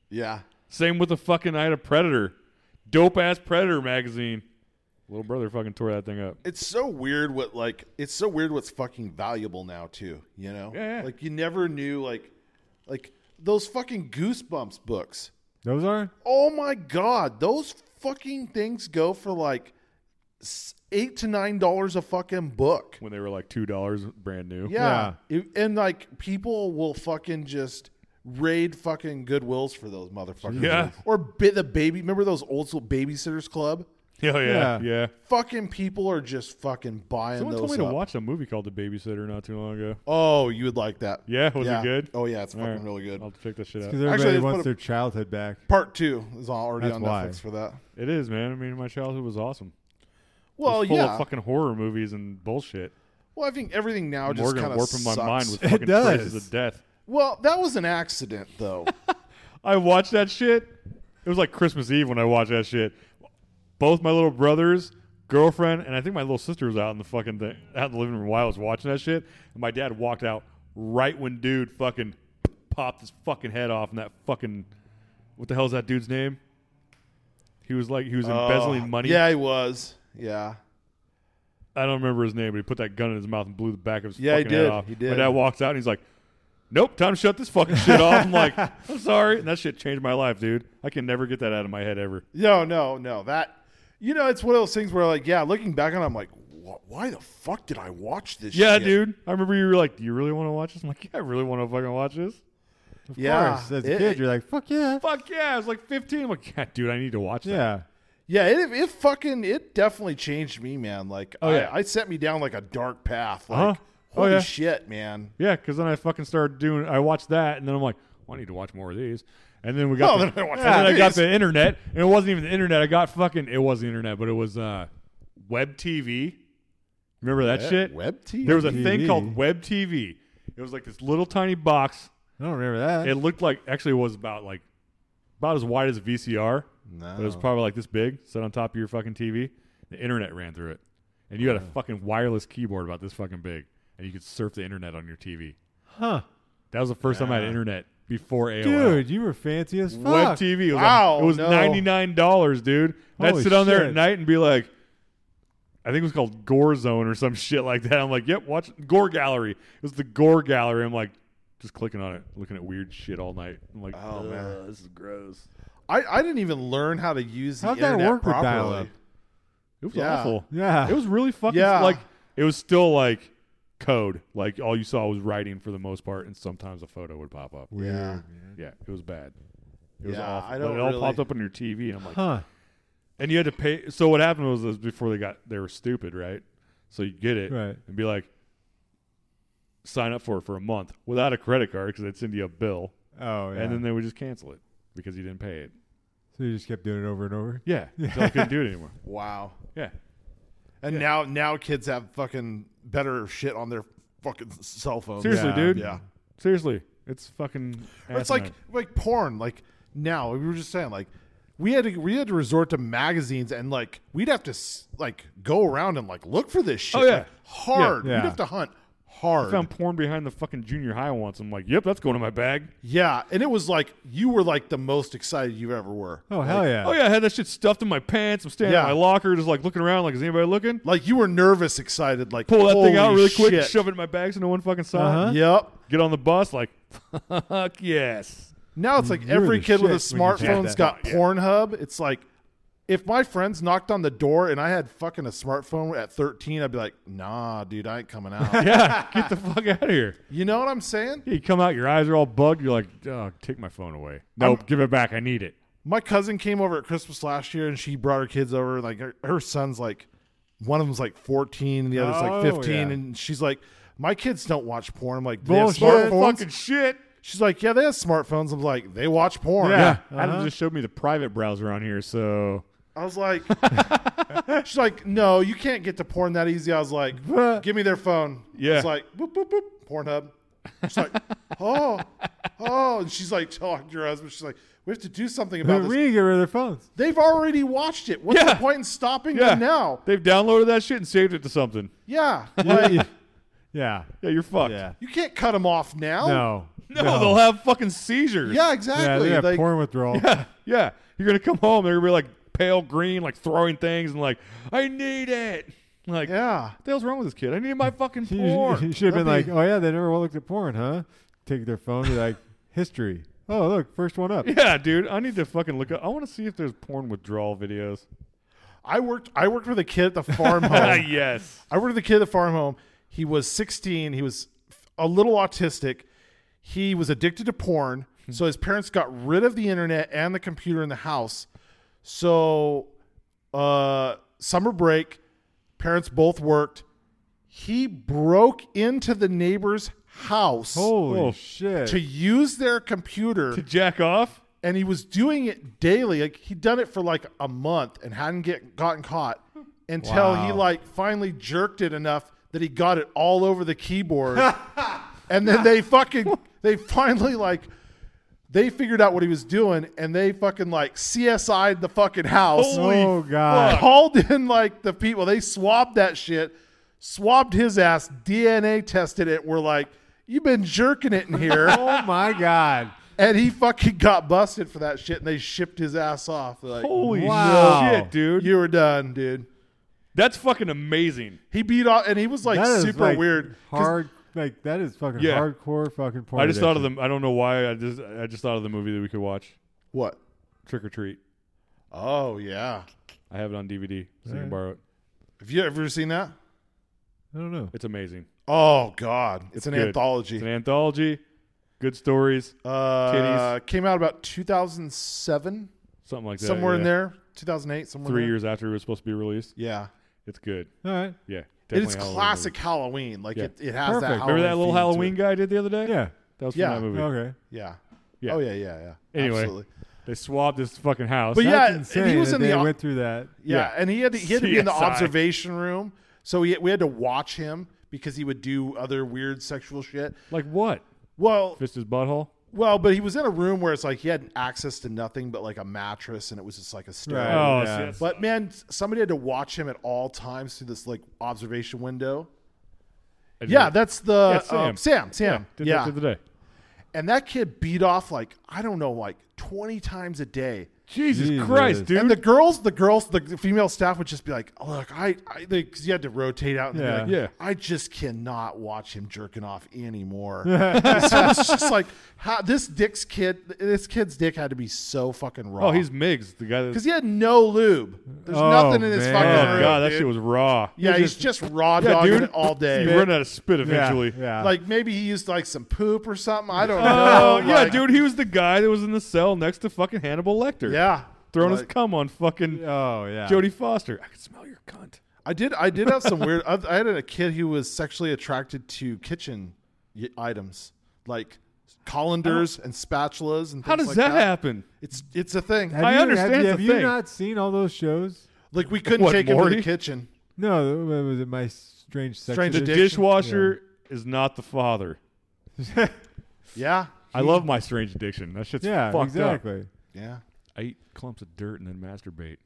S2: Yeah.
S3: Same with the fucking I had a Predator, dope ass Predator magazine. Little brother fucking tore that thing up.
S2: It's so weird what like it's so weird what's fucking valuable now too, you know?
S3: Yeah, yeah.
S2: Like you never knew like like those fucking goosebumps books.
S4: Those are?
S2: Oh my god, those fucking things go for like s- 8 to 9 dollars a fucking book.
S3: When they were like two dollars brand new.
S2: Yeah. It- and like people will fucking just raid fucking Goodwills for those motherfuckers.
S3: Yeah.
S2: Or bit the baby. Remember those old school babysitters club?
S3: Oh yeah, yeah.
S4: Yeah.
S2: Fucking people are just fucking buying
S3: Someone
S2: those.
S3: told me to
S2: up.
S3: watch a movie called The Babysitter not too long ago.
S2: Oh, you would like that.
S3: Yeah, was it good?
S2: Oh yeah, it's
S3: All
S2: fucking
S3: right.
S2: really good.
S3: I'll check that shit out.
S4: Because
S2: Actually,
S4: everybody
S2: let's put
S4: wants
S2: a-
S4: their childhood back.
S2: Part two is already
S4: That's
S2: on
S4: why.
S2: Netflix for that.
S3: It is, man. I mean, my childhood was awesome. It was
S2: Well,
S3: full
S2: yeah.
S3: of fucking horror movies and bullshit.
S2: well, I think everything now just
S3: Morgan
S2: kind of
S3: warping my mind with
S4: It
S3: fucking
S4: does.
S3: traces of death.
S2: well, that was an accident though.
S3: I watched that shit. It was like Christmas Eve when I watched that shit. Both my little brothers, girlfriend, and I think my little sister was out in the fucking thing, out in the living room while I was watching that shit. And my dad walked out right when dude fucking popped his fucking head off and that fucking what the hell's that dude's name? He was like he was embezzling
S2: Oh,
S3: money.
S2: Yeah, he was. Yeah.
S3: I don't remember his name, but he put that gun in his mouth and blew the back of his
S2: Yeah, he
S3: fucking
S2: did.
S3: head off.
S2: He did.
S3: My dad walks out and he's like, "Nope, time to shut this fucking shit off." I'm like, "I'm sorry," and that shit changed my life, dude. I can never get that out of my head ever.
S2: No, no, no. That you know, it's one of those things where like, yeah, looking back on, it, I'm like, "Wh- why the fuck did I watch this?
S3: Yeah,
S2: shit?
S3: dude. I remember you were like, "Do you really want to watch this?" I'm like, "Yeah, I really want to fucking watch this."
S4: Of
S2: yeah,
S4: course, as a
S2: it-
S4: kid, you're like, fuck yeah.
S3: Fuck yeah! I was like 15. I'm like, "Yeah, dude, I need to watch that."
S4: Yeah.
S2: yeah. It, it fucking it definitely changed me, man. Like,
S3: Oh,
S2: I,
S3: yeah.
S2: I set me down like a dark path. Like,
S3: Uh-huh. Oh,
S2: holy
S3: yeah.
S2: shit, man.
S3: Yeah, because then I fucking started doing. I watched that, and then I'm like, well, I need to watch more of these. And then we got.
S2: Oh,
S3: the,
S2: then I watch
S3: and then
S2: more of
S3: I got
S2: these.
S3: the internet, and it wasn't even the internet. I got fucking. It was the internet, but it was uh, web TV. Remember that shit?
S2: Web TV.
S3: There was a thing
S4: TV.
S3: called web TV. It was like this little tiny box.
S4: I don't remember that.
S3: It looked like actually it was about like about as wide as a VCR.
S2: No.
S3: But it was probably like this big, set on top of your fucking TV. The internet ran through it, and you had a fucking wireless keyboard about this fucking big, and you could surf the internet on your TV.
S4: huh.
S3: That was the first time I had internet before AOL.
S4: Dude, you were fancy as fuck.
S3: web TV. It was,
S2: Wow,
S3: it was
S2: no.
S3: ninety nine dollars, dude. And I'd
S4: Holy
S3: sit on there at
S4: shit.
S3: night and be like, I think it was called Gore Zone or some shit like that. I'm like, yep, watch Gore Gallery. It was the Gore Gallery. I'm like, just clicking on it, looking at weird shit all night. I'm like,
S2: Oh, man.
S3: "Ugh, this is gross.
S2: I, I didn't even learn how to use the
S4: How'd that
S2: internet
S4: work with
S2: properly.
S4: dial up?
S3: It was
S2: Yeah.
S3: awful.
S4: Yeah.
S3: It was really fucking
S2: Yeah.
S3: like it was still like code. Like all you saw was writing for the most part, and sometimes a photo would pop up.
S4: Weird,
S2: Yeah.
S4: man.
S3: Yeah, it was bad. It was
S2: Yeah,
S3: awful.
S2: I don't
S3: Like, it all
S2: really-
S3: popped up on your TV, and I'm like,
S4: Huh.
S3: and you had to pay. So what happened was, was before they got, they were stupid, right? So you get it
S4: Right.
S3: and be like, sign up for it for a month without a credit card because they'd send you a bill,
S4: Oh, yeah.
S3: and then they would just cancel it because you didn't pay it.
S4: so you just kept doing it over and over.
S3: Yeah, so I couldn't do it anymore.
S2: Wow.
S3: Yeah,
S2: And now now kids have fucking better shit on their fucking cell phones.
S3: seriously,
S4: Yeah,
S3: dude.
S2: yeah.
S3: seriously, it's fucking.
S2: Or it's like
S3: asinine.
S2: like porn. Like now, we were just saying like we had to we had to resort to magazines and like we'd have to s- like go around and like look for this shit.
S3: Oh, yeah.
S2: like, hard.
S4: Yeah.
S2: We'd have to hunt hard.
S3: I found porn behind the fucking junior high once. I'm like, yep, that's going in my bag.
S2: yeah, and it was like you were like the most excited you ever were.
S4: Oh hell yeah.
S3: Oh yeah, I had that shit stuffed in my pants. I'm standing
S2: Yeah.
S3: in my locker, just like looking around, like, is anybody looking?
S2: Like you were nervous, excited. Like
S3: Pull that
S2: holy
S3: thing out really quick,
S2: shit.
S3: and shove it in my bag so no one fucking saw
S4: Uh-huh.
S3: it.
S2: Yep.
S3: Get on the bus, like, fuck yes.
S2: Now it's like
S4: You were
S2: every
S4: the
S2: kid with a
S4: shit when you had
S2: smartphone's
S4: that.
S2: got
S3: Yeah.
S2: Pornhub. It's like if my friends knocked on the door and I had fucking a smartphone at 13, I'd be like, nah, dude, I ain't coming out.
S3: Yeah, get the fuck out of here.
S2: you know what I'm saying?
S3: Yeah, you come out, your eyes are all bugged. You're like, oh, take my phone away. Nope, give it back. I need it.
S2: My cousin came over at Christmas last year and she brought her kids over. Like her, her son's like, one of them's like 14 and the other's
S4: Oh,
S2: like 15.
S4: yeah.
S2: And she's like, my kids don't watch porn. I'm like, they have
S3: Bullshit.
S2: smartphones?
S3: Fucking shit.
S2: She's like, yeah, they have smartphones. I'm like, they watch porn.
S3: Yeah.
S4: Uh-huh.
S3: Adam just showed me the private browser on here, so
S2: I was like, she's like, no, you can't get to porn that easy. I was like, give me their phone.
S3: Yeah.
S2: It's like, boop, boop, boop, Pornhub. She's like, oh, oh. And she's like, talking to her husband. She's like, we have to do something about
S4: But
S2: this.
S4: we need to get rid of their phones.
S2: They've already watched it. What's
S3: Yeah.
S2: the point in stopping
S3: yeah.
S2: them now?
S3: They've downloaded that shit and saved it to something.
S2: Yeah.
S4: yeah.
S2: Like,
S4: Yeah.
S3: Yeah, you're fucked.
S4: Yeah.
S2: you can't cut them off now.
S4: No.
S3: No, they'll have fucking seizures.
S2: Yeah,
S4: Yeah,
S2: exactly.
S4: they have
S2: Like,
S4: porn withdrawal.
S3: Yeah, yeah. You're gonna come home. They're gonna be like pale green, like throwing things, and like, I need it. Like,
S2: yeah.
S3: what the hell's wrong with this kid? I need my fucking
S4: You- you- You
S3: porn.
S4: should have been like,
S2: That'd be-
S4: oh yeah, they never looked at porn, huh? Take their phone, be like, history. Oh look, first one up.
S3: yeah, dude. I need to fucking look up. I want to see if there's porn withdrawal videos.
S2: I worked. I worked with a kid at the farm home.
S3: yes.
S2: I worked with a kid at the farm home. He was 16. He was a little autistic. He was addicted to porn. so his parents got rid of the internet and the computer in the house. So, uh, summer break, parents both worked. He broke into the neighbor's house
S4: Holy
S3: Oh.
S4: shit.
S2: to use their computer
S3: To jack off.
S2: and he was doing it daily. Like he'd done it for like a month and hadn't get gotten caught until he
S4: Wow.
S2: like finally jerked it enough that he got it all over the keyboard. and then they fucking they finally like they figured out what he was doing and they fucking like CSI'd the fucking house.
S3: Holy
S4: Oh, God. fuck.
S2: Called in like the people. They swabbed that shit, swabbed his ass, DNA tested it, were like, You've been jerking it in here.
S4: oh my god.
S2: And he fucking got busted for that shit, and they shipped his ass off. They're like,
S3: Holy
S4: Wow.
S3: shit, dude.
S2: you were done, dude.
S3: That's fucking amazing.
S2: He beat off, and he was like
S4: That is,
S2: super
S4: like,
S2: weird. 'Cause-
S4: Hard like that is fucking
S3: Yeah.
S4: hardcore fucking porn.
S3: I just thought of
S4: addiction.
S3: them. I don't know why. I just I just thought of the movie that we could watch,
S2: What?
S3: Trick or Treat.
S2: Oh yeah.
S3: I have it on DVD, so you can
S4: Alright.
S3: borrow it.
S2: Have you ever seen that?
S4: I don't know.
S3: It's amazing.
S2: Oh god, it's, an
S3: Good.
S2: anthology.
S3: It's an anthology. Good stories,
S2: uh, came out about 2007,
S3: something like that.
S2: somewhere in
S3: yeah.
S2: there, 2008, somewhere.
S3: Three
S2: in there.
S3: years after it was supposed to be released.
S2: Yeah,
S3: It's good.
S4: All right.
S3: Yeah.
S2: it's
S3: definitely Halloween
S2: classic Halloween. Like
S3: Yeah.
S2: it, it has that.
S4: Perfect.
S2: Halloween
S3: movie. Remember that little
S2: theme to
S3: Halloween
S2: it.
S3: guy I did the other day?
S4: Yeah.
S3: That was from
S2: Yeah.
S3: that movie.
S4: Okay.
S2: Yeah.
S3: Yeah.
S2: Oh yeah, yeah, yeah.
S3: Anyway.
S2: Absolutely.
S3: They swabbed his fucking house.
S2: But yeah,
S4: That's
S2: and
S4: insane.
S2: he was
S4: that
S2: in the
S4: they
S2: au-
S4: went through that.
S2: Yeah,
S3: Yeah.
S2: and he had to, he had to be in the
S3: CSI.
S2: observation room, so he, we had to watch him because he would do other weird sexual shit.
S3: Like what?
S2: Well,
S3: Fist his butthole?
S2: well, but he was in a room where it's like he had access to nothing but like a mattress, and it was just like a stereo.
S4: Right.
S3: Oh,
S4: yeah.
S3: see, that's-
S2: But man, s- somebody had to watch him at all times through this like observation window.
S3: I did
S2: Yeah,
S3: it.
S2: that's the
S3: Yeah, Sam.
S2: um, Sam. Sam.
S3: Did
S2: yeah.
S3: that the other day.
S2: and that kid beat off like I don't know, like twenty times a day.
S3: Jesus,
S4: Jesus.
S3: Christ, dude.
S2: And the girls, the girls, the female staff would just be like, "Look, I, I, because you had to rotate out. And yeah,
S4: Yeah.
S2: like,
S3: Yeah.
S2: I just cannot watch him jerking off anymore. so it's just like how, this dick's kid, this kid's dick had to be so fucking raw.
S3: oh, he's Miggs, the guy that.
S2: because he had no lube. There's
S4: Oh,
S2: nothing in his
S4: man.
S3: oh
S2: fucking room.
S3: god, that
S2: dude.
S3: shit was raw.
S2: Yeah, he's just, raw
S3: Yeah,
S2: dogging
S3: dude.
S2: it all day.
S3: You run out of spit eventually.
S4: Yeah. yeah.
S2: Like maybe he used like some poop or something. I don't
S3: Oh
S2: know.
S3: yeah,
S2: Like,
S3: dude. He was the guy that was in the cell next to fucking Hannibal Lecter.
S2: Yeah,
S3: throwing
S2: Like-
S3: his cum on fucking
S4: oh yeah.
S3: Jodie Foster. I can smell your cunt.
S2: I did. I did have some weird. I, I had a kid who was sexually attracted to kitchen y- items like colanders and spatulas and things
S3: How does
S2: like
S3: that,
S2: that,
S3: happen?
S2: It's it's a thing.
S4: Have
S3: I
S4: you- have
S3: understand
S4: you-
S3: it's a
S4: Have you
S3: thing.
S4: not seen all those shows?
S2: Like we couldn't
S3: What,
S2: take him to
S3: Morty?
S2: the kitchen.
S4: No, what was it my strange sex?
S2: Strange
S3: The
S2: Addiction.
S3: dishwasher is not the father.
S2: Yeah,
S3: I love my strange addiction. That shit's
S4: Yeah,
S3: fucked up.
S4: exactly.
S2: yeah.
S3: I eat clumps of dirt and then masturbate.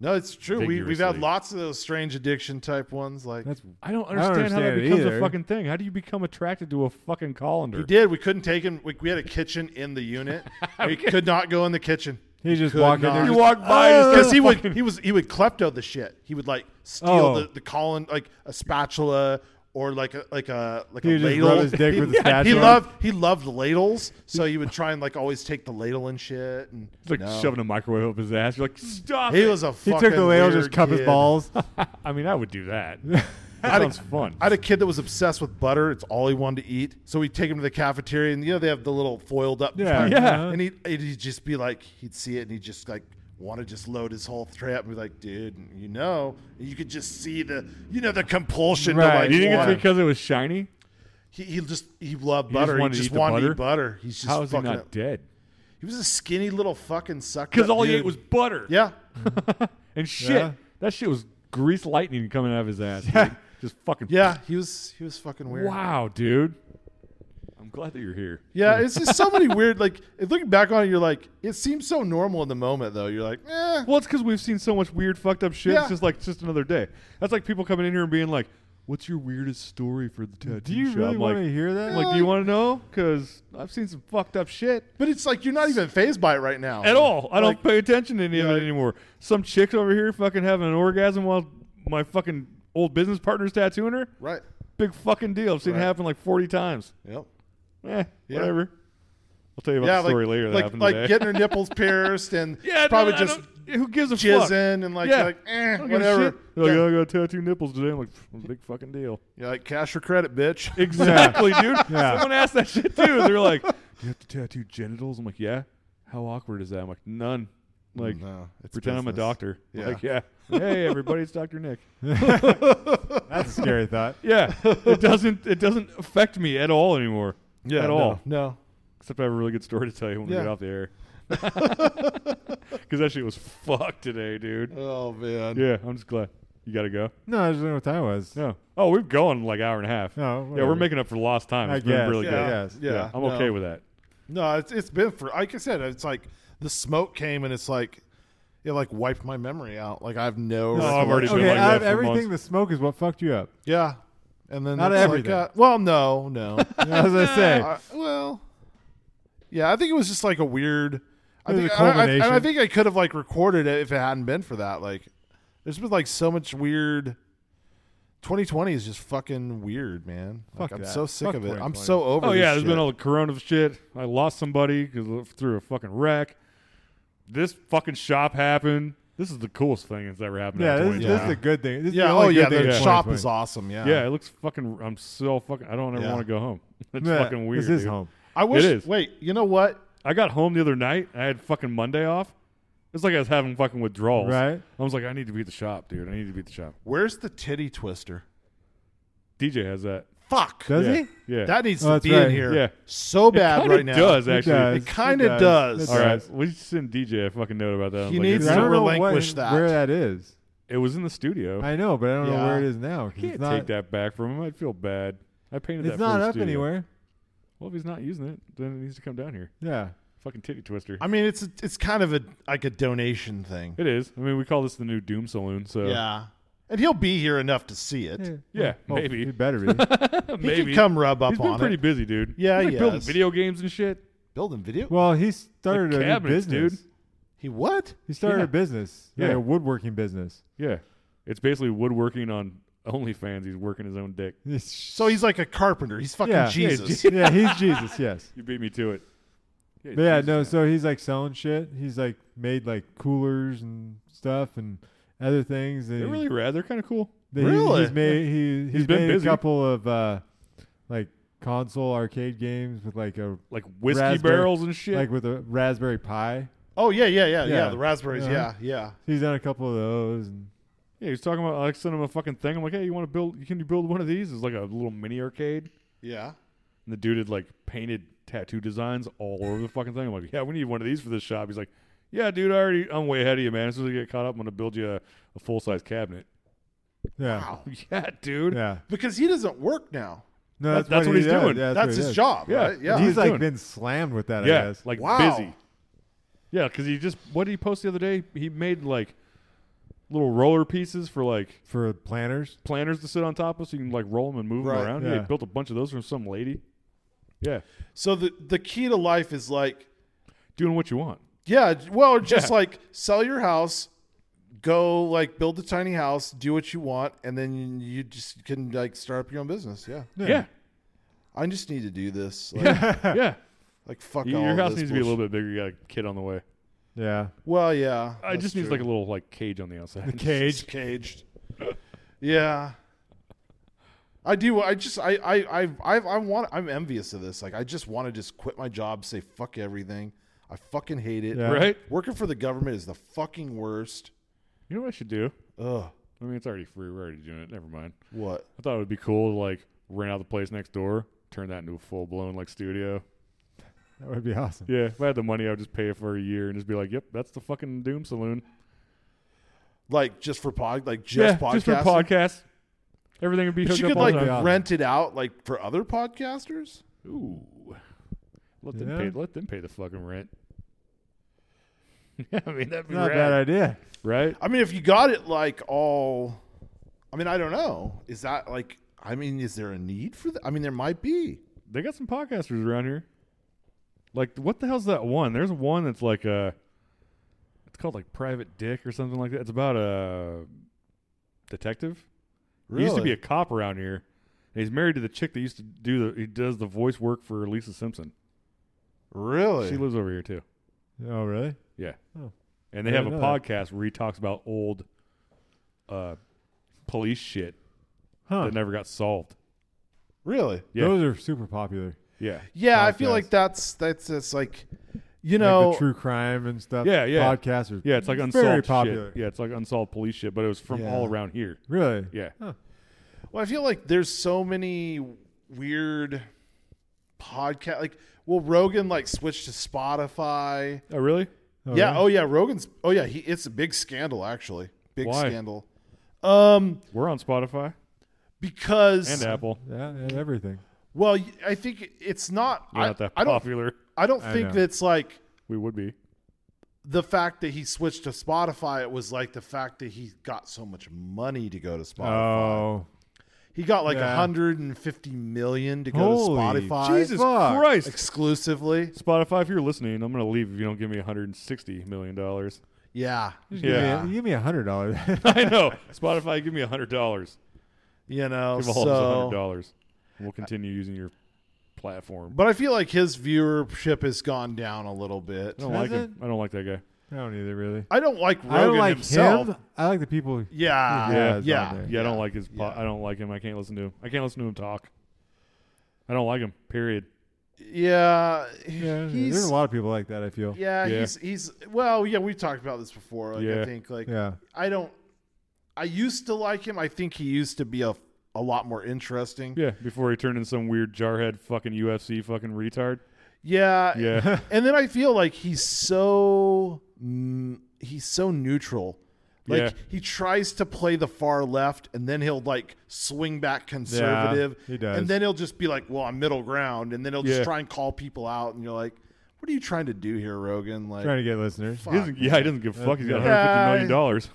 S2: No, it's true. We we've had
S3: Vigorously.
S2: lots of those strange addiction type ones. Like
S4: That's
S3: I don't
S4: don't
S3: understand, how that
S4: understand it
S3: becomes a
S4: either.
S3: fucking thing. How do you become attracted to a fucking colander?
S2: we did. We couldn't take him. We, we had a kitchen in the unit. we could not go in the kitchen.
S4: he just
S2: Could
S4: walking
S2: not.
S4: there.
S3: You
S4: just- Oh.
S3: walk by and it's
S2: because
S3: just
S2: he would
S3: fucking-
S2: he was he would klepto the shit. He would like steal
S4: Oh.
S2: the the colon like a spatula or like a like a like
S4: He
S2: a
S4: would just
S2: ladle.
S4: rub his dick
S2: he,
S4: with a Yeah,
S2: he
S4: spatula.
S2: loved he loved ladles, so he would try and like always take the ladle and shit. And
S3: It's like
S2: No.
S3: shoving a microwave up his ass. You're like, stop.
S2: he
S3: it."
S2: was a
S4: he
S2: fucking
S4: took the ladle, just
S2: weird
S4: cup
S2: kid.
S4: his balls.
S3: I mean, I would do that. That sounds fun.
S2: I had a kid that was obsessed with butter. It's all he wanted to eat. So we'd take him to the cafeteria, and you know they have the little foiled up.
S4: Yeah,
S2: tray.
S3: yeah.
S2: And he'd, and he'd just be like, he'd see it, and he'd just like want to just load his whole tray up and be like, dude, you know, and you could just see the, you know, the compulsion to
S4: Right.
S2: like.
S3: do you think
S2: want-
S3: it's because it was shiny?
S2: he, he just he loved
S3: He just
S2: butter. He
S3: wanted to
S2: just
S3: eat the
S2: wanted to
S3: butter?
S2: eat butter. He's just
S3: How is he
S2: fucking.
S3: not
S2: up.
S3: dead?
S2: He was a skinny little fucking sucker.
S3: Because all he ate was butter.
S2: yeah.
S3: And shit.
S4: Yeah.
S3: That shit was grease lightning coming out of his ass. dude. Just fucking.
S2: Yeah, he was he was fucking weird.
S3: Wow, dude. I'm glad that you're here.
S2: Yeah, it's just so many weird. Like looking back on it, you're like, it seems so normal in the moment, though. You're like, eh,
S3: Well, it's because we've seen so much weird, fucked up shit.
S2: Yeah.
S3: It's just like it's just another day. That's like people coming in here and being like, "What's your weirdest story for the tattoo
S4: Do you
S3: shop?"
S4: really
S3: I'm
S4: want to
S3: like,
S4: hear that?
S3: I'm like, do you want to know? Because I've seen some fucked up shit
S2: But it's like you're not even phased by it right now
S3: at all. I don't
S2: Like,
S3: pay attention to any of
S2: Yeah.
S3: it anymore. Some chick's over here fucking having an orgasm while my fucking old business partner's tattooing her.
S2: Right.
S3: Big fucking deal. I've seen
S2: Right.
S3: it happen like 40 times.
S2: Yep.
S3: Eh,
S2: Yeah.
S3: whatever. I'll tell you about
S2: yeah,
S3: the story
S2: like,
S3: later. That
S2: like,
S3: happened
S2: like
S3: today.
S2: getting her nipples pierced and
S3: Yeah,
S2: probably
S3: no, I
S2: just
S3: don't- who gives a fuck?
S2: jizzing and like
S3: Yeah.
S2: you're like eh,
S3: I don't give a
S2: whatever.
S3: shit. They're like,
S2: Yeah.
S3: "Oh, I got tattoo nipples today. I'm like, "Pfft, big fucking deal.
S2: You're like cash or credit, bitch.
S3: Exactly, dude.
S4: Yeah.
S3: Someone asked that shit too. They're like, do you have to tattoo genitals? I'm like, yeah. How awkward is that? I'm like, none. Like,
S2: No, it's
S3: pretend I'm a
S2: business.
S3: doctor.
S2: Yeah.
S3: Like, yeah. Hey, everybody, it's Doctor Nick.
S4: That's a scary thought.
S3: Yeah, it doesn't it doesn't affect me at all anymore.
S2: Yeah,
S3: at
S2: no,
S3: all.
S2: No.
S3: Except I have a really good story to tell you when
S2: Yeah.
S3: we get off the air. Because that shit was fucked today, dude.
S2: Oh man.
S3: Yeah, I'm just glad you got to go.
S4: No, I just don't know what time it was.
S3: No. Oh, we've gone like hour and a half.
S4: No,
S3: yeah, we're
S4: whatever.
S3: making up for lost time.
S4: I
S3: It's been
S4: guess,
S3: really
S2: Yeah.
S3: good.
S4: Yes.
S2: Yeah.
S3: I'm
S2: no.
S3: okay with that.
S2: No, it's it's been for like I said, it's like the smoke came and it's like it like wiped my memory out. Like I have no.
S3: No, I've already
S2: recollection.
S3: been like
S4: Okay, out
S3: that
S4: of
S3: for
S4: everything,
S3: months.
S4: the smoke is what fucked you up.
S2: Yeah. And then
S4: Not
S2: it's
S4: everything.
S2: Like, uh, well, no, no.
S4: As I say,
S2: Uh, well, yeah, I think it was just like a weird. I
S4: It was
S2: think,
S4: a
S2: I- I-
S4: culmination.
S2: and I think I could have like recorded it if it hadn't been for that. Like, there's been like so much weird. 2020 is just fucking weird, man. Like,
S4: Fuck
S2: I'm
S4: that.
S2: so sick
S4: Fuck
S2: of it. I'm
S4: 2020.
S2: so over.
S3: Oh
S2: this
S3: yeah, there's
S2: shit.
S3: been all the corona shit. I lost somebody because through a fucking wreck. This fucking shop happened. This is the coolest thing that's ever happened.
S4: yeah,
S3: in
S4: this,
S3: 2020.
S4: this is a good thing. This is
S2: yeah.
S4: the
S2: Oh
S4: only
S2: yeah,
S4: good thing
S2: the
S4: in
S2: shop
S4: 2020.
S2: is awesome. Yeah.
S3: yeah. It looks fucking. I'm so fucking. I don't ever
S2: Yeah.
S3: want to go home. It's
S4: Yeah,
S3: fucking weird.
S4: This is
S3: dude.
S4: home.
S2: I wish.
S3: is.
S2: Wait, you know what?
S3: I got home the other night. I had fucking Monday off. It's like I was having fucking withdrawals.
S4: Right.
S3: I was like, I need to be at the shop, dude. I need to be at the shop.
S2: Where's the titty twister?
S3: DJ has that.
S2: Fuck.
S4: Does
S3: yeah.
S4: he?
S3: Yeah.
S2: That needs
S4: Oh,
S2: to
S4: that's
S2: be in
S4: right.
S2: here.
S3: Yeah.
S2: So bad
S3: It
S2: right
S3: kinda
S2: now.
S3: does
S4: It
S3: actually.
S4: does. eh?
S2: It kinda does.
S4: It
S3: All right, we send DJ a fucking note about that. I was
S2: He
S3: like,
S2: needs
S3: it's
S4: I
S2: to
S3: not-
S4: don't know
S2: relinquish
S4: what,
S2: that.
S4: where that is.
S3: It was in the studio.
S4: I know, but I don't know
S2: Yeah.
S4: where it is now. 'cause
S3: can't
S4: it's not,
S3: take that back from him. I'd feel bad. I painted that.
S4: It's
S3: for
S4: not
S3: the
S4: up
S3: studio.
S4: anywhere.
S3: Well, if he's not using it, then it needs to come down here.
S4: Yeah.
S3: Fucking titty twister.
S2: I mean, it's it's kind of a like a donation thing.
S3: it is. I mean, we call this the new Doom Saloon. So
S2: Yeah. And he'll be here enough to see it.
S3: Yeah,
S4: Well,
S3: maybe.
S4: Oh, It better be.
S2: He
S3: maybe
S2: can come rub up
S3: He's
S2: on
S3: been pretty
S2: it.
S3: busy, dude.
S2: Yeah,
S3: he's like
S2: he
S3: building
S2: has.
S3: video games and shit.
S2: Building video.
S4: well, he started a new
S3: cabinets,
S4: business.
S3: dude.
S2: He what?
S4: He started
S3: Yeah.
S4: a business, yeah.
S3: Yeah.
S4: a woodworking business.
S3: Yeah, it's basically woodworking on OnlyFans. He's working his own dick.
S2: So he's like a carpenter. He's fucking
S4: yeah,
S2: Jesus.
S4: yeah, he's Jesus. Yes.
S3: You beat me to it.
S4: But yeah, no. So he's like selling shit. He's like made like coolers and stuff and other things. That
S3: they're
S4: he-
S3: really rad. They're kind of cool.
S4: that he-
S2: Really?
S4: he's made. He, he's,
S3: He's been
S4: made
S3: busy.
S4: a couple of uh, like console arcade games with like a
S3: Like whiskey
S4: Raspberry-
S3: barrels and shit.
S4: like with a Raspberry Pi.
S2: Oh yeah, yeah, yeah, yeah.
S4: Yeah.
S2: The raspberries.
S4: Uh-huh.
S2: Yeah, yeah.
S4: He's done a couple of those. And
S3: yeah, he's talking about. I sent him a fucking thing. I'm like, hey, you want to build? Can you build one of these? It's like a little mini arcade.
S2: Yeah.
S3: And the dude had like painted tattoo designs all over the fucking thing. I'm like, yeah, we need one of these for this shop. He's like, yeah, dude, I already, I'm way ahead of you, man. As soon as I get caught up, I'm gonna build you a, a full size cabinet.
S4: yeah,
S3: yeah, dude.
S4: yeah.
S2: Because he doesn't work now.
S4: No,
S3: That-
S4: that's,
S3: that's what
S4: he
S3: he's
S4: does.
S3: doing.
S4: Yeah,
S2: That's,
S4: what he
S2: his
S4: does.
S2: job,
S3: Yeah.
S2: right? Yeah.
S3: what
S4: He's
S3: he's
S4: like
S3: doing.
S4: been slammed with that. I
S3: Yeah,
S4: guess.
S3: like
S2: Wow.
S3: busy. Yeah, because he just what did he post the other day? He made like little roller pieces for like
S4: for planners.
S3: planners to sit on top of, so you can like roll them and move
S2: Right,
S3: them around.
S4: yeah.
S3: Yeah, he built a bunch of those from some lady. Yeah,
S2: so the the key to life is like
S3: doing what you want.
S2: Yeah, well, just
S3: Yeah.
S2: like sell your house, go like build a tiny house, do what you want, and then you, you just can like start up your own business. Yeah,
S3: Yeah,
S2: I just need to do this. Like,
S3: yeah.
S2: like fuck
S3: Y-
S2: all
S3: Your
S2: of
S3: house
S2: this
S3: needs to be a little
S2: bullshit.
S3: bit bigger. You got a kid on the way.
S4: Yeah.
S2: Well, yeah,
S3: I Uh,
S2: that's
S3: just needs
S2: true.
S3: like a little like cage on the outside.
S2: Just caged. yeah. I do. I just. I. I. I. I. I want. I'm envious of this. Like, I just want to just quit my job, say fuck everything. I fucking hate it.
S4: Yeah.
S3: right?
S2: Working for the government is the fucking worst.
S3: You know what I should do?
S2: Ugh.
S3: I mean, it's already free. We're already doing it. Never mind.
S2: What?
S3: I thought it would be cool to like rent out the place next door, turn that into a full blown like studio.
S4: That would be awesome.
S3: Yeah, if I had the money, I would just pay it for a year and just be like, "Yep, that's the fucking Doom Saloon."
S2: Like just for pod? Like just
S3: yeah,
S2: podcast?
S3: just for podcasts. Everything would be
S2: But
S3: hooked
S2: you
S3: up
S2: could
S3: all
S2: like
S3: the time.
S4: time.
S2: rent it out like for other podcasters.
S3: Ooh, let them
S4: Yeah.
S3: pay. Let them pay the fucking rent. I mean, that'd be
S4: Not a
S3: rad,
S4: bad idea.
S3: right?
S2: I mean, if you got it like all, I mean, I don't know. Is that like? I mean, is there a need for that? I mean, there might be.
S3: They got some podcasters around here. Like, what the hell's that one? There's one that's like a. It's called like Private Dick or something like that. It's about a detective. He used to be a cop around here. And he's married to the chick that used to do the. He does the voice work for Lisa Simpson.
S2: really.
S3: She lives over here too.
S4: Oh, really?
S3: Yeah.
S4: Oh.
S3: And they
S4: I
S3: have a
S4: didn't know that.
S3: podcast where he talks about old, uh, police shit
S4: Huh.
S3: that never got solved.
S2: really.
S3: Yeah.
S4: Those are super popular.
S3: Yeah.
S2: Yeah, I feel
S4: Podcast.
S2: like that's that's it's like, you
S4: Like
S2: know,
S4: the true crime and stuff.
S3: Yeah, yeah.
S4: Podcasts are
S3: Yeah, it's like unsolved
S4: very
S3: shit.
S4: popular.
S3: Yeah, it's like unsolved police shit, but it was from
S2: Yeah.
S3: all around here.
S4: Really?
S3: Yeah.
S2: Well, I feel like there's so many weird podcast. Like, well, Rogan like switched to Spotify.
S3: Oh, really?
S2: yeah. Oh, yeah. Rogan's. Oh, yeah. He. It's a big scandal, actually. Big
S3: Why?
S2: scandal. Um,
S3: We're on Spotify
S2: because
S3: and Apple.
S4: Yeah, and everything.
S2: well, y- I think it's not.
S3: We're
S2: I,
S3: not that
S2: I don't.
S3: popular.
S2: I don't
S4: I
S2: think
S4: know.
S2: that it's like
S3: We would be.
S2: the fact that he switched to Spotify. It was like the fact that he got so much money to go to Spotify.
S4: Oh,
S2: He got like
S4: Yeah.
S2: 150 million to go
S4: Holy
S2: to Spotify.
S4: Jesus Fuck.
S3: Christ.
S2: Exclusively.
S3: Spotify, if you're listening, I'm going to leave if you don't give me $160 million.
S2: Yeah.
S3: Yeah.
S4: Give me- give me a hundred dollars.
S3: I know. Spotify, give me $100.
S2: You know,
S3: Give all
S2: so
S3: of us $100. We'll continue using your platform.
S2: but I feel like his viewership has gone down a little bit.
S3: I don't like
S4: Does
S3: him. I don't like that guy.
S4: I don't either, really.
S2: I don't like Rogan
S4: I don't like
S2: himself.
S4: him. I like the people.
S2: Yeah.
S4: Yeah, it's
S2: Yeah.
S4: on
S2: Yeah.
S4: there.
S3: Yeah, I don't like his. Po-
S2: yeah.
S3: I don't like him. I can't listen to him. I can't listen to him talk. I don't like him. Period.
S4: Yeah,
S2: He's,
S4: there's a lot of people like that. I feel.
S2: yeah,
S3: Yeah.
S2: he's he's well, yeah, we talked about this before. Like I
S3: Yeah.
S2: think like
S4: Yeah.
S2: I don't I used to like him. I think he used to be a a lot more interesting.
S3: Yeah. Before he turned into some weird jarhead fucking UFC fucking retard.
S2: Yeah.
S3: Yeah.
S2: and then I feel like he's so mm, he's so neutral. Like
S3: Yeah.
S2: he tries to play the far left, and then he'll like swing back conservative.
S4: he does.
S2: And then he'll just be like, "Well, I'm middle ground," and then he'll just
S3: Yeah.
S2: try and call people out, and you're like, "What are you trying to do here, Rogan?" Like,
S4: Trying to get listeners.
S2: fuck.
S3: He doesn't- yeah, he doesn't give a fuck. He's got
S2: Yeah,
S3: 150 million
S2: I-
S3: dollars.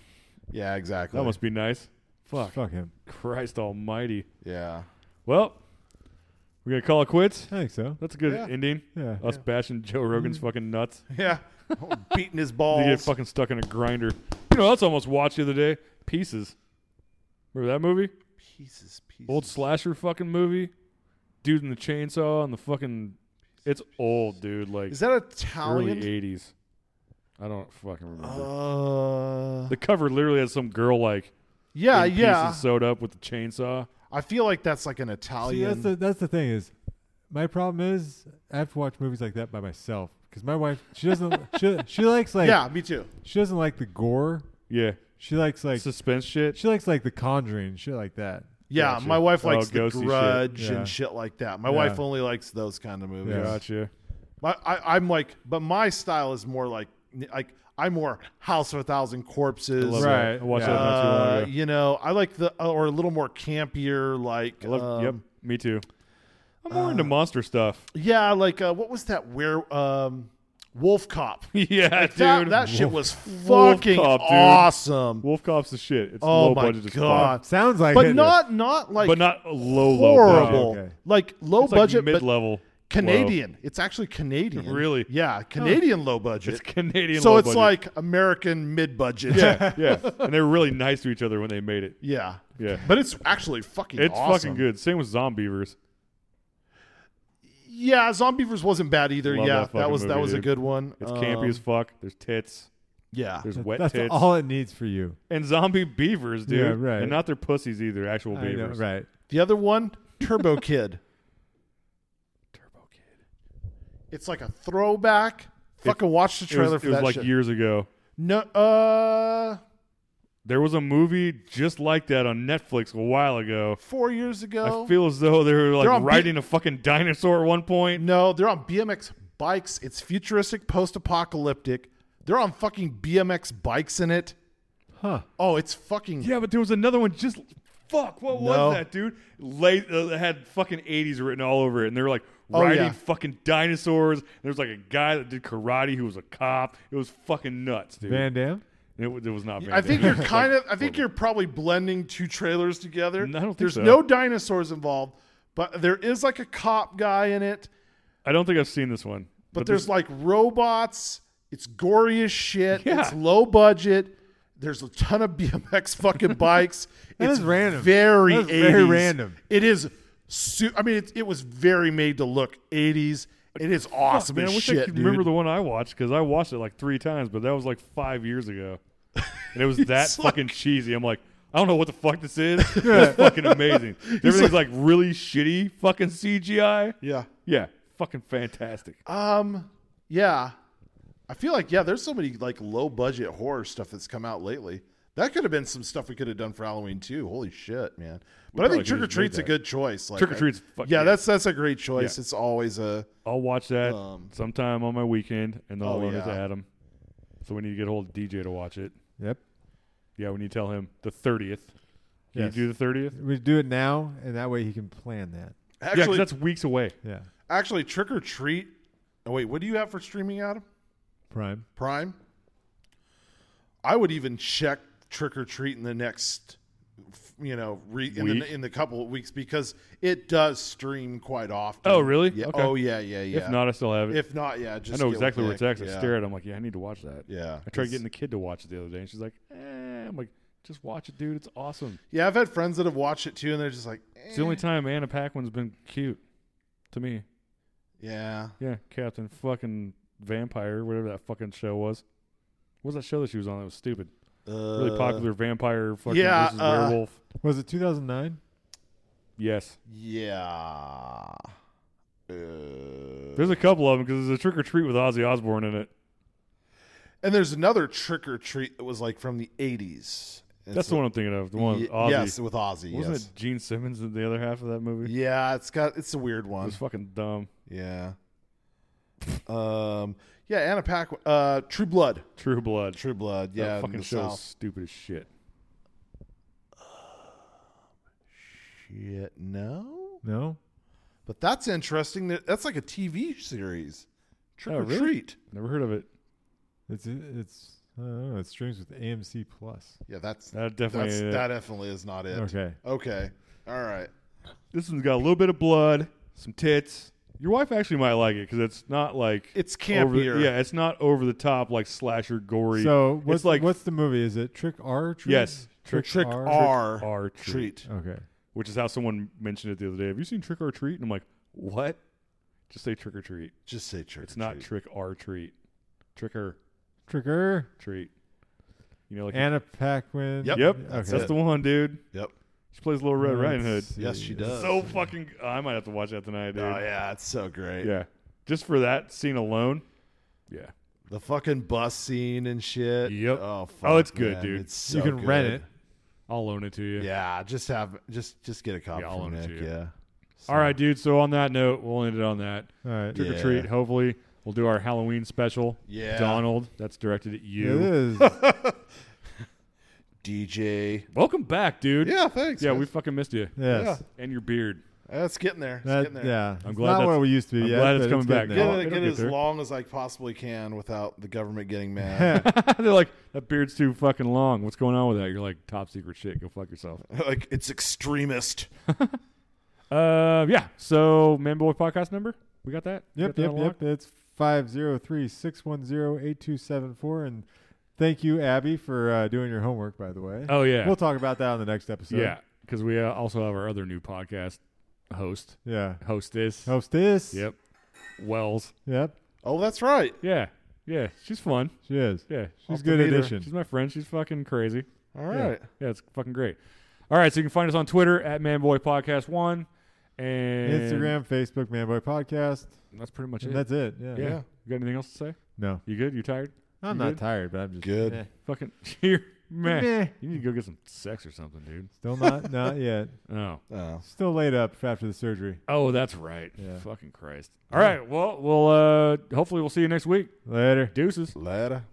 S2: yeah, exactly.
S3: That must be nice. Fuck.
S4: Fuck him.
S3: Christ Almighty.
S2: yeah.
S3: Well, we're gonna call it quits.
S4: I think so.
S3: That's a good
S2: Yeah.
S3: ending.
S4: Yeah.
S3: Us bashing Joe Rogan's fucking nuts.
S2: Yeah. Oh, beating his
S3: You get
S2: balls.
S3: fucking stuck in a grinder. You know, that's almost watched the other day. Pieces. Remember that movie?
S2: pieces, pieces.
S3: Old slasher fucking movie. Dude in the chainsaw and the fucking. It's old, dude. Like
S2: Is that
S3: early
S2: Italian?
S3: '80s. I don't fucking remember.
S2: Uh,
S3: the cover literally has some girl like
S2: yeah,
S3: in
S2: Uh, yeah.
S3: pieces sewed up with the chainsaw.
S2: I feel like that's like an
S4: See,
S2: Italian.
S4: that's the that's the thing is, my problem is I have to watch movies like that by myself because my wife she doesn't she she likes like
S2: yeah, me too.
S4: she doesn't like the gore.
S3: Yeah,
S4: She likes like
S3: suspense shit.
S4: she likes like the Conjuring shit like that.
S2: Yeah,
S3: Gotcha.
S2: my wife
S3: Oh,
S2: likes the
S3: ghosty shit.
S2: Grudge
S4: Yeah.
S2: and shit like that. My
S4: Yeah.
S2: wife only likes those kind of movies.
S4: Yeah.
S3: Gotcha.
S2: My, I, I'm like, but my style is more like like I'm more House of a Thousand Corpses.
S3: I love
S4: Right.
S3: that. I watched
S4: yeah.
S3: that not too long
S2: Uh,
S3: ago.
S2: you know, I like the uh, or a little more campier, like
S3: I love. yep,
S2: um,
S3: me too. I'm more
S2: uh,
S3: into monster stuff.
S2: yeah, like uh, what was that? Where um, Wolf Cop?
S3: yeah, dude.
S2: That, that shit was
S3: Wolf
S2: fucking
S3: Cop, dude.
S2: awesome.
S3: Wolf Cop's the shit. It's
S2: Oh
S3: low
S2: my
S3: budget as fuck.
S2: God.
S4: Sounds like
S2: but
S4: it.
S2: not not like
S3: but not low low budget.
S2: horrible.
S4: Okay.
S2: Like low
S3: It's
S2: budget,
S3: like
S2: but
S3: mid level
S2: Canadian. It's actually Canadian.
S3: Really?
S2: Yeah, Canadian low budget.
S3: It's Canadian.
S2: so
S3: low
S2: it's
S3: budget.
S2: like American mid budget.
S3: yeah, yeah, and they were really nice to each other when they made it.
S2: yeah,
S3: Yeah.
S2: But it's actually fucking.
S3: It's
S2: awesome.
S3: fucking good. Same with Zombievers.
S2: Yeah, Zombievers wasn't bad either.
S3: Love
S2: yeah,
S3: that
S2: that,
S3: fucking
S2: was that
S3: movie,
S2: was a
S3: dude.
S2: good one.
S3: It's campy
S2: Um,
S3: as fuck. There's tits.
S2: Yeah,
S3: There's
S4: That-
S3: wet
S4: that's
S3: tits.
S4: all it needs for you.
S3: and zombie beavers, dude.
S4: Yeah, right.
S3: And not their pussies either. Actual
S4: I know,
S3: beavers.
S4: right.
S2: the other one, Turbo Kid.
S3: Turbo Kid.
S2: It's like a throwback. Fucking watch the
S3: It was,
S2: trailer for
S3: it was
S2: that
S3: like
S2: shit.
S3: years ago.
S2: no, uh,
S3: There was a movie just like that on Netflix a while ago.
S2: four years ago.
S3: I feel as though they were
S2: They're
S3: like
S2: on B-
S3: riding a fucking dinosaur at one point.
S2: No, they're on BMX bikes. It's futuristic, post-apocalyptic. They're on fucking BMX bikes in it.
S4: Huh.
S2: Oh, it's fucking.
S3: Yeah, but there was another one just fuck. What
S2: No.
S3: was that, dude? Late uh, it had fucking eighties written all over it, and they were like
S2: Oh,
S3: riding
S2: yeah.
S3: fucking dinosaurs. And there was like a guy that did karate who was a cop. It was fucking nuts, dude.
S4: Van Damme?
S3: it, wa- it was not. Van
S2: I think
S3: Damme.
S2: you're kind of. I think you're probably blending two trailers together.
S3: No, I don't think
S2: There's
S3: so.
S2: no dinosaurs involved, but there is like a cop guy in it.
S3: I don't think I've seen this one.
S2: But, there's
S3: this-
S2: like robots. It's gory as shit.
S3: Yeah.
S2: It's low budget. There's a ton of BMX fucking bikes.
S4: That
S2: it's
S4: is random.
S2: Very
S4: That is very
S2: 80s.
S4: random.
S2: It is. Su- I mean, it, it was very made to look 80s. It is awesome
S3: man,
S2: as
S3: I wish
S2: shit,
S3: I could
S2: dude.
S3: remember the one I watched because I watched it like three times, but that was like five years ago, and it was that
S2: It's like-
S3: fucking cheesy. I'm like. I don't know what the fuck this is. It's fucking amazing. Everything's like really shitty fucking CGI.
S2: yeah.
S3: Yeah, fucking fantastic.
S2: Um. Yeah. I feel like yeah. There's so many like low budget horror stuff that's come out lately. That could have been some stuff we could have done for Halloween too. Holy shit, man! But I
S3: probably
S2: think
S3: could've
S2: Trick or
S3: just made
S2: Treat's a
S3: that.
S2: good choice. Like,
S3: Trick or
S2: I-
S3: Treat's fuck
S2: yeah,
S3: yeah.
S2: that's that's a great choice.
S3: Yeah.
S2: It's always a
S3: I'll watch that
S2: Um,
S3: sometime on my weekend, and then I'll
S2: Oh,
S3: loan it to
S2: yeah.
S3: Adam. So we need to get a hold of DJ to watch it.
S4: Yep.
S3: Yeah, we need to tell him the thirtieth. Can
S4: Yes.
S3: you do the thirtieth?
S4: We do it now, and that way he can plan that.
S3: Yeah, 'cause
S2: actually
S3: that's weeks away.
S4: Yeah.
S2: actually Trick or Treat. Oh wait, what do you have for streaming, Adam?
S4: Prime.
S2: Prime. I would even check Trick or Treat in the next, f- you know, re, in,
S3: Week?
S2: the, in the couple of weeks because it does stream quite often.
S3: Oh, really?
S2: Yeah.
S3: Okay.
S2: Oh yeah, yeah, yeah.
S3: If not, I still have it.
S2: If not, yeah, just
S3: I know
S2: get
S3: exactly
S2: with
S3: where it's at. 'cause
S2: Nick.
S3: I
S2: Yeah.
S3: stare at. it, I'm like, yeah, I need to watch that.
S2: Yeah,
S3: I tried
S2: it's-
S3: getting the kid to watch it the other day, and she's like, eh. I'm like, just watch it, dude. It's awesome.
S2: Yeah, I've had friends that have watched it too, and they're just like, eh.
S3: It's the only time Anna Paquin's been cute to me.
S2: yeah,
S3: Yeah, Captain fucking Vampire, whatever that fucking show was. What was that show that she was on that was stupid? Really
S2: Uh,
S3: popular vampire fucking
S2: yeah,
S3: versus
S2: uh,
S3: werewolf.
S4: Was it 2009?
S3: Yes.
S2: Yeah. Uh,
S3: There's a couple of them because there's a trick or treat with Ozzy Osbourne in it.
S2: and there's another trick or treat that was like from the '80s. It's
S3: That's the one I'm thinking of. The one with
S2: Ye-
S3: Ozzy.
S2: Yes, with Ozzy.
S3: Wasn't
S2: yes.
S3: it Gene Simmons in the other half of that movie?
S2: Yeah, it's got it's a weird
S3: It
S2: one.
S3: was fucking dumb.
S2: Yeah. Um. Yeah, Anna Pack. Uh, True Blood.
S3: True Blood.
S2: True Blood. Yeah,
S3: that
S2: in
S3: fucking
S2: the
S3: show is
S2: South.
S3: stupid as shit.
S2: Shit, no.
S4: No?
S2: But that's interesting. That- That's like a TV series. Trick
S3: Oh,
S2: or
S3: really?
S2: Treat.
S3: Never heard of it.
S4: It's, it's, I don't know. It streams with AMC Plus.
S2: Yeah, that's
S3: That definitely. uh,
S2: that's,
S3: ain't it.
S2: that definitely is not it.
S4: Okay.
S2: Okay. All right.
S3: This one's got a little bit of blood, some tits, Your wife actually might like it because it's not like
S2: It's
S3: over the-
S2: campier.
S3: yeah, it's not over the top like slasher gory.
S4: So what's
S3: it's like
S4: what's the movie? Is it Trick R? Treat?
S3: yes,
S4: Trick,
S2: Trick
S4: R.
S2: R,
S3: R
S2: treat.
S4: Okay.
S3: which is how someone mentioned it the other day. Have you seen Trick or Treat? And I'm like, what? Just say trick or treat.
S2: Just say trick.
S3: It's not trick or treat. Trick or
S4: Trigger.
S3: treat. You know, like
S4: Anna Paquin.
S2: Yep.
S3: yep,
S4: Okay.
S3: that's the one, dude.
S2: Yep.
S3: She plays Little Red Riding Hood.
S4: Let's
S2: Yes,
S4: see.
S2: she does.
S3: So fucking. I might have to watch that tonight, dude.
S2: Oh yeah, it's so great.
S3: Yeah. Just for that scene alone. Yeah.
S2: The fucking bus scene and shit.
S3: Yep.
S2: Oh, fuck,
S3: Oh, it's good,
S2: man.
S3: dude.
S2: It's so
S4: You can
S2: good.
S4: rent it.
S3: I'll loan it to you.
S2: Yeah, just have just just get a copy
S3: Yeah, I'll
S2: from
S3: loan it
S2: Nick.
S3: to you.
S2: Yeah. So-
S3: All right, dude. So on that note, we'll end it on that.
S4: All right.
S3: Trick
S2: Yeah.
S3: or treat. Hopefully, we'll do our Halloween special.
S2: Yeah.
S3: Donald, that's directed at
S4: It
S3: you.
S4: is.
S2: DJ.
S3: Welcome back, dude.
S2: Yeah, thanks.
S3: Yeah,
S2: man.
S3: we fucking missed you.
S4: Yes.
S3: And your beard.
S2: That's getting there. It's
S4: That,
S2: getting there.
S4: yeah.
S3: I'm
S4: It's
S3: glad
S4: not
S3: that's-
S4: what we used to be.
S3: I'm
S4: yet,
S3: glad it's
S4: but
S3: coming
S4: getting
S3: back.
S4: there.
S2: Get
S3: No,
S2: it,
S3: it'll
S2: get
S3: get
S2: it as
S3: there.
S2: long as I possibly can without the government getting mad.
S3: They're like, that beard's too fucking long. What's going on with that? You're like, top secret shit. Go fuck yourself.
S2: like it's extremist.
S3: Uh, yeah. So, Man Boy podcast number? We got that? We got
S4: Yep,
S3: that
S4: yep,
S3: unlocked?
S4: yep. It's 503-610-8274 and thank you Abby for uh, doing your homework by the way.
S3: Oh, yeah.
S4: We'll talk about that on the next episode.
S3: Yeah, because we uh, also have our other new podcast host,
S4: Yeah.
S3: hostess.
S4: Hostess.
S3: Yep, Wells.
S4: Yep.
S2: Oh, that's right.
S3: Yeah, yeah, she's fun.
S4: She is.
S3: Yeah,
S4: She's
S3: she's
S4: a good
S3: meet her.
S4: addition.
S3: She's my friend. She's fucking crazy.
S2: All
S3: Yeah.
S2: right.
S3: yeah, it's fucking great. All right, so you can find us on Twitter at Manboy Podcast One and
S4: Instagram, Facebook, Manboy Podcast.
S3: That's pretty much it.
S4: And that's it. Yeah.
S3: yeah. You got anything else to say?
S4: No.
S3: You good? You tired?
S4: I'm
S3: You
S4: not
S3: good?
S4: tired, but I'm just
S2: Good.
S4: eh.
S3: Fucking here, man.
S4: Meh.
S3: You need to go get some sex or something, dude.
S4: Still not not yet.
S3: Oh.
S2: Oh.
S4: Still laid up after the surgery.
S3: Oh, that's right.
S4: Yeah.
S3: Fucking Christ. All right. Well, we'll uh hopefully we'll see you next week.
S4: Later.
S3: Deuces.
S2: Later.